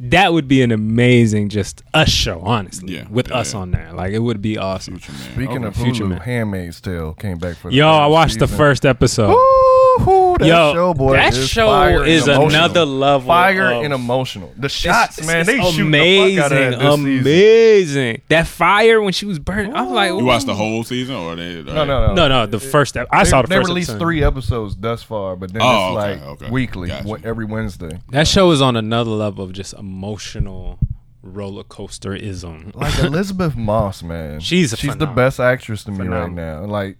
Speaker 5: that would be an amazing just us show, honestly.
Speaker 4: Yeah,
Speaker 5: With
Speaker 4: yeah,
Speaker 5: us
Speaker 4: yeah.
Speaker 5: on there, like it would be awesome.
Speaker 4: Future Man.
Speaker 6: Speaking of
Speaker 5: Future
Speaker 6: Hulu,
Speaker 5: Man.
Speaker 6: Handmaid's Tale came back for the
Speaker 5: Yo, Oh, I
Speaker 6: third
Speaker 5: watched the
Speaker 6: season.
Speaker 5: first episode.
Speaker 6: Woo-hoo, that
Speaker 5: Yo,
Speaker 6: show, boy,
Speaker 5: that
Speaker 6: is
Speaker 5: show
Speaker 6: fire and
Speaker 5: is
Speaker 6: emotional.
Speaker 5: another level
Speaker 6: Fire
Speaker 5: of-
Speaker 6: and emotional. The shots,
Speaker 5: It's-
Speaker 6: man,
Speaker 5: it's
Speaker 6: they shoot the fuck out of that this season.
Speaker 5: amazing. That fire when she was burning, I'm like,
Speaker 4: You watched the whole season, or they?
Speaker 6: No, no, no.
Speaker 5: No, no, the first. Ep- I
Speaker 6: They,
Speaker 5: saw the
Speaker 6: they
Speaker 5: first.
Speaker 6: released
Speaker 5: episode.
Speaker 6: three episodes thus far, but then
Speaker 4: Oh, okay,
Speaker 6: it's like
Speaker 4: okay.
Speaker 6: weekly,
Speaker 4: Gotcha.
Speaker 6: wh- every Wednesday.
Speaker 5: That show is on another level of just emotional roller coaster ism.
Speaker 6: Like Elizabeth Moss, man,
Speaker 5: She's a Hmm.
Speaker 6: she's
Speaker 5: phenom-
Speaker 6: the best actress to me right now. Like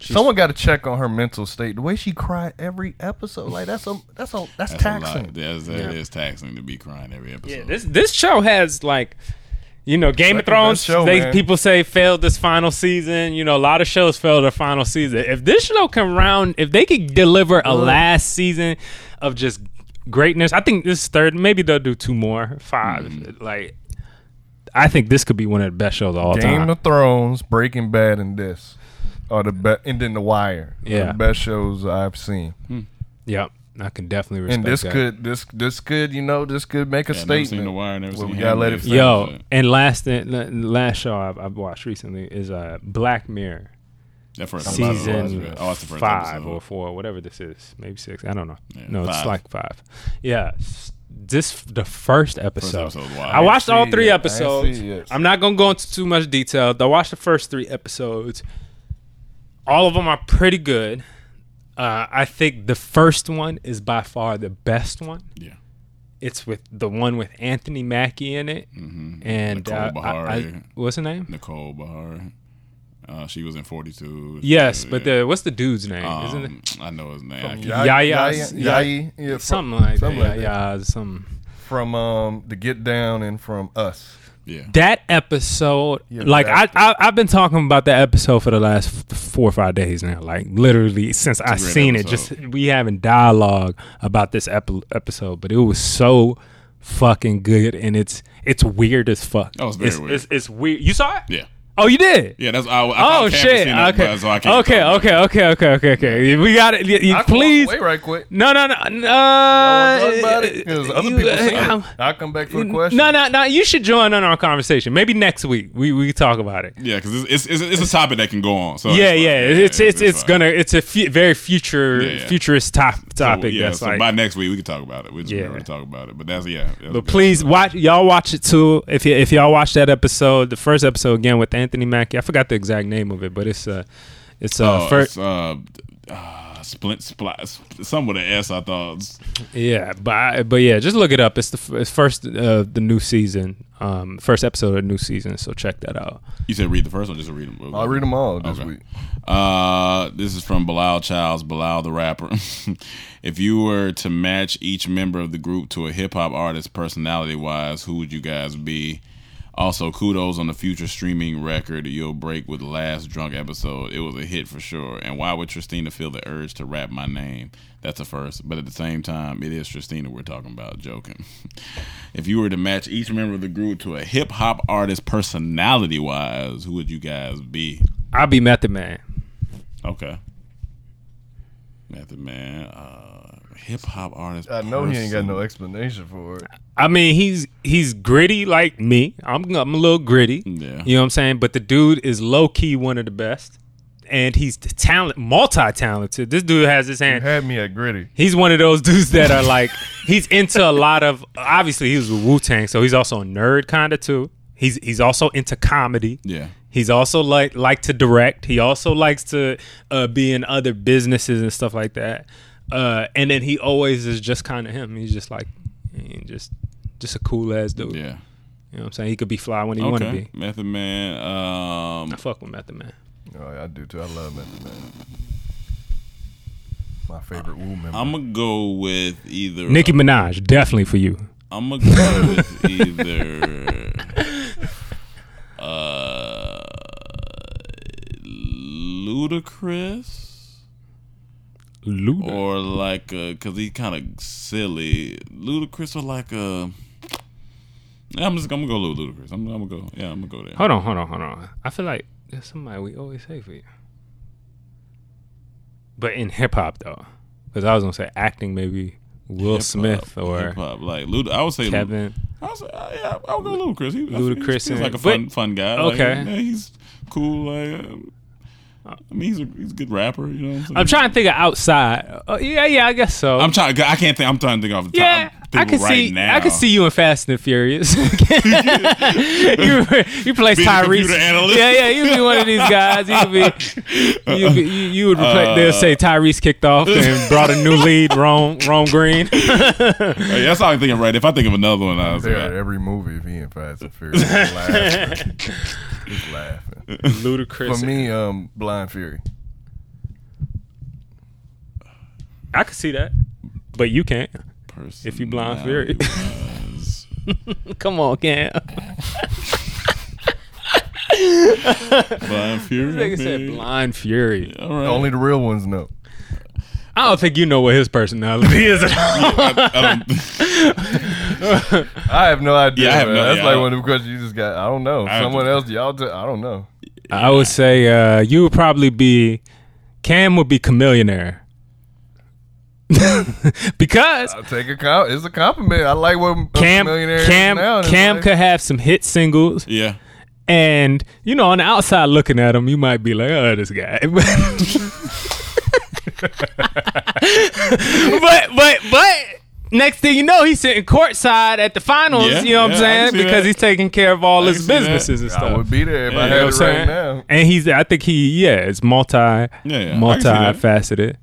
Speaker 6: someone got to check on her mental state. The way she cried every episode, like that's a that's a
Speaker 4: That's
Speaker 6: that's,
Speaker 4: a
Speaker 6: taxing.
Speaker 4: lot. That's, that is taxing to be crying every episode.
Speaker 5: Yeah, this this show has like, you know, Game of
Speaker 6: Second best
Speaker 5: Thrones.
Speaker 6: show,
Speaker 5: they
Speaker 6: man.
Speaker 5: people say failed this final season. You know, a lot of shows failed their final season. If this show can round, if they could deliver a last season of just greatness, I think this third. Maybe they'll do two more, five.
Speaker 6: Hmm.
Speaker 5: Like, I think this could be one of the best shows of all
Speaker 6: Game
Speaker 5: time.
Speaker 6: of Thrones, Breaking Bad, and this are the best, and then The Wire. are
Speaker 5: Yeah.
Speaker 6: the best shows I've seen.
Speaker 5: yep, I can definitely respect
Speaker 6: And this
Speaker 5: that.
Speaker 6: could this this could you know this could make a
Speaker 4: Yeah, I never
Speaker 6: statement.
Speaker 4: seen The Wire. Never
Speaker 6: Well,
Speaker 4: seen.
Speaker 6: we gotta let it
Speaker 4: Handmaid's
Speaker 6: finish.
Speaker 4: Tale,
Speaker 5: Yo,
Speaker 4: so
Speaker 5: Oh, and last the last show I've, I've watched recently is uh, Black Mirror
Speaker 4: that first episode was
Speaker 5: season
Speaker 4: good. Oh, it's the first
Speaker 5: five
Speaker 4: episode.
Speaker 5: or four, whatever this is, maybe six. I don't know.
Speaker 4: Yeah,
Speaker 5: no, it's
Speaker 4: five.
Speaker 5: like five. Yeah, s- this the first episode.
Speaker 4: episode was wild.
Speaker 5: I watched all
Speaker 6: see
Speaker 5: three
Speaker 6: it. I ain't
Speaker 5: episodes.
Speaker 6: see it yet.
Speaker 5: I'm not gonna go into too much detail. I watched the first three episodes. All of them are pretty good. Uh, I think the first one is by far the best one.
Speaker 4: Yeah.
Speaker 5: It's with the one with Anthony Mackie in it, and
Speaker 4: Nicole
Speaker 5: uh, I- I-
Speaker 4: Bahari.
Speaker 5: what's her name?
Speaker 4: Nicole Bahar. Uh, she was in 42.
Speaker 5: Yes,
Speaker 4: Yeah.
Speaker 5: but the what's the dude's name?
Speaker 4: Um,
Speaker 5: Isn't it?
Speaker 4: I know his name. I can't-
Speaker 5: Yeah, yeah, yeah.
Speaker 6: Yaya, yeah, from,
Speaker 5: something like
Speaker 6: something
Speaker 5: that.
Speaker 6: like
Speaker 5: yeah, yeah, some.
Speaker 6: from um the Get Down and from Us.
Speaker 4: Yeah.
Speaker 5: That episode,
Speaker 6: Yeah,
Speaker 5: like I,
Speaker 6: exactly.
Speaker 5: I, I've been talking about that episode for the last f- four or five days now. Like literally since I
Speaker 4: great
Speaker 5: seen
Speaker 4: episode.
Speaker 5: it, just we having dialogue about this ep- episode, but it was so fucking good, and it's it's weird as fuck.
Speaker 4: Oh, it's very
Speaker 5: it's,
Speaker 4: weird.
Speaker 5: It's, it's weird. You saw it?
Speaker 4: Yeah.
Speaker 5: Oh, you did.
Speaker 4: Yeah, that's I, I
Speaker 5: Oh
Speaker 4: thought Cam had
Speaker 5: shit!
Speaker 4: seen it,
Speaker 5: Okay.
Speaker 4: but- so I can't
Speaker 5: okay.
Speaker 4: talk about
Speaker 5: Okay. Okay. Okay. Okay. Okay. We got it. You- you-
Speaker 6: I can walk
Speaker 5: please.
Speaker 6: away right quick.
Speaker 5: No. No. No. No.
Speaker 6: I don't wanna talk about it 'cause other
Speaker 5: you-
Speaker 6: people seen
Speaker 5: uh,
Speaker 6: it. I'll come back for the question.
Speaker 5: No, no, no. You should join in our conversation. Maybe next week we we can talk about it.
Speaker 4: it. Yeah, because it's, it's, it's, it's a topic that can go on. So it's
Speaker 5: yeah,
Speaker 4: fine.
Speaker 5: yeah. It's it's it's,
Speaker 4: fine.
Speaker 5: gonna it's a fu- very future
Speaker 4: Yeah, yeah.
Speaker 5: futurist top
Speaker 4: So,
Speaker 5: topic.
Speaker 4: yeah,
Speaker 5: that's
Speaker 4: so
Speaker 5: like.
Speaker 4: by next week we can talk about it. We just
Speaker 5: Yeah.
Speaker 4: remember to talk about it. But that's yeah. that's
Speaker 5: but
Speaker 4: good.
Speaker 5: please watch y'all watch it too. If y- if y'all watch that episode, the first episode again with Anthony Mackie. I forgot the exact name of it, but it's uh it's uh
Speaker 4: Oh,
Speaker 5: first
Speaker 4: it's, uh, uh, splint splot some with an S. I thought
Speaker 5: Yeah, but I, but yeah, just look it up. It's the f- it's first uh, the new season, um, first episode of the new season. So check that out.
Speaker 4: you said read the first one. Just read them.
Speaker 6: I'll read them all this
Speaker 4: Okay.
Speaker 6: week.
Speaker 4: Uh, this is from Bilal Childs, Bilal the rapper. if you were to match each member of the group to a hip hop artist personality wise, who would you guys be? Also, kudos on the future streaming record you'll break with last drunk episode. It was a hit for sure. And why would Tristina feel the urge to rap my name? That's a first. But at the same time, it is Tristina we're talking about, joking. if you were to match each member of the group to a hip hop artist personality wise, who would you guys be?
Speaker 5: I'll be Method Man.
Speaker 4: Okay. Method Man, uh, hip hop artist.
Speaker 6: I know he ain't got no
Speaker 4: person.
Speaker 6: explanation for it.
Speaker 5: I mean, he's he's gritty like me. I'm I'm a little gritty.
Speaker 4: Yeah.
Speaker 5: You know what I'm saying? But the dude is low key one of the best, and he's t- talent, multi talented. This dude has his hand.
Speaker 6: Had me at gritty.
Speaker 5: He's one of those dudes that are like he's into a lot of obviously he was with Wu Tang, so he's also a nerd kinda too. He's he's also into comedy.
Speaker 4: Yeah.
Speaker 5: He's also like like to direct. He also likes to uh, be in other businesses and stuff like that. Uh, and then he always is just kind of him. He's just like, mm, just just a cool ass dude.
Speaker 4: Yeah.
Speaker 5: You know what I'm saying? He could be fly when he want to
Speaker 4: Okay.
Speaker 5: be.
Speaker 4: Method Man.
Speaker 5: I
Speaker 4: Um,
Speaker 5: fuck with Method Man.
Speaker 6: Oh, I do too. I love Method Man. My favorite Wu member.
Speaker 4: I'm gonna go with either.
Speaker 5: Nicki Minaj, definitely for you.
Speaker 4: I'm gonna go with either. Uh, Ludacris
Speaker 5: Luda.
Speaker 4: or like a, cause he's kind of silly. Ludacris or like a. Yeah, I'm just I'm gonna go with Ludacris. I'm, I'm gonna go. Yeah, I'm gonna go there.
Speaker 5: hold on, hold on, hold on. I feel like there's somebody we always say for you. But in hip hop though, because I was gonna say acting maybe Will
Speaker 4: Hip-hop,
Speaker 5: Smith or
Speaker 4: hip-hop. like Lud- I would say Kevin.
Speaker 5: Kevin.
Speaker 4: I would say, uh, yeah, I would go Ludacris. He,
Speaker 5: Ludacris
Speaker 4: Ludacris he's
Speaker 5: and-
Speaker 4: like a fun,
Speaker 5: but-
Speaker 4: fun guy. Like,
Speaker 5: okay.
Speaker 4: yeah, he's cool. Like, um, I mean, he's a he's a good rapper. You know, what I'm, saying?
Speaker 5: I'm trying to think of outside. Uh, yeah, yeah, I guess so.
Speaker 4: I'm trying. I can't think. I'm trying to think off the
Speaker 5: yeah,
Speaker 4: top.
Speaker 5: I
Speaker 4: People
Speaker 5: can
Speaker 4: right
Speaker 5: see.
Speaker 4: Now.
Speaker 5: I can see you in Fast and Furious. you, you play
Speaker 4: Being a
Speaker 5: Tyrese.
Speaker 4: computer analyst.
Speaker 5: Yeah, yeah, you'd be one of these guys. You'd be,
Speaker 4: Uh-uh.
Speaker 5: you'd be you, you
Speaker 4: Uh,
Speaker 5: would reflect. they'll say Tyrese kicked off and brought a new lead, Rome, Rome Green.
Speaker 4: Hey, that's all I'm thinking. Right. If I think of another one, I was
Speaker 6: there at
Speaker 4: like,
Speaker 6: every movie if he in Fast and Furious. He's laughing. He's laughing.
Speaker 5: Ludicrous.
Speaker 6: For me, um, Blind Fury.
Speaker 5: I could see that, but you can't
Speaker 4: person.
Speaker 5: if you blind Fury. Come on, Cam.
Speaker 4: blind Fury.
Speaker 5: Nigga said
Speaker 4: man.
Speaker 5: blind fury.
Speaker 4: All right.
Speaker 6: Only the real ones know.
Speaker 5: I don't think you know what his personality is at all.
Speaker 4: I don't,
Speaker 6: I have no idea.
Speaker 4: Yeah, I have
Speaker 6: man.
Speaker 4: no-
Speaker 6: That's
Speaker 4: yeah, I
Speaker 6: like
Speaker 4: don't-
Speaker 6: one of the questions you just got. I don't know.
Speaker 4: I have
Speaker 6: Someone
Speaker 4: to-
Speaker 6: else, y'all. T- I don't know.
Speaker 5: I would say uh, you would probably be Cam would be chameleonaire.
Speaker 4: Uh,
Speaker 5: because
Speaker 6: I'll take a com- It's a compliment. I like what
Speaker 5: Cam
Speaker 6: millionaire
Speaker 5: Cam
Speaker 6: now. and it's
Speaker 5: Cam
Speaker 6: like-
Speaker 5: could have some hit singles
Speaker 4: yeah.
Speaker 5: and you know on the outside looking at him you might be like oh this guy but but but next thing you know he's sitting courtside at the finals
Speaker 4: Yeah,
Speaker 5: you know what
Speaker 4: yeah, I
Speaker 5: I'm
Speaker 4: can
Speaker 5: saying
Speaker 4: see
Speaker 5: because
Speaker 4: that.
Speaker 5: he's taking care of all
Speaker 4: I
Speaker 5: his
Speaker 4: can see that.
Speaker 5: businesses and stuff
Speaker 6: I would be there if I
Speaker 4: Yeah.
Speaker 6: had
Speaker 4: You know
Speaker 6: it right
Speaker 5: what I'm saying?
Speaker 6: now.
Speaker 5: And he's, I think he, yeah, it's multi,
Speaker 4: yeah, I can see
Speaker 5: multi-faceted.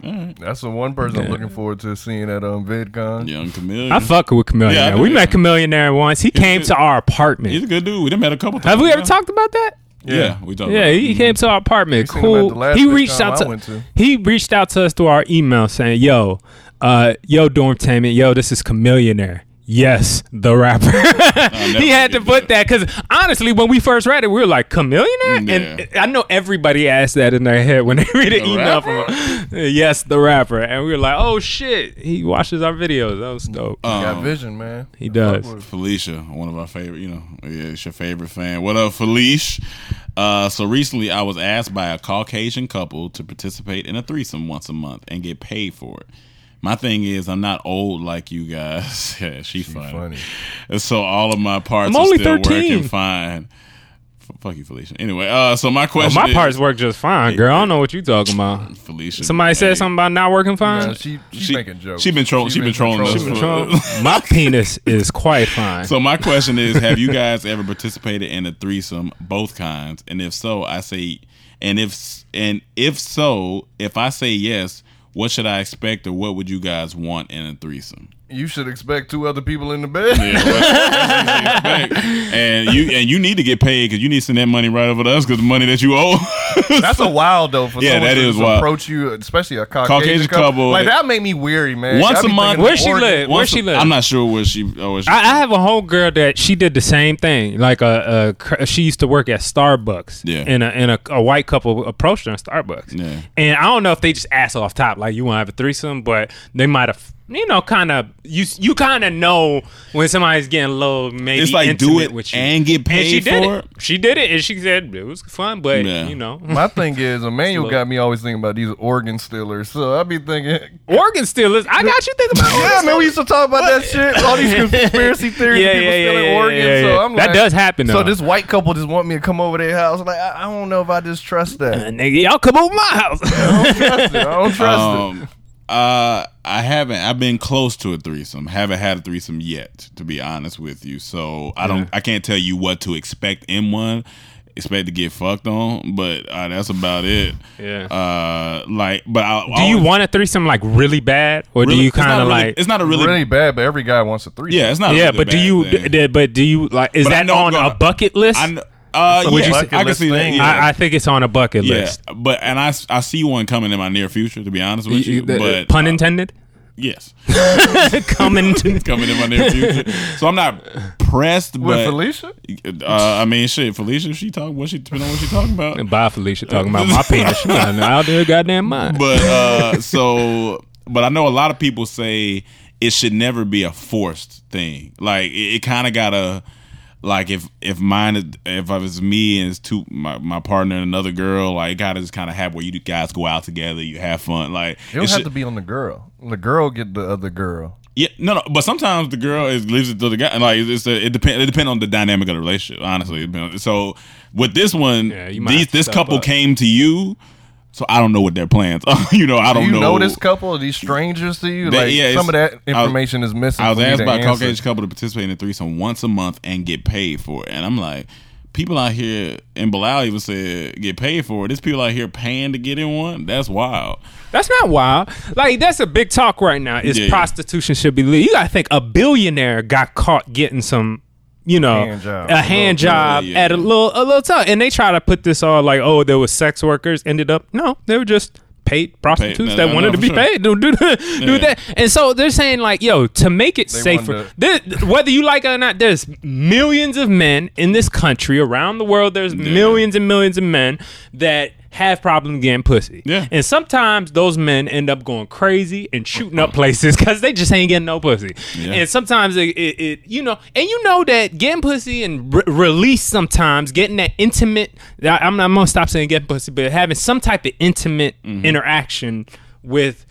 Speaker 6: That's the one person I'm looking forward to seeing at um VidCon.
Speaker 4: Young Chameleon.
Speaker 5: I fuck with Chameleon.
Speaker 4: Yeah, I
Speaker 5: we
Speaker 4: do.
Speaker 5: met Chameleon there once. He came
Speaker 4: good.
Speaker 5: to our
Speaker 4: He's a
Speaker 5: apartment.
Speaker 4: good dude. We done met a couple times.
Speaker 5: Have we ever
Speaker 4: now.
Speaker 5: talked about that?
Speaker 4: Yeah, we talked.
Speaker 5: Yeah,
Speaker 4: about
Speaker 5: he
Speaker 4: it.
Speaker 5: came to our apartment.
Speaker 6: seen him at the
Speaker 5: Cool.
Speaker 6: last
Speaker 5: He
Speaker 6: VidCon
Speaker 5: reached out
Speaker 6: I
Speaker 5: to,
Speaker 6: went to.
Speaker 5: he reached out to us through our email saying, "Yo, uh, yo, Dormtainment, yo, this is Chameleonaire." Yes, the rapper. he had to
Speaker 4: forget
Speaker 5: put that because honestly, when we first read it, we were like, "Chameleonaire,"
Speaker 4: Yeah.
Speaker 5: and I know everybody asked that in their head when they read an
Speaker 4: The
Speaker 5: email from him. Yes, the rapper, and we were like, "Oh shit, he watches our videos." That was dope.
Speaker 4: Um,
Speaker 6: Got vision, man.
Speaker 5: he does.
Speaker 4: Felicia, one of our favorite, you know, yeah, it's your favorite fan. What up, Felicia? Uh, so recently, I was asked by a Caucasian couple to participate in a threesome once a month and get paid for it. My thing is, I'm not old like you guys. yeah, she, funny.
Speaker 6: funny.
Speaker 4: And so all of my parts
Speaker 5: I'm
Speaker 4: are
Speaker 5: only
Speaker 4: still
Speaker 5: 13.
Speaker 4: working fine. F- fuck you, Felicia. Anyway, uh, so my
Speaker 5: Well,
Speaker 4: question,
Speaker 5: Oh, my
Speaker 4: is,
Speaker 5: parts work just fine, girl. I don't know what you talking about.
Speaker 4: Felicia.
Speaker 5: Somebody
Speaker 4: hey,
Speaker 5: said something about not working fine.
Speaker 6: Nah, she, she's
Speaker 4: she-
Speaker 6: making jokes.
Speaker 4: she been trolling- she been trolling us for-
Speaker 5: my penis is quite fine.
Speaker 4: So my question is, have you guys ever participated in a threesome, both kinds? And if so, I say And if s- and if so, if I say yes, what should I expect or what would you guys want in a threesome?
Speaker 6: You should expect two other people in the bed.
Speaker 4: and you and you need to get paid because you need to send that money right over to us because the money that you owe.
Speaker 6: That's a wild though for
Speaker 4: Yeah,
Speaker 6: someone
Speaker 4: that
Speaker 6: to
Speaker 4: is
Speaker 6: just
Speaker 4: wild.
Speaker 6: approach you, especially a Caucasian,
Speaker 4: Caucasian
Speaker 6: couple.
Speaker 4: couple.
Speaker 6: Like that made me weary, man.
Speaker 4: Once
Speaker 6: I be
Speaker 4: a month-
Speaker 6: thinking
Speaker 5: Where she
Speaker 6: organ-
Speaker 5: live? Where
Speaker 4: Once-
Speaker 5: she live?
Speaker 4: I'm not sure where she. Oh, where she
Speaker 5: I, I have a whole girl that she did the same thing. Like a, a cr- she used to work at Starbucks.
Speaker 4: Yeah.
Speaker 5: And a and a, a white couple approached her in Starbucks.
Speaker 4: Yeah.
Speaker 5: And I don't know if they just asked off top like you want to have a threesome, but they might have. You know, kind of you. You kind of know when somebody's getting a little maybe
Speaker 4: It's like, do
Speaker 5: intimate
Speaker 4: it
Speaker 5: with you
Speaker 4: and get
Speaker 5: she
Speaker 4: paid
Speaker 5: did
Speaker 4: for
Speaker 5: it.
Speaker 4: it?
Speaker 5: She did it, and she said it was fun, but
Speaker 4: Yeah.
Speaker 5: you know,
Speaker 6: My thing is, Emmanuel
Speaker 5: Look.
Speaker 6: got me always thinking about these organ stealers. So I be thinking,
Speaker 5: Oregon still is. I got you thinking about.
Speaker 6: yeah,
Speaker 5: Oregon
Speaker 6: man,
Speaker 5: still.
Speaker 6: we used to talk about that shit. All these conspiracy theories,
Speaker 5: Yeah,
Speaker 6: people
Speaker 5: yeah, yeah,
Speaker 6: stealing
Speaker 5: yeah,
Speaker 6: organs.
Speaker 5: yeah, yeah.
Speaker 6: So I'm
Speaker 5: That
Speaker 6: like,
Speaker 5: does happen, though.
Speaker 6: So this white couple just want me to come over their house. Like I, I don't know if I just trust that.
Speaker 5: Nigga, y'all come over my house.
Speaker 6: I don't trust it. I don't trust it.
Speaker 4: Um, uh, I haven't. I've been close to a threesome. Haven't had a threesome yet, to be honest with you. So I don't. I can't tell you what to expect in one. Expect to get fucked on, but uh, that's about it.
Speaker 5: Yeah.
Speaker 4: Uh, like, but I,
Speaker 5: do you want a threesome like really bad, or do you kind of like?
Speaker 4: It's not a really.
Speaker 6: Really, bad, but every guy wants a three.
Speaker 4: yeah, it's not. a
Speaker 5: yeah,
Speaker 4: really
Speaker 5: but do
Speaker 4: bad
Speaker 5: you?
Speaker 4: thing.
Speaker 5: d- but do you like? Is
Speaker 4: But I
Speaker 5: that
Speaker 4: know I'm
Speaker 5: on
Speaker 4: gonna-
Speaker 5: a bucket list?
Speaker 4: I, kn- uh,
Speaker 6: Would
Speaker 4: yeah,
Speaker 6: you-
Speaker 4: I can see that.
Speaker 6: Thing.
Speaker 4: Yeah.
Speaker 5: I, I think it's on a bucket
Speaker 4: yeah,
Speaker 5: list.
Speaker 4: but and I, s- I see one coming in my near future. To be honest with you, but
Speaker 5: Pun
Speaker 4: uh,
Speaker 5: intended.
Speaker 4: yes,
Speaker 5: Coming to
Speaker 4: coming in my near future. So I'm not pressed.
Speaker 6: with
Speaker 4: but
Speaker 6: Felicia.
Speaker 4: Uh, I mean, shit, Felicia, she talk what she depending on what she talking about.
Speaker 5: bye, Felicia. Talking about my penis. She not out there, goddamn mind.
Speaker 4: But uh, so, but I know a lot of people say it should never be a forced thing. Like it, it kind of gotta, like if if mine is, if I was me and it's two my, my partner and another girl, like it gotta just kind of have where you guys go out together, you have fun. Like
Speaker 6: You don't
Speaker 4: it
Speaker 6: have
Speaker 4: should-
Speaker 6: to be on the girl. The girl get the other girl.
Speaker 4: Yeah, no, no. But sometimes the girl is leaves it to the guy. and, Like it's a, it depend. It depend on the dynamic of the relationship. Honestly, It depend on- so with this one,
Speaker 5: Yeah, you might
Speaker 4: these,
Speaker 5: have to
Speaker 4: this
Speaker 5: step
Speaker 4: couple
Speaker 5: up.
Speaker 4: came to you, so I don't know what their plans. are. you know, I
Speaker 6: Do
Speaker 4: don't
Speaker 6: you know.
Speaker 4: know.
Speaker 6: this couple? Are these strangers to you?
Speaker 4: Oh, They-
Speaker 6: like
Speaker 4: yeah, it's-
Speaker 6: some of that
Speaker 4: I was-
Speaker 6: information is missing.
Speaker 4: I was
Speaker 6: for me
Speaker 4: asked
Speaker 6: to
Speaker 4: by a
Speaker 6: answer.
Speaker 4: Caucasian couple to participate in a threesome once a month and get paid for it, and I'm like, people out here in Bilal even said get paid for it. There's people out here paying to get in one. That's wild.
Speaker 5: That's not wild. Like that's a big talk right now. Is
Speaker 4: Yeah, yeah.
Speaker 5: prostitution should be legal? You gotta think a billionaire got caught getting some, you know,
Speaker 6: Hand job.
Speaker 5: a hand
Speaker 4: Little-
Speaker 5: job
Speaker 4: yeah, yeah,
Speaker 5: at a
Speaker 4: yeah.
Speaker 5: little a little time, and they try to put this all like, oh, there was sex workers. Ended up no, they were just paid
Speaker 4: no,
Speaker 5: prostitutes that
Speaker 4: no,
Speaker 5: wanted
Speaker 4: no,
Speaker 5: to
Speaker 4: for
Speaker 5: be
Speaker 4: sure.
Speaker 5: paid. Do do do
Speaker 4: Yeah.
Speaker 5: that, and so they're saying like, yo, to make it safer,
Speaker 6: wanted to-
Speaker 5: there, whether you like it or not, there's millions of men in this country, around the world. There's millions and millions of men that have problems getting pussy.
Speaker 4: Yeah.
Speaker 5: And sometimes those men end up going crazy and shooting up places because they just ain't getting no pussy.
Speaker 4: Yeah.
Speaker 5: And sometimes it, it, it, you know, and you know that getting pussy and re- release sometimes, getting that intimate, I- I'm, not- I'm going to stop saying getting pussy, but having some type of intimate
Speaker 4: Mm-hmm.
Speaker 5: interaction with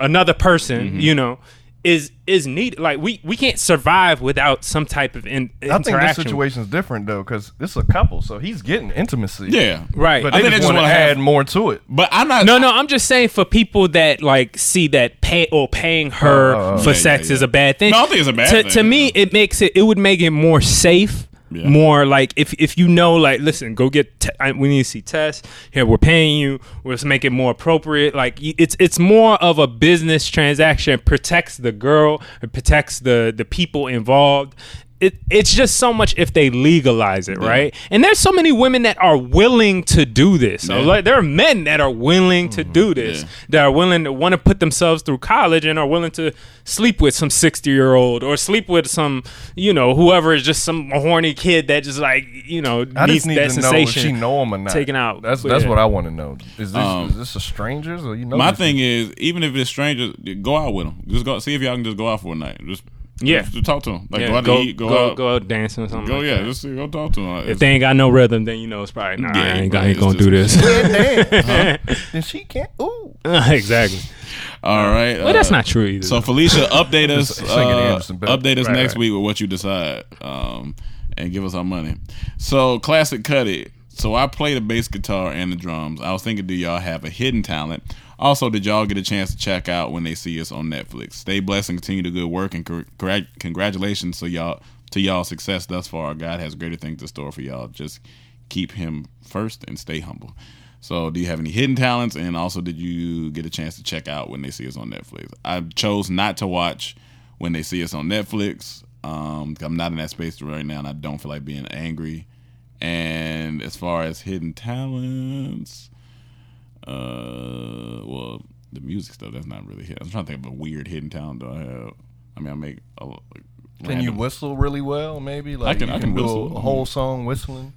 Speaker 5: another person,
Speaker 4: Mm-hmm.
Speaker 5: you know. Is is needed like we we can't survive without some type of in,
Speaker 6: I think this
Speaker 5: interaction.
Speaker 6: situation's different though, because this is a couple, so he's getting intimacy.
Speaker 4: Yeah,
Speaker 5: Right.
Speaker 6: But
Speaker 5: I
Speaker 6: they
Speaker 4: think
Speaker 6: just,
Speaker 4: they just
Speaker 6: want to
Speaker 4: wanna
Speaker 6: add
Speaker 4: have-
Speaker 6: more to it.
Speaker 4: But I'm not.
Speaker 5: No, no, I'm just saying for people that like see that pay or paying
Speaker 6: Oh,
Speaker 5: her for
Speaker 4: Yeah,
Speaker 5: sex
Speaker 4: yeah,
Speaker 5: is
Speaker 4: yeah.
Speaker 5: a bad thing.
Speaker 4: No, I don't think it's a bad
Speaker 5: to,
Speaker 4: thing,
Speaker 5: To me, it makes it it would make it more safe.
Speaker 4: Yeah.
Speaker 5: More like if if you know like listen go get te- I, we need to see tests here we're paying you let's make it more appropriate like y- it's it's more of a business transaction It protects the girl it protects the the people involved it it's just so much if they legalize it right and there's so many women that are willing to do this so
Speaker 4: Yeah. Mm-hmm.
Speaker 5: like there are men that are willing to do this
Speaker 4: Yeah.
Speaker 5: that are willing to want to put themselves through college and are willing to sleep with some 60 year old or sleep with some you know whoever is just some horny kid that just like you know
Speaker 6: I
Speaker 5: needs
Speaker 6: just need
Speaker 5: that
Speaker 6: to know if
Speaker 5: sensation
Speaker 6: she know him or not.
Speaker 5: taken out.
Speaker 6: That's
Speaker 5: But
Speaker 6: that's
Speaker 5: yeah.
Speaker 6: what I want to know. Is this
Speaker 4: Um,
Speaker 6: is this a strangers or you know?
Speaker 4: My
Speaker 6: these
Speaker 4: thing is, even if it's strangers, go out with them. Just go see if y'all can just go out for a night. Just
Speaker 5: Yeah.
Speaker 4: just, talk to them. Like
Speaker 5: Yeah,
Speaker 4: go out
Speaker 5: go,
Speaker 4: to eat, go,
Speaker 5: go,
Speaker 4: out,
Speaker 5: go out dancing or something
Speaker 4: go
Speaker 5: like
Speaker 4: yeah,
Speaker 5: that.
Speaker 4: just go talk to them.
Speaker 5: if they ain't got no rhythm then you know it's probably nah,
Speaker 4: Yeah,
Speaker 5: I ain't,
Speaker 4: bro,
Speaker 5: I ain't
Speaker 4: it's
Speaker 5: gonna
Speaker 4: just-
Speaker 5: do this
Speaker 6: people can't dance, huh? Then she can't. Ooh,
Speaker 5: exactly
Speaker 4: all right,
Speaker 5: but that's
Speaker 4: uh,
Speaker 5: not true either
Speaker 4: So Felicia, update us.
Speaker 6: Singing
Speaker 4: uh,
Speaker 6: Anderson Paak.
Speaker 4: update us
Speaker 5: Right,
Speaker 4: next
Speaker 5: right.
Speaker 4: week with what you decide, um, and give us our money. So classic, cut it. So I play the bass guitar and the drums. I was thinking, do y'all have a hidden talent? Also, did y'all get a chance to check out when they see us on Netflix? Stay blessed and continue the good work. And cor- correct- congratulations to y'all to y'all success thus far. God has greater things in store for y'all. Just keep Him first and stay humble. So, do you have any hidden talents? And also, did you get a chance to check out when they see us on Netflix? I chose not to watch when they see us on Netflix. Um, 'cause I'm not in that space right now, and I don't feel like being angry. And as far as hidden talents, uh, well, the music stuff that's not really hit. I'm trying to think of a weird hidden talent that I have. I mean, I make a. Can
Speaker 6: Can you whistle really well? Maybe like
Speaker 4: can-
Speaker 6: you
Speaker 4: I can
Speaker 6: do
Speaker 4: whistle.
Speaker 6: a whole song whistling.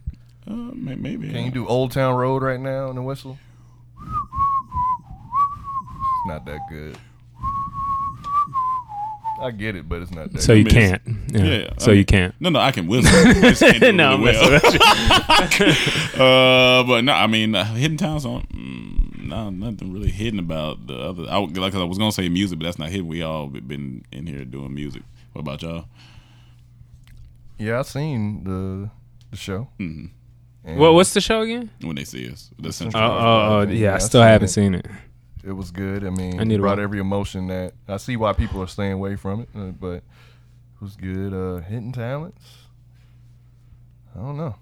Speaker 4: Uh, may- maybe.
Speaker 6: Can you do Old Town Road right now in a whistle? It's not that good. I get it, but it's not that.
Speaker 5: So
Speaker 6: good.
Speaker 5: you
Speaker 4: mean, it's-
Speaker 5: can't. Yeah.
Speaker 4: Yeah. I
Speaker 5: So
Speaker 4: mean-
Speaker 5: you can't.
Speaker 4: No, no, I can whistle. I just can't do it
Speaker 5: No,
Speaker 4: really
Speaker 5: I'm
Speaker 4: well. uh, but no, I mean, uh, hidden talents on. Mm, no, nothing really hidden about the other. I, would- like I was gonna say music, but that's not hidden. We all be- been in here doing music. What about y'all?
Speaker 6: yeah, I seen the the show. And
Speaker 5: Well, what's the show again?
Speaker 4: When they see us, the
Speaker 5: Oh,
Speaker 4: central.
Speaker 5: oh, oh, yeah, I
Speaker 6: I've
Speaker 5: still
Speaker 6: seen
Speaker 5: haven't
Speaker 6: it.
Speaker 5: seen it.
Speaker 6: It was good. I mean,
Speaker 5: I need
Speaker 6: it
Speaker 5: to
Speaker 6: brought
Speaker 5: wa-
Speaker 6: every emotion that I see why people are staying away from it, uh, but it was good. Uh, hitting talents. I don't know.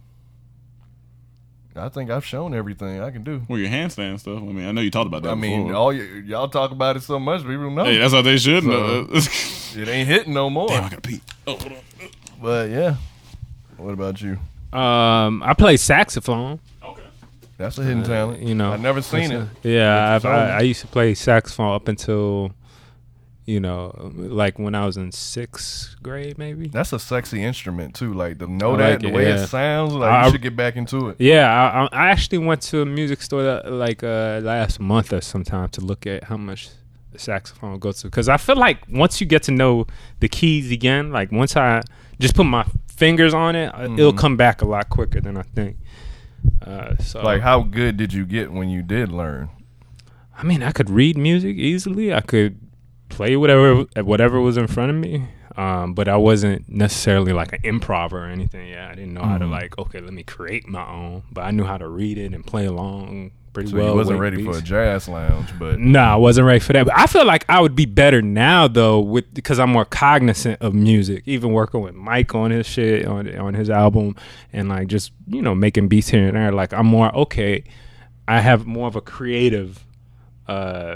Speaker 6: I think I've shown everything I can do.
Speaker 4: Well, your handstand stuff. I mean, I know you talked about that.
Speaker 6: I mean,
Speaker 4: before.
Speaker 6: all y- y'all talk about it so much, people know
Speaker 4: hey, that's how they should.
Speaker 6: So-
Speaker 4: know.
Speaker 6: it ain't hitting no more.
Speaker 4: Damn, I gotta pee. Oh, hold on.
Speaker 6: But yeah, what about you?
Speaker 5: Um, I play saxophone.
Speaker 6: That's a hidden talent.
Speaker 5: Uh, You know,
Speaker 6: I've never seen it.
Speaker 5: that's a- yeah, I've,
Speaker 6: It's
Speaker 5: I,
Speaker 6: on.
Speaker 5: I used to play saxophone up until, you know, like when I was in sixth grade, maybe.
Speaker 6: That's a sexy instrument too. Like to know
Speaker 5: I
Speaker 6: that
Speaker 5: like
Speaker 6: the
Speaker 5: it,
Speaker 6: way
Speaker 5: yeah.
Speaker 6: it sounds, like
Speaker 5: I-
Speaker 6: you should get back into it.
Speaker 5: Yeah, I, I- I actually went to a music store that, like uh, last month or sometime to look at how much the saxophone goes to. Because I feel like once you get to know the keys again, like once I just put my fingers on it, uh it'll come back a lot quicker than I think. Uh, so,
Speaker 6: Like, how good did you get when you did learn?
Speaker 5: I mean, I could read music easily. I could play whatever whatever was in front of me. Um, but I wasn't necessarily like an improver or anything. Yeah, I didn't know how to
Speaker 6: Mm-hmm.
Speaker 5: like okay, let me create my own. But I knew how to read it and play along pretty
Speaker 6: So
Speaker 5: well.
Speaker 6: you wasn't
Speaker 5: with
Speaker 6: ready
Speaker 5: beats.
Speaker 6: for a jazz lounge, but
Speaker 5: No, I wasn't ready for that. But I feel like I would be better now though with because I'm more cognizant of music. Even working with Mike on his shit on on his album and like just, you know, making beats here and there, like I'm more okay, I have more of a creative uh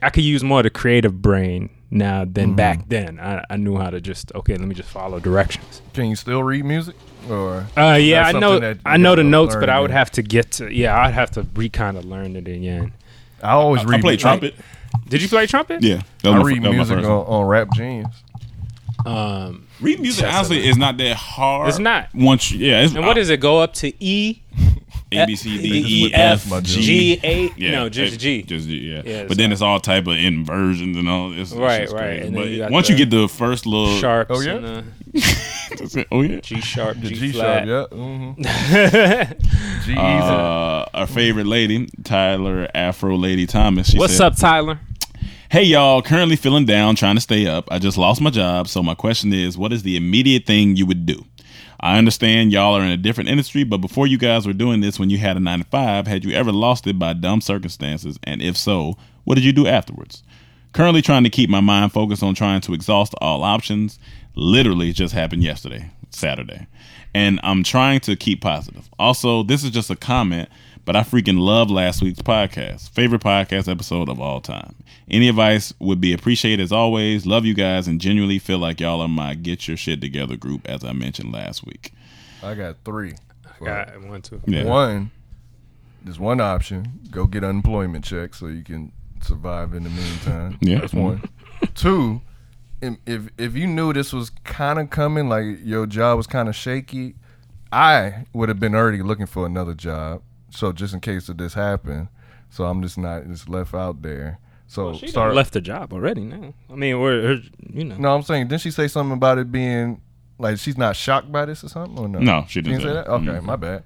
Speaker 5: I could use more of the creative brain now than
Speaker 6: Mm-hmm.
Speaker 5: back then. I, I knew how to just okay, let me just follow directions.
Speaker 6: can you still read music? Or
Speaker 5: Uh, yeah, I
Speaker 6: That's
Speaker 5: know.
Speaker 6: something that you
Speaker 5: I know the
Speaker 6: gotta
Speaker 5: notes,
Speaker 6: learn
Speaker 5: but I would
Speaker 6: again.
Speaker 5: have to get to. Yeah, I'd have to re kind of learn it again.
Speaker 6: I always read.
Speaker 4: I play
Speaker 6: mu-
Speaker 4: trumpet.
Speaker 5: Did you play trumpet?
Speaker 4: Yeah, that
Speaker 6: I,
Speaker 4: was my-
Speaker 6: read
Speaker 4: that was my
Speaker 6: music on,
Speaker 4: first one.
Speaker 6: on Rap Genius.
Speaker 5: Um,
Speaker 4: Read music honestly is not that hard.
Speaker 5: It's not.
Speaker 4: Once, you, yeah. It's,
Speaker 5: And what
Speaker 4: uh,
Speaker 5: does it go up to E?
Speaker 4: A B C D
Speaker 5: E,
Speaker 4: E
Speaker 5: F,
Speaker 4: F
Speaker 5: G, A? No,
Speaker 4: it-
Speaker 5: just G.
Speaker 4: Just G, yeah.
Speaker 5: Yeah,
Speaker 4: but
Speaker 5: it's
Speaker 4: then
Speaker 5: not-
Speaker 4: it's all type of inversions and all this.
Speaker 5: Right,
Speaker 4: It's just
Speaker 5: right,
Speaker 4: crazy.
Speaker 5: and then
Speaker 4: But
Speaker 5: you got
Speaker 4: once
Speaker 5: the
Speaker 4: you get the first little
Speaker 5: Sharps.
Speaker 6: Oh, yeah?
Speaker 5: and, uh,
Speaker 4: That's it. oh yeah.
Speaker 5: G sharp,
Speaker 6: The
Speaker 5: G,
Speaker 6: G
Speaker 5: flat.
Speaker 6: sharp, yeah. Mm-hmm. G easy.
Speaker 4: Uh, our favorite lady, Tyler Afro Lady Thomas. She
Speaker 5: What's
Speaker 4: said,
Speaker 5: up, Tyler?
Speaker 4: Hey y'all, currently feeling down, trying to stay up. I just lost my job, so my question is, what is the immediate thing you would do? I understand y'all are in a different industry, but before you guys were doing this, when you had a nine to five, had you ever lost it by dumb circumstances? And if so, what did you do afterwards? Currently trying to keep my mind focused on trying to exhaust all options. Literally just happened yesterday, Saturday. And I'm trying to keep positive. Also, this is just a comment, but I freaking love last week's podcast. Favorite podcast episode of all time. Any advice would be appreciated as always. Love you guys and genuinely feel like y'all are my get your shit together group as I mentioned last week.
Speaker 6: I got three.
Speaker 5: Got one, two.
Speaker 4: Yeah.
Speaker 6: One, there's one option. Go get unemployment check so you can survive in the meantime.
Speaker 4: Yeah. Mm-hmm.
Speaker 6: That's one. Two, im- if if you knew this was kind of coming, like your job was kind of shaky, I would have been already looking for another job. So just in case of this happened, so I'm just not just left out there. So
Speaker 5: She
Speaker 6: start.
Speaker 5: left the job already. Now, I mean, we're you know.
Speaker 6: no, I'm saying. Didn't she say something about it being like she's not shocked by this or something? Or no?
Speaker 4: No, she didn't
Speaker 6: You
Speaker 4: say that. Mm-hmm.
Speaker 6: Okay, my bad.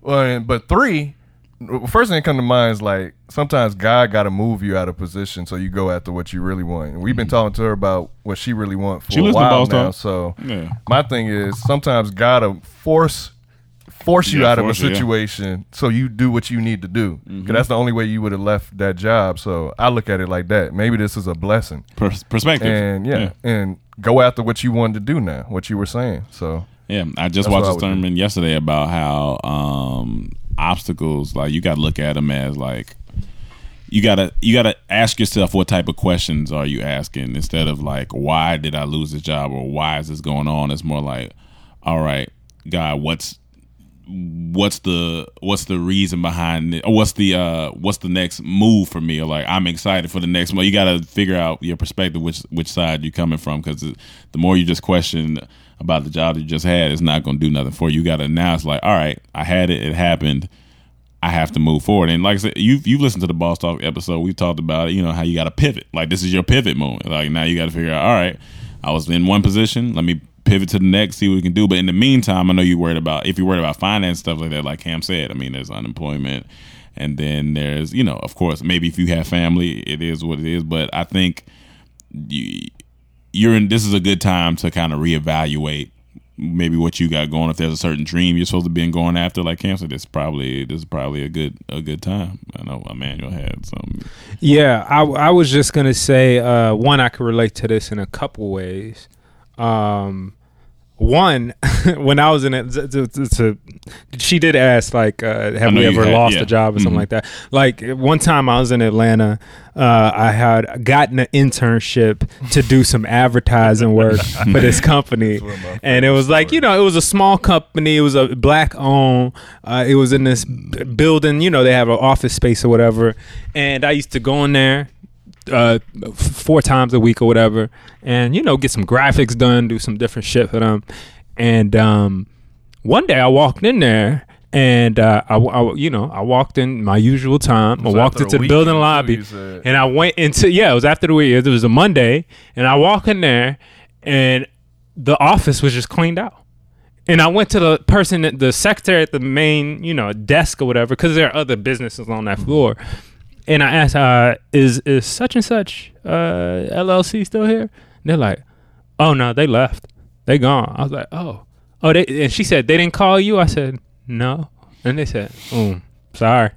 Speaker 6: Well, and- but three, the first thing that come to mind is like sometimes God got to move you out of position so you go after what you really want. And we've been talking to her about what she really wants for
Speaker 4: Mm-hmm. She
Speaker 6: a
Speaker 4: listened to
Speaker 6: while
Speaker 4: Boss
Speaker 6: now.
Speaker 4: Talk.
Speaker 6: So
Speaker 4: Yeah.
Speaker 6: my thing is sometimes God to force force you
Speaker 4: Yeah,
Speaker 6: out of a
Speaker 4: force you, yeah. Mm-hmm.
Speaker 6: situation so you do what you need to do. 'Cause that's the only way you would have left that job. So I look at it like that. Maybe this is a blessing.
Speaker 4: Pers- perspective.
Speaker 6: And yeah, and go after what you wanted to do now, what you were saying. So
Speaker 4: Yeah, I just watched
Speaker 6: That's what
Speaker 4: a
Speaker 6: I would
Speaker 4: sermon yesterday about how um, obstacles, like you got to look at them as like you gotta you gotta ask yourself what type of questions are you asking instead of like why did I lose this job or why is this going on? It's more like, all right, God, what's what's the what's the reason behind it or what's the uh what's the next move for me or like i'm excited for the next one you gotta figure out your perspective which which side you're coming from because the more you just question about the job you just had it's not gonna do nothing for you you gotta now it's like all right i had it it happened i have to move forward and like i said you've, you've listened to the boss talk episode we talked about it you know how you gotta pivot like this is your pivot moment like now you gotta figure out all right i was in one position let me pivot to the next, see what we can do. But in the meantime, I know you're worried about if you're worried about finance stuff like that, like Cam said. I mean, there's unemployment, and then there's you know, of course, maybe if you have family, it is what it is. But I think you, you're in. This is a good time to kind of reevaluate maybe what you got going. If there's a certain dream you're supposed to be in going after, like Cam said, this probably this is probably a good a good time. I know Emmanuel had some.
Speaker 5: Yeah, I, I was just gonna say uh, one. I could relate to this in a couple ways. Um, one, when I was in it, t- t- t- t- she did ask like, uh, "Have
Speaker 4: know
Speaker 5: we
Speaker 4: you
Speaker 5: ever
Speaker 4: had-
Speaker 5: lost
Speaker 4: yeah. Mm-hmm.
Speaker 5: a job or something like that?" Like one time I was in Atlanta, uh, I had gotten an internship to do some advertising work for this company, and it was like you know it was a small company, it was a black owned, uh, it was in this b- building, you know they have an office space or whatever, and I used to go in there uh, f- four times a week or whatever, and you know, get some graphics done, do some different shit for them. And um, one day I walked in there, and uh, I, w- I w- you know, I walked in my usual time. I
Speaker 6: was
Speaker 5: walked
Speaker 6: after a
Speaker 5: into the
Speaker 6: weekend,
Speaker 5: building
Speaker 6: too,
Speaker 5: lobby,
Speaker 6: you uh, said.
Speaker 5: and I went into yeah, it was after the week. It was a Monday, and I walk in there, and the office was just cleaned out. And I went to the person, at the secretary at the main, you know, desk or whatever, because there are other businesses on that floor. And I asked, uh, "Is is such and such uh, LLC still here?" And they're like, "Oh no, they left. They gone." I was like, "Oh, oh." They, and she said, "They didn't call you." I said, "No." And they said, "Oh, sorry."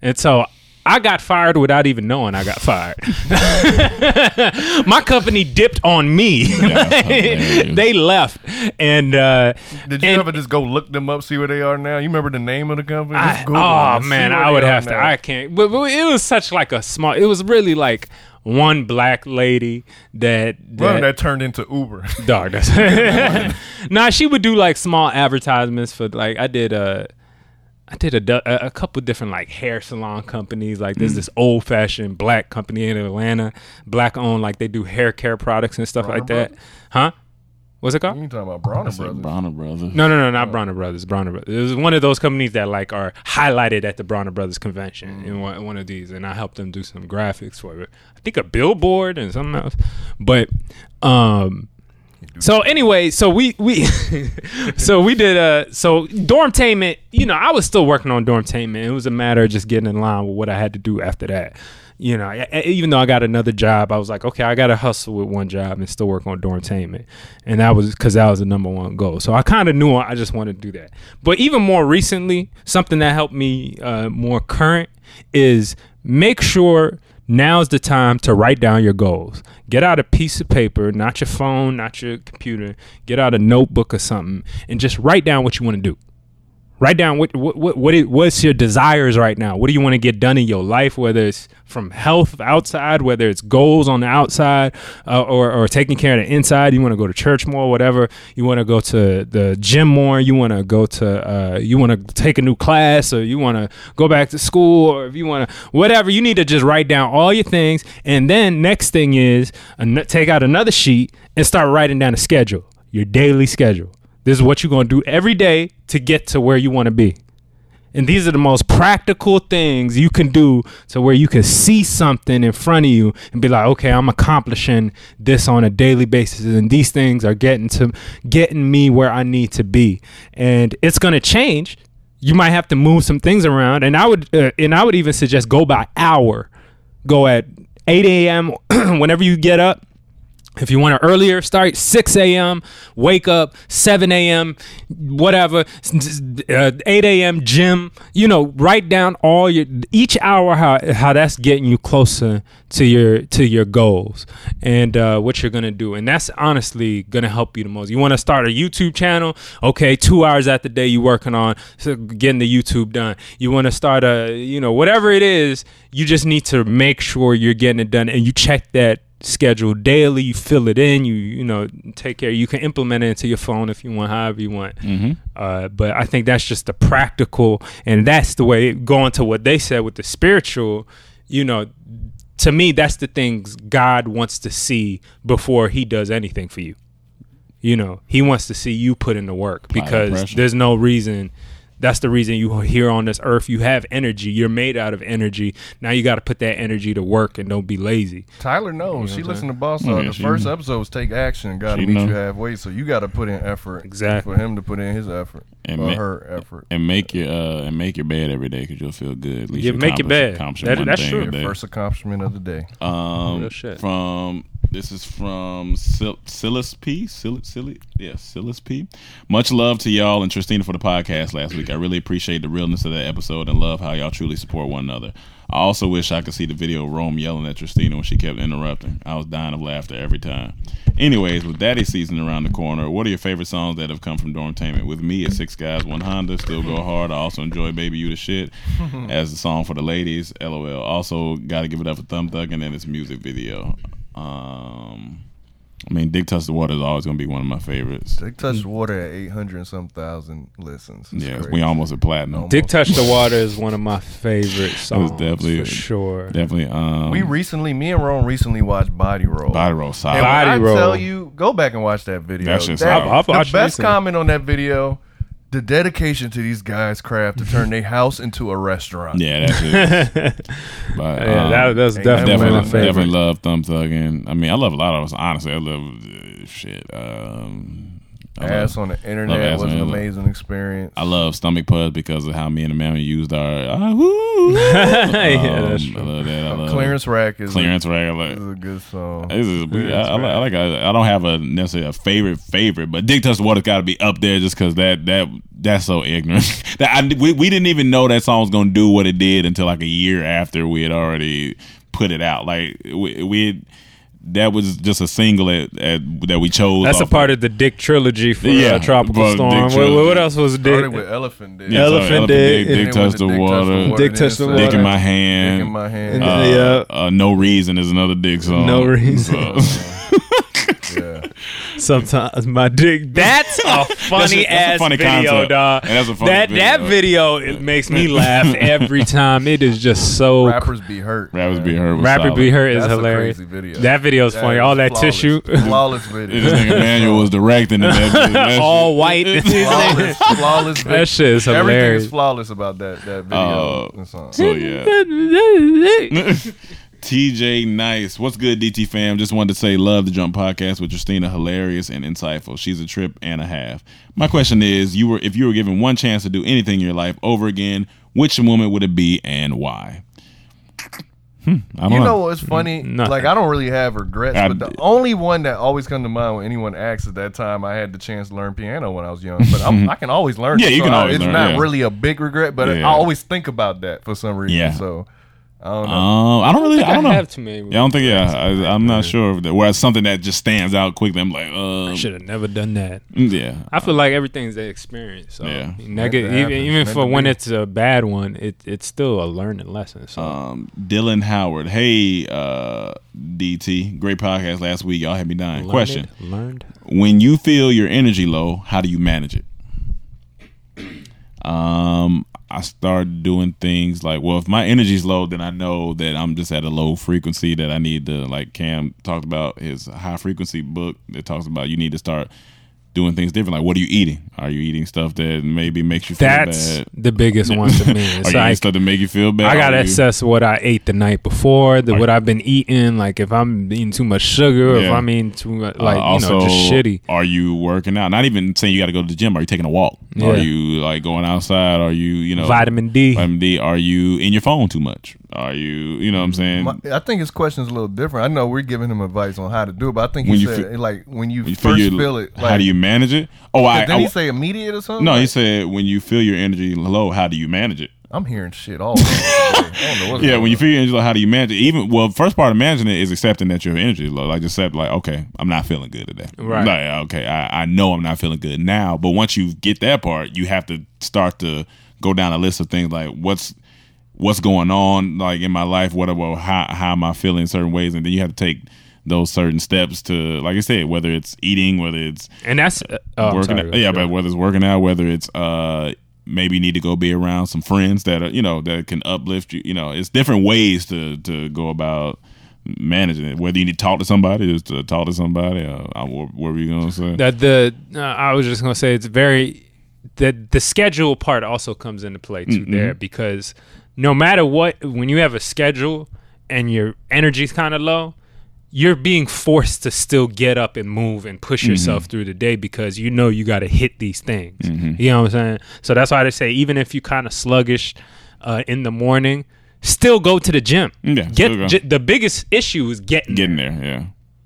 Speaker 5: And so I got fired without even knowing I got fired. My company dipped on me.
Speaker 4: hilarious.
Speaker 5: they left, and uh,
Speaker 6: Did you
Speaker 5: and-
Speaker 6: ever just go look them up, see where they are now? You remember the name of the company?
Speaker 5: I-
Speaker 6: Just Google
Speaker 5: oh
Speaker 6: them, see
Speaker 5: man,
Speaker 6: where
Speaker 5: I
Speaker 6: they
Speaker 5: would
Speaker 6: are
Speaker 5: have to.
Speaker 6: now.
Speaker 5: I can't. But, but it was such like a small. It was really like one black lady that
Speaker 6: Bro,
Speaker 5: that,
Speaker 6: that turned into Uber.
Speaker 5: dog. That's, nah, she would do like small advertisements for like I did uh I did a du- a, a couple different like hair salon companies. Like there's this old fashioned black company in Atlanta, black owned. Like they do hair care products and stuff like that. Huh? What's it called?
Speaker 6: you ain't talking about Bronner Brothers.
Speaker 4: Bronner brother.
Speaker 5: No, no, no, not Bronner Brothers. Bronner Brothers. It was one of those companies that like are highlighted at the Bronner Brothers convention in one, one of these, and I helped them do some graphics for it. I think a billboard and something else. But um, so anyway, so we we so we did uh so dormtainment. You know, I was still working on dormtainment. It was a matter of just getting in line with what I had to do after that. You know, I- I- even though I got another job, I was like, okay, I got to hustle with one job and still work on dormtainment, and that was because that was the number one goal. So I kind of knew I just wanted to do that. But even more recently, something that helped me uh, more current is make sure Now's the time to write down your goals. Get out a piece of paper, not your phone, not your computer. Get out a notebook or something and just write down what you want to do. Write down what what what, what it, what's your desires right now. What do you want to get done in your life? Whether it's from health outside, whether it's goals on the outside, uh, or or taking care of the inside. You want to go to church more, whatever. You want to go to the gym more. You want to go to uh, you want to take a new class, or you want to go back to school, or if you want to whatever. You need to just write down all your things, and then next thing is an- take out another sheet and start writing down a schedule, your daily schedule. This is what you're going to do every day to get to where you want to be. And these are the most practical things you can do to where you can see something in front of you and be like, okay, I'm accomplishing this on a daily basis. And these things are getting to getting me where I need to be. And it's going to change. You might have to move some things around. And I would uh, and I would even suggest go by hour. Go at 8 a.m. whenever you get up If you want to earlier start, 6 a.m., wake up, 7 a.m., whatever, s- s- uh, 8 a.m., gym, you know, write down all your, each hour, how, how that's getting you closer to your, to your goals and uh, what you're going to do. And that's honestly going to help you the most. You want to start a YouTube channel? Okay, two hours out the day you're working on so getting the YouTube done. You want to start a, you know, whatever it is, you just need to make sure you're getting it done and you check that schedule daily. You fill it in. You you know take care. You can implement it into your phone if you want, however you want. Uh, but I think that's just the practical, and that's the way. Going to what they said with the spiritual, you know, to me that's the things God wants to see before He does anything for you. You know, He wants to see you put in the work because
Speaker 4: pressure.
Speaker 5: there's no reason. That's the reason you are here on this earth. You have energy. You're made out of energy. Now you got to put that energy to work and don't be lazy.
Speaker 6: Tyler knows. she listened to Boss Hog.
Speaker 4: Yeah,
Speaker 6: the
Speaker 4: she-
Speaker 6: first episodes take action. Got to
Speaker 4: she
Speaker 6: meet
Speaker 4: know.
Speaker 6: you halfway. So you got to put in effort.
Speaker 5: Exactly.
Speaker 6: For him to put in his effort
Speaker 4: And
Speaker 6: or
Speaker 4: ma-
Speaker 6: her effort.
Speaker 4: and make your uh, and make your bed every day because you'll feel good. At least
Speaker 5: Yeah,
Speaker 4: you
Speaker 5: make your
Speaker 4: accomplish-
Speaker 5: bed.
Speaker 4: accomplish
Speaker 5: That-
Speaker 4: one
Speaker 5: that's
Speaker 4: thing
Speaker 5: true.
Speaker 4: a
Speaker 6: Your
Speaker 4: day.
Speaker 6: first accomplishment of the day.
Speaker 4: Um,
Speaker 5: Real shit.
Speaker 4: from this is from Sil- Silas P. Sil- Sil- yeah, Silas P. Much love to y'all and Tristina for the podcast last week. I really appreciate the realness of that episode and love how y'all truly support one another. I also wish I could see the video of Rome yelling at Tristina when she kept interrupting. I was dying of laughter every time. Anyways, with Daddy season around the corner, what are your favorite songs that have come from Dormtainment? With me, it's Six Guys, One Honda, Still Go Hard. I also enjoy Baby You the Shit as the song for the ladies. LOL. Also, gotta give it up for Thumb Thug and then its music video. Um, I mean, Dick Touch the Water is always gonna be one of my favorites.
Speaker 6: They touched water at 800 and some thousand listens. It's
Speaker 4: Yeah,
Speaker 6: crazy.
Speaker 4: we almost at platinum.
Speaker 5: Dick Touch the Water is one of my favorite songs.
Speaker 4: definitely-
Speaker 5: for sure.
Speaker 4: Definitely. Um,
Speaker 6: We recently, me and Ron recently watched Body Roll.
Speaker 4: body roll solid.
Speaker 6: And when
Speaker 5: Body
Speaker 6: I
Speaker 5: Roll.
Speaker 6: tell you, go back and watch that video.
Speaker 4: That shit's hot.
Speaker 6: That-
Speaker 5: I've- I've
Speaker 6: the
Speaker 5: watched
Speaker 6: best
Speaker 5: recently.
Speaker 6: comment on that video, the dedication to these guys' craft to turn their house into a restaurant.
Speaker 4: Yeah, that's it. but, um,
Speaker 5: yeah, that, that's
Speaker 6: ain't
Speaker 5: definitely,
Speaker 4: definitely,
Speaker 5: my
Speaker 6: nothing better.
Speaker 5: favorite.
Speaker 4: definitely love Thumb Thugging. I mean, I love a lot of us. Honestly, I love uh, shit. Um, I love-
Speaker 6: Ass on the internet
Speaker 4: Ass on
Speaker 6: was an
Speaker 4: the Internet.
Speaker 6: amazing experience.
Speaker 4: I love stomach puds because of how me and the mammy used our. ah, woo, woo.
Speaker 5: yeah,
Speaker 4: Um,
Speaker 5: that's
Speaker 4: I
Speaker 5: true.
Speaker 4: love that. I love
Speaker 6: Clearance Rack is,
Speaker 4: Clearance
Speaker 6: A, is
Speaker 4: regular.
Speaker 6: a good song.
Speaker 4: This is, we- I, I, like- I like. I, I don't have a necessarily a favorite favorite, but Dick Touch the Water's got to be up there just because that that that's so ignorant. that I, we we didn't even know that song was gonna do what it did until like a year after we had already put it out. Like we we had, that was just a single at, at, that we chose.
Speaker 5: That's a
Speaker 4: off
Speaker 5: part of the Dick trilogy for
Speaker 4: Yeah,
Speaker 5: uh, Tropical
Speaker 4: bro, Dick
Speaker 5: Storm. What,
Speaker 4: trilogy.
Speaker 5: what else was Dick?
Speaker 6: Started with Elephant Dick.
Speaker 4: Yeah, so
Speaker 5: Elephant
Speaker 4: Elephant
Speaker 5: Dick.
Speaker 4: Dick,
Speaker 6: And
Speaker 4: Dick
Speaker 6: then
Speaker 4: Touch
Speaker 6: went to
Speaker 4: the Water,
Speaker 5: Dick Touch the
Speaker 6: then
Speaker 5: Water.
Speaker 4: Dick in my
Speaker 6: Dick in
Speaker 4: hand.
Speaker 6: my hand.
Speaker 4: Uh,
Speaker 5: Yeah.
Speaker 4: uh, no reason is another dick song.
Speaker 5: No Reason.
Speaker 4: So-
Speaker 6: yeah.
Speaker 5: Sometimes my dick. That's a funny
Speaker 4: a- that's a
Speaker 5: ass
Speaker 4: funny
Speaker 5: video,
Speaker 4: concept.
Speaker 5: dog.
Speaker 4: And that's a funny
Speaker 5: that that video
Speaker 4: video.
Speaker 5: it makes me laugh every time. It is just so.
Speaker 6: Rappers be hurt.
Speaker 4: Rappers be hurt. was
Speaker 5: Rapper
Speaker 4: solid.
Speaker 5: Be Hurt is
Speaker 6: That's a
Speaker 5: hilarious.
Speaker 6: crazy video.
Speaker 5: That video is funny. All
Speaker 6: is
Speaker 5: that
Speaker 6: flawless.
Speaker 5: tissue,
Speaker 6: Flawless
Speaker 4: This
Speaker 6: video.
Speaker 4: nigga Manuel was directing it. That, shit- that
Speaker 5: all
Speaker 4: shit-
Speaker 5: white.
Speaker 6: flawless, flawless video.
Speaker 5: that shit is
Speaker 6: Everything is
Speaker 5: hilarious.
Speaker 6: flawless about that that video
Speaker 4: Uh,
Speaker 6: and song.
Speaker 4: So yeah. TJ Nice. What's good, DT fam? Just wanted to say love the Jump Podcast with Justina. Hilarious and insightful. She's a trip and a half. My question is, you were if you were given one chance to do anything in your life over again, which woman would it be and why? Hmm, I don't
Speaker 6: You
Speaker 4: know.
Speaker 6: know what's funny?
Speaker 5: Nothing.
Speaker 6: Like I don't really have regrets,
Speaker 4: I
Speaker 6: but the
Speaker 4: d-
Speaker 6: only one that always come to mind when anyone asks at that time, I had the chance to learn piano when I was young, but I'm, I can always learn.
Speaker 4: Yeah,
Speaker 6: it,
Speaker 4: you
Speaker 6: so
Speaker 4: can
Speaker 6: I-
Speaker 4: always
Speaker 6: It's
Speaker 4: learn,
Speaker 6: not
Speaker 4: yeah.
Speaker 6: really a big regret, but
Speaker 4: Yeah.
Speaker 6: I always think about that for some reason.
Speaker 4: Yeah.
Speaker 6: So I don't know.
Speaker 4: Um, I don't really. I, don't know.
Speaker 5: have too many
Speaker 4: Yeah, I don't think. Yeah, I, I'm not sure. If that, whereas something that just stands out quickly, I'm like, um, mm,
Speaker 5: Should have never done that.
Speaker 4: yeah,
Speaker 5: I feel like everything's an experience. So
Speaker 4: Yeah.
Speaker 5: negative,
Speaker 6: Meant to
Speaker 5: even,
Speaker 6: happen.
Speaker 5: even
Speaker 6: Meant
Speaker 5: for
Speaker 6: to
Speaker 5: when
Speaker 6: be.
Speaker 5: it's a bad one, it it's still a learning lesson. So
Speaker 4: Um, Dylan Howard. Hey, uh, DT. Great podcast last week. Y'all had me dying.
Speaker 5: learned,
Speaker 4: Question:
Speaker 5: learned.
Speaker 4: When you feel your energy low, how do you manage it? Um, I start doing things like, well, if my energy's low, then I know that I'm just at a low frequency that I need to, like Cam talked about his high frequency book that talks about you need to start doing things different. Like, what are you eating? Are you eating stuff that maybe makes you feel
Speaker 5: That's
Speaker 4: bad?
Speaker 5: the biggest one to me.
Speaker 4: Are
Speaker 5: It's
Speaker 4: you eating
Speaker 5: like
Speaker 4: stuff to make you feel bad?
Speaker 5: I gotta
Speaker 4: Are you-
Speaker 5: assess what I ate the night before, the,
Speaker 4: Are
Speaker 5: what
Speaker 4: you-
Speaker 5: I've been eating. Like if I'm eating too much sugar, if
Speaker 4: Yeah.
Speaker 5: I'm eating too much,
Speaker 4: Uh,
Speaker 5: like you know, just shitty.
Speaker 4: Are you working out? Not even saying you got to go to the gym. Are you taking a walk? Are
Speaker 5: Yeah.
Speaker 4: you like going outside? Are you you know
Speaker 5: Vitamin D.
Speaker 4: Vitamin D. Are you in your phone too much? Are you you know what I'm saying?
Speaker 6: My, I think his question's a little different. I know we're giving him advice on how to do it, but I think he
Speaker 4: When you
Speaker 6: said
Speaker 4: feel-
Speaker 6: like when you,
Speaker 4: When you
Speaker 6: first
Speaker 4: your-
Speaker 6: feel, it. Like,
Speaker 4: how do you manage it? Oh, I,
Speaker 6: Did then
Speaker 4: I
Speaker 6: he say immediate or something?
Speaker 4: no. He
Speaker 6: Like,
Speaker 4: said when you feel your energy low, how do you manage it?
Speaker 6: I'm hearing shit all. over the place. I don't know what's
Speaker 4: Yeah,
Speaker 6: going
Speaker 4: when you
Speaker 6: on.
Speaker 4: figure out how do you manage it? Even well, first part of managing it is accepting that your energy is low. Like just accept, like okay, I'm not feeling good today.
Speaker 5: Right.
Speaker 4: Like okay, I, I know I'm not feeling good now. But once you get that part, you have to start to go down a list of things like what's what's going on like in my life. What about how how am I feeling in certain ways? And then you have to take those certain steps to, like I said, whether it's eating, whether it's
Speaker 5: And that's uh, oh, I'm
Speaker 4: working
Speaker 5: sorry,
Speaker 4: out, yeah, but whether it's working out, whether it's uh maybe need to go be around some friends that are you know that can uplift you. You know, it's different ways to to go about managing it. Whether you need to talk to somebody, just to talk to somebody. Uh, I, what were you gonna say?
Speaker 5: that the uh, I was just gonna say it's very the the schedule part also comes into play
Speaker 4: Mm-hmm.
Speaker 5: too there because no matter what when you have a schedule and your energy's kind of low you're being forced to still get up and move and
Speaker 4: Mm-hmm.
Speaker 5: push yourself through the day because you know you got to hit these things
Speaker 4: Mm-hmm.
Speaker 5: you know what i'm saying so that's why they say even if you kind of sluggish uh, in the morning still go to the gym
Speaker 4: Yeah, still go.
Speaker 5: get j- the biggest issue is getting
Speaker 4: Getting there, yeah.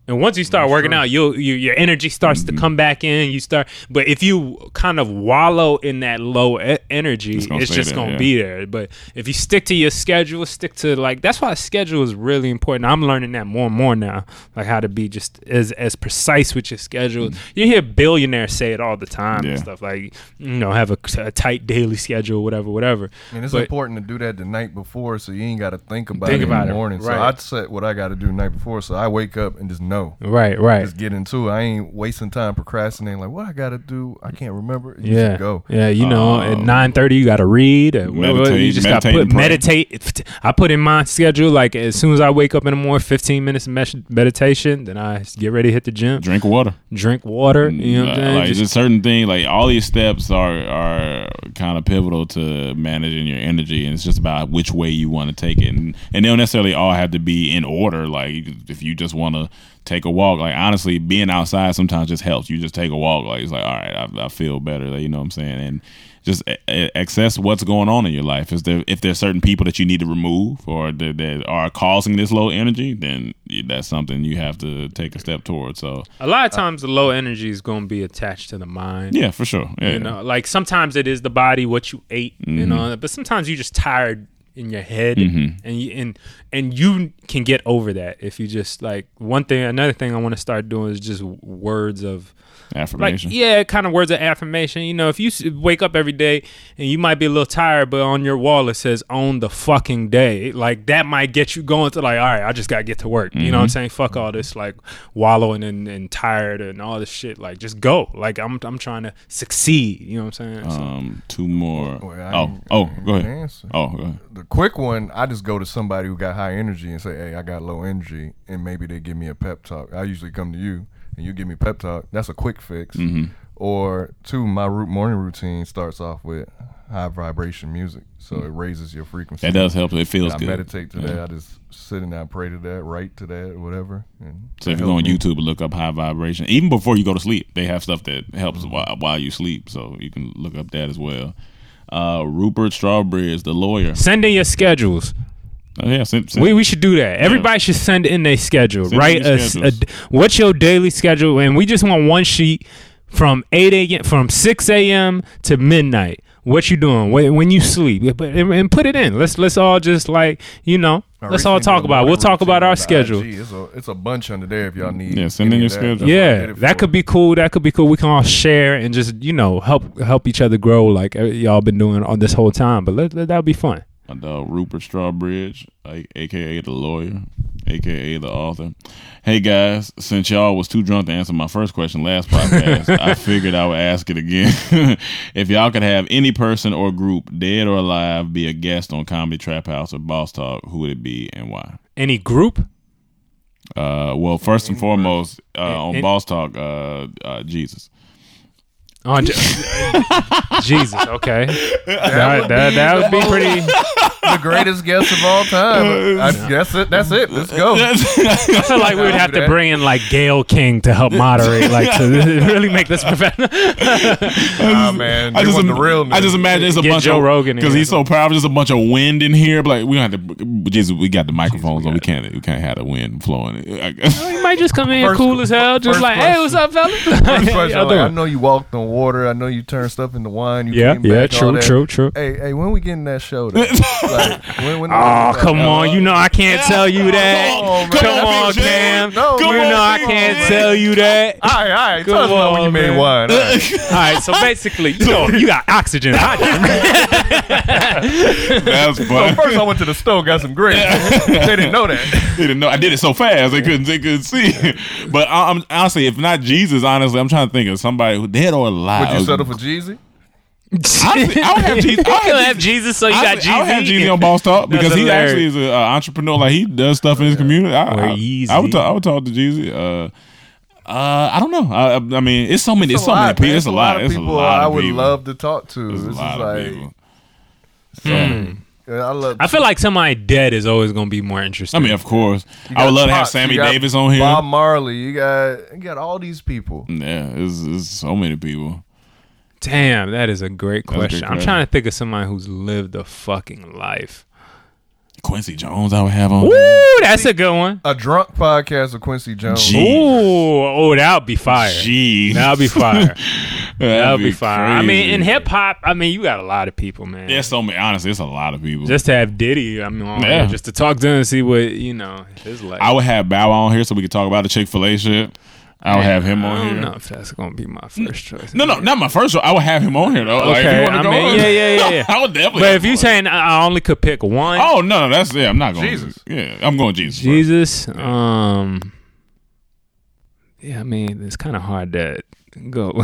Speaker 5: and once you start working out, you'll, you your energy starts
Speaker 4: Mm-hmm.
Speaker 5: to come back in. You start, but if you kind of wallow in that low e- energy, it's,
Speaker 4: gonna stay
Speaker 5: just
Speaker 4: there,
Speaker 5: gonna
Speaker 4: yeah.
Speaker 5: be there. But if you stick to your schedule, stick to like that's why schedule is really important. I'm learning that more and more now, like how to be just as as precise with your schedule. You hear billionaires say it all the time
Speaker 4: Mm. Yeah.
Speaker 5: and stuff like you know have a, a tight daily schedule, whatever, whatever.
Speaker 6: And it's
Speaker 5: But-
Speaker 6: important to do that the night before, so you ain't got to think about
Speaker 5: Think
Speaker 6: it
Speaker 5: about
Speaker 6: in
Speaker 5: it,
Speaker 6: the morning. So
Speaker 5: right.
Speaker 6: I set what I got to do the night before, so I wake up and just know.
Speaker 5: Right, right.
Speaker 6: Just get into it. I ain't wasting time procrastinating. Like, what I got to do? I can't remember. You
Speaker 5: Yeah.
Speaker 6: just go.
Speaker 5: Yeah, you know, at
Speaker 4: Um,
Speaker 5: nine thirty you gotta read. Or whatever.
Speaker 4: Meditate-
Speaker 5: you just gotta
Speaker 4: meditate
Speaker 5: put
Speaker 4: and pray.
Speaker 5: meditate. I put in my schedule like as soon as I wake up in the morning, fifteen minutes of mes- meditation. Then I get ready, hit the gym,
Speaker 4: Drink water.
Speaker 5: drink water. You know what I'm
Speaker 4: Like-
Speaker 5: saying?
Speaker 4: Like
Speaker 5: Just-
Speaker 4: just certain things, like all these steps are are kind of pivotal to managing your energy, and it's just about which way you want to take it, and and they don't necessarily all have to be in order. Like you just- if you just want to take a walk, like honestly, being outside sometimes just helps. You just take a walk, like it's like all right, I, I feel better. Like, you know what I'm saying? And just a- a- access what's going on in your life. Is there if there's certain people that you need to remove or that, that are causing this low energy, then that's something you have to take a step towards. So
Speaker 5: a lot of times, the low energy is gonna be attached to the mind.
Speaker 4: yeah, for sure. Yeah. Mm-hmm.
Speaker 5: You know, like sometimes it is the body, what you ate, you know. But sometimes you're just tired in your head, and you, and and you can get over that if you just like one thing. Another thing I want to start doing is just words of like
Speaker 4: affirmation.
Speaker 5: yeah, kind of words of affirmation. You know, if you s- wake up every day and you might be a little tired, but on your wall it says "own the fucking day," like that might get you going to like, all right, I just gotta get to work. You know what I'm saying? Fuck all this like wallowing and, and tired and all this shit. Like just go. Like I'm I'm trying to succeed. You know what I'm saying? So-
Speaker 4: Um, two more.
Speaker 6: Well, I
Speaker 4: Oh,
Speaker 6: ain't-
Speaker 4: oh, go ahead.
Speaker 6: Answer.
Speaker 4: Oh, go ahead.
Speaker 6: The quick one, I just go to somebody who got high energy and say, "Hey, I got low energy," and maybe they give me a pep talk. I usually come to you and you give me pep talk. That's a quick fix.
Speaker 5: Mm-hmm.
Speaker 6: Or two, my root morning routine starts off with high vibration music, so it raises your frequency.
Speaker 4: That does help. It feels
Speaker 6: I
Speaker 4: good.
Speaker 6: meditate to
Speaker 4: Yeah.
Speaker 6: that. I just sit and I pray to that, write to that, or whatever. And
Speaker 4: So if you go on YouTube and look up high vibration, even before you go to sleep, they have stuff that helps
Speaker 6: Mm-hmm.
Speaker 4: while, while you sleep. So you can look up that as well. Uh, Rupert Strawberry is the lawyer.
Speaker 5: Send in your schedules.
Speaker 4: Oh, yeah, send, send-
Speaker 5: We, we should do that. Everybody should send in their schedule.
Speaker 4: in
Speaker 5: right?
Speaker 4: your
Speaker 5: A s- a
Speaker 4: schedules.
Speaker 5: d- what's your daily schedule? And we just want one sheet from eight a.m. from six a.m. to midnight. What you doing when, when you sleep? But- And, and put it in. Let's let's all just like you know.
Speaker 6: I
Speaker 5: let's all
Speaker 6: recently
Speaker 5: talk
Speaker 6: did a
Speaker 5: about. it. We'll
Speaker 6: morning
Speaker 5: talk about
Speaker 6: routine
Speaker 5: our
Speaker 6: on the
Speaker 5: schedule. Mm.
Speaker 6: IG. It's a, it's a bunch under there if y'all need.
Speaker 4: Yeah, send
Speaker 6: any
Speaker 4: in
Speaker 6: of
Speaker 4: your schedule.
Speaker 6: that. That's what I
Speaker 5: yeah,
Speaker 6: did it
Speaker 5: that
Speaker 6: for.
Speaker 5: could be cool. That could be cool. We can all share and just you know help help each other grow like uh, y'all been doing all this whole time. But let, let that be fun.
Speaker 4: My dog Rupert Strawbridge, a- aka the lawyer, aka the author. Hey guys, since y'all was too drunk to answer my first question last podcast, I figured I would ask it again. if y'all could have any person or group, dead or alive, be a guest on Comedy Trap House or Boss Talk, who would it be and why?
Speaker 5: Any group?
Speaker 4: Uh, well, first and foremost, uh, on
Speaker 5: and-
Speaker 4: Boss Talk, uh, uh, Jesus.
Speaker 5: Oh, Je- Jesus. Okay. That, that, that would be pretty.
Speaker 6: the greatest guest of all time. I guess it. That's it. Let's go.
Speaker 5: I feel like we would have to bring in like Gail King to help moderate, like to really make this professional.
Speaker 6: Nah, man.
Speaker 4: I
Speaker 6: they
Speaker 4: just,
Speaker 6: want the real.
Speaker 4: I just
Speaker 6: news.
Speaker 4: imagine it's a
Speaker 5: Get
Speaker 4: bunch
Speaker 5: Joe
Speaker 4: of
Speaker 5: Rogan in
Speaker 4: because
Speaker 5: here.
Speaker 4: he's so powerful. Just a bunch of wind in here. But like we don't have to. Jesus, we got the microphones, so we can't. We can't have the wind flowing. I guess.
Speaker 5: He might just come in
Speaker 6: First-
Speaker 5: cool as hell, just
Speaker 6: first
Speaker 5: like,
Speaker 6: question.
Speaker 5: hey, what's up, fellas?
Speaker 6: First question,
Speaker 5: Y'all
Speaker 6: like, I
Speaker 5: doing?
Speaker 6: know you walked on water. I know you turned stuff into wine. You
Speaker 5: Yeah,
Speaker 6: came
Speaker 5: yeah,
Speaker 6: back, all
Speaker 5: true,
Speaker 6: that.
Speaker 5: true, true.
Speaker 6: Hey, hey, when we getting that show? though? like, when, when
Speaker 5: Oh, come on. You know I can't tell you that.
Speaker 4: Come
Speaker 6: on,
Speaker 5: Come on,
Speaker 6: man.
Speaker 4: Big J.
Speaker 5: Cam.
Speaker 6: No,
Speaker 5: you
Speaker 6: come
Speaker 5: know
Speaker 6: on,
Speaker 5: I
Speaker 6: Big
Speaker 5: can't
Speaker 6: J.
Speaker 5: tell you that.
Speaker 6: All right, all right. Tell us
Speaker 5: Come
Speaker 6: about when you
Speaker 5: on,
Speaker 6: made
Speaker 5: man.
Speaker 6: wine. All right.
Speaker 5: All right, so basically, you, know, you got oxygen. I
Speaker 4: That's
Speaker 6: So
Speaker 4: fun.
Speaker 6: first, I went to the store, got some grapes. they didn't know that.
Speaker 4: They didn't know. I did it so fast they couldn't they couldn't see. But I, I'm honestly, if not Jesus, honestly, I'm trying to think of somebody who dead or alive.
Speaker 6: Would you settle for Jeezy?
Speaker 4: Honestly, I would have Jesus. I would
Speaker 5: You'll
Speaker 4: have
Speaker 5: have
Speaker 4: Jesus.
Speaker 5: Jesus, so you
Speaker 4: I,
Speaker 5: got
Speaker 4: would- I would have Jeezy on
Speaker 5: Jeezy.
Speaker 4: Boss Talk
Speaker 5: That's
Speaker 4: because he
Speaker 5: hilarious.
Speaker 4: actually is an entrepreneur. Like he does stuff in his community. I,
Speaker 5: Or
Speaker 4: I,
Speaker 5: Yeezy.
Speaker 4: I would talk, I would talk to Jeezy. Uh, uh, I don't know. I, I mean, it's so many. It's, so many people.
Speaker 6: man.
Speaker 4: It's a lot. It's a
Speaker 6: people
Speaker 4: lot.
Speaker 6: I
Speaker 4: of
Speaker 6: would
Speaker 4: people.
Speaker 6: love to talk to.
Speaker 4: It's a
Speaker 6: This is
Speaker 4: lot of people.
Speaker 6: like, I love.
Speaker 5: I feel like somebody dead is always going to be more
Speaker 4: I
Speaker 5: interesting.
Speaker 4: mean, of course, I would love to have
Speaker 6: Tupac,
Speaker 4: Sammy
Speaker 6: you got
Speaker 4: Davis on here.
Speaker 6: Bob Marley. You got you got all these people.
Speaker 4: Yeah, it's, it's so many people.
Speaker 5: Damn, that is a great
Speaker 4: a good
Speaker 5: question. I'm
Speaker 4: question.
Speaker 5: trying to think of somebody who's lived a fucking life.
Speaker 4: Quincy Jones, I would have on.
Speaker 5: Ooh, that's a good one.
Speaker 6: A drunk podcast with Quincy Jones.
Speaker 4: Gee.
Speaker 5: Ooh, oh, that would be fire.
Speaker 4: Gee,
Speaker 5: That would be fire. That
Speaker 4: That'd
Speaker 5: would be fire. I
Speaker 4: crazy.
Speaker 5: mean, in hip hop, I mean, you got a lot of people, man.
Speaker 4: there's so many. Honestly, it's a lot of people.
Speaker 5: Just to have Diddy, I mean, on
Speaker 4: Yeah.
Speaker 5: here, just to talk to him and see what you know his life.
Speaker 4: I would have Bow Wow on here so we could talk about the Chick Fil A shit. I would have him on
Speaker 5: I
Speaker 4: here.
Speaker 5: don't know if that's gonna be my first choice.
Speaker 4: No, no, not my first one. I would have him on here though. Like, if
Speaker 5: Okay,
Speaker 4: you wanna
Speaker 5: I
Speaker 4: go
Speaker 5: mean,
Speaker 4: on-
Speaker 5: yeah, yeah, yeah, yeah.
Speaker 4: I would definitely.
Speaker 5: But
Speaker 4: have
Speaker 5: if
Speaker 4: him
Speaker 5: you
Speaker 4: on.
Speaker 5: saying I I only could pick one,
Speaker 4: oh no, no, that's yeah, I'm not going.
Speaker 6: Jesus.
Speaker 4: yeah, I'm going Jesus. first.
Speaker 5: Jesus, um, yeah, I mean, it's kind of hard to go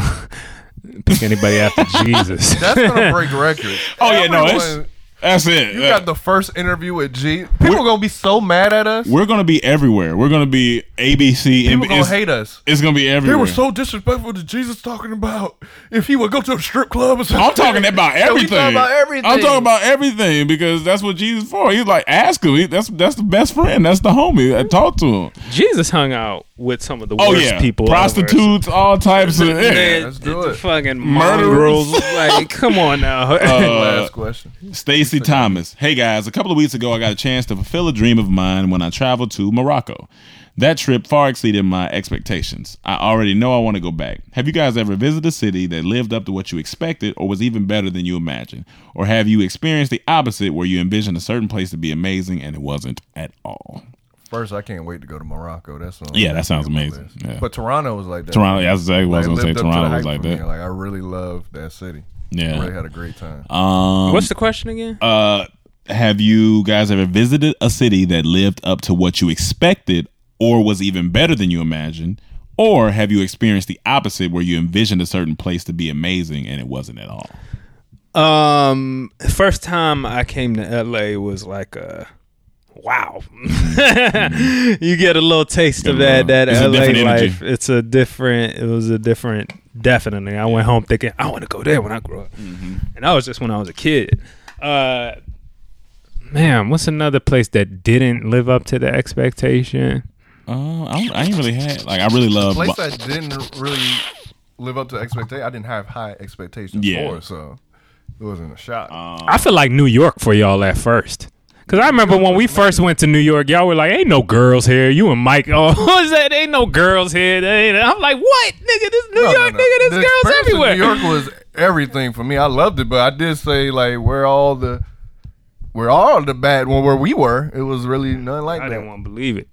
Speaker 5: pick anybody after Jesus.
Speaker 6: That's gonna break records.
Speaker 4: Oh yeah, no, it's,
Speaker 6: Everyone-
Speaker 4: that's it.
Speaker 6: you got the first interview with G. People gonna be so mad at us.
Speaker 4: We're gonna be everywhere. We're gonna be ABC.
Speaker 6: People gonna
Speaker 4: it's,
Speaker 6: hate us.
Speaker 4: it's gonna be
Speaker 6: They
Speaker 4: everywhere.
Speaker 6: were so disrespectful to Jesus talking about if he would go to a strip club or something.
Speaker 4: I'm talking about
Speaker 6: Yeah, we
Speaker 4: everything.
Speaker 6: talking about everything.
Speaker 4: I'm talking about everything because that's what Jesus for. He's like, ask him. He- that's that's the best friend. That's the homie. I talk to him.
Speaker 5: Jesus hung out with some of the
Speaker 4: Oh
Speaker 5: worst
Speaker 4: yeah,
Speaker 5: people, ever.
Speaker 4: prostitutes, all types of. yeah.
Speaker 5: Man,
Speaker 6: let's do
Speaker 5: the
Speaker 6: it.
Speaker 5: Fucking
Speaker 4: Murderers.
Speaker 5: murderers. like, come on now. Uh,
Speaker 4: uh,
Speaker 6: Last question.
Speaker 4: Stacy Thomas. Hey guys, a couple of weeks ago I got a chance to fulfill a dream of mine when I traveled to Morocco. That trip far exceeded my expectations. I already know I want to go back. Have you guys ever visited a city that lived up to what you expected or was even better than you imagined? Or have you experienced the opposite where you envisioned a certain place to be amazing and it wasn't at all?
Speaker 6: First, I can't wait to go to Morocco. That's on
Speaker 4: Yeah, that sounds
Speaker 6: on my
Speaker 4: amazing.
Speaker 6: list.
Speaker 4: Yeah.
Speaker 6: But Toronto was like that.
Speaker 4: Toronto, yeah, that's exactly what I was
Speaker 6: Like,
Speaker 4: going
Speaker 6: lived
Speaker 4: to
Speaker 6: up
Speaker 4: say.
Speaker 6: to the
Speaker 4: Toronto
Speaker 6: hype
Speaker 4: was like
Speaker 6: for me.
Speaker 4: that.
Speaker 6: Like I really love that city.
Speaker 4: Yeah.
Speaker 6: really had a great time.
Speaker 4: Um,
Speaker 5: What's the question again?
Speaker 4: Uh, have you guys ever visited a city that lived up to what you expected or was even better than you imagined? Or have you experienced the opposite where you envisioned a certain place to be amazing and it wasn't at all?
Speaker 5: Um, first time I came to LA was like a wow. you get a little taste of
Speaker 4: Get a
Speaker 5: that that
Speaker 4: little- it's a
Speaker 5: LA
Speaker 4: different
Speaker 5: life.
Speaker 4: energy.
Speaker 5: It's a different. It was a different. Definitely, I went home thinking I want to go there when I grow up,
Speaker 4: Mm-hmm.
Speaker 5: and that was just when I was a kid. Uh, man, what's another place that didn't live up to the expectation?
Speaker 4: Uh, I, don't, I ain't really had, like, I really love.
Speaker 6: Place that didn't really live up to expectation. I didn't have high expectations
Speaker 4: Yeah. Um,
Speaker 6: for, so it wasn't a shock.
Speaker 5: I feel like New York for y'all at first. Cause I remember when we first went to New York, y'all were like, "Ain't no girls here." You and Mike, oh, is that? Ain't no girls here. They ain't-" I'm like, "What, nigga? This New
Speaker 6: No, no,
Speaker 5: York,
Speaker 6: no.
Speaker 5: nigga,
Speaker 6: The
Speaker 5: there's
Speaker 6: experience
Speaker 5: girls
Speaker 6: in
Speaker 5: everywhere."
Speaker 6: New York was everything for me. I loved it, but I did say like where all the where all the bad well, where we were, it was really nothing like
Speaker 5: I
Speaker 6: that.
Speaker 5: didn't want to believe it.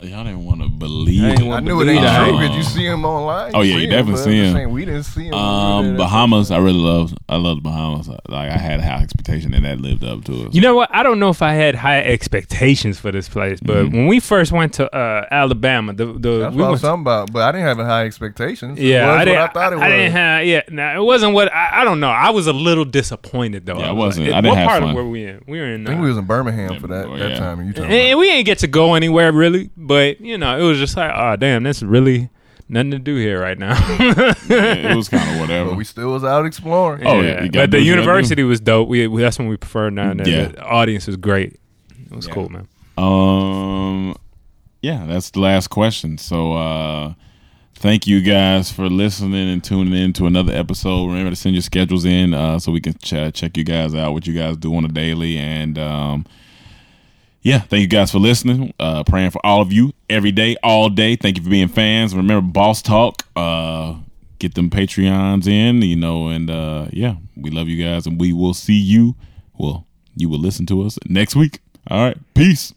Speaker 4: Y'all didn't want to believe
Speaker 5: didn't
Speaker 4: it.
Speaker 6: I
Speaker 5: want
Speaker 6: knew it ain't
Speaker 4: Uh,
Speaker 6: true because you see him online.
Speaker 4: oh, yeah, you
Speaker 6: see
Speaker 4: definitely
Speaker 6: but
Speaker 4: see
Speaker 6: I'm just
Speaker 4: him.
Speaker 6: saying We didn't see him. We
Speaker 4: Um,
Speaker 6: were there.
Speaker 4: Bahamas, I really love. I love Bahamas. Like, I had high expectation and that lived up to it.
Speaker 5: You know what? I don't know if I had high expectations for this place, but when we first went to uh, Alabama, the the
Speaker 6: Mm-hmm. That's
Speaker 5: we
Speaker 6: what I
Speaker 5: went
Speaker 6: was talking about, but I didn't have high expectations. It
Speaker 5: Yeah,
Speaker 6: was
Speaker 5: I
Speaker 6: what
Speaker 5: didn't.
Speaker 6: I thought it was.
Speaker 5: didn't have. Yeah, nah, it wasn't what I, I. don't know. I was a little disappointed though.
Speaker 4: Yeah, I
Speaker 5: was
Speaker 4: wasn't.
Speaker 5: like,
Speaker 4: I didn't
Speaker 5: what
Speaker 4: have
Speaker 5: part
Speaker 4: fun.
Speaker 5: were we in? We were in.
Speaker 6: I think
Speaker 5: uh,
Speaker 6: we was in Birmingham for that
Speaker 4: Oh,
Speaker 6: that
Speaker 4: yeah.
Speaker 6: time. And you talking
Speaker 5: and, and we didn't get to go anywhere "Ah, really, but you know, it was just like, oh damn, that's really nothing to do here right now.
Speaker 4: it was kind of whatever.
Speaker 6: But we still was out exploring.
Speaker 4: Oh,
Speaker 5: Yeah.
Speaker 4: you gotta do
Speaker 5: but the
Speaker 4: what you gotta
Speaker 5: university was dope. We, we- that's when we preferred now. and then.
Speaker 4: Yeah.
Speaker 5: the audience was great. It was cool, man.
Speaker 4: Um, yeah, that's the last question. So, uh, thank you guys for listening and tuning in to another episode. Remember to send your schedules in uh, so we can ch- check you guys out, what you guys do on a daily. And, um, yeah, thank you guys for listening. Uh, praying for all of you every day, all day. Thank you for being fans. Remember, Boss Talk. Uh, get them Patreons in, you know, and uh, yeah, we love you guys, and we will see you. Well, you will listen to us next week. All right, peace.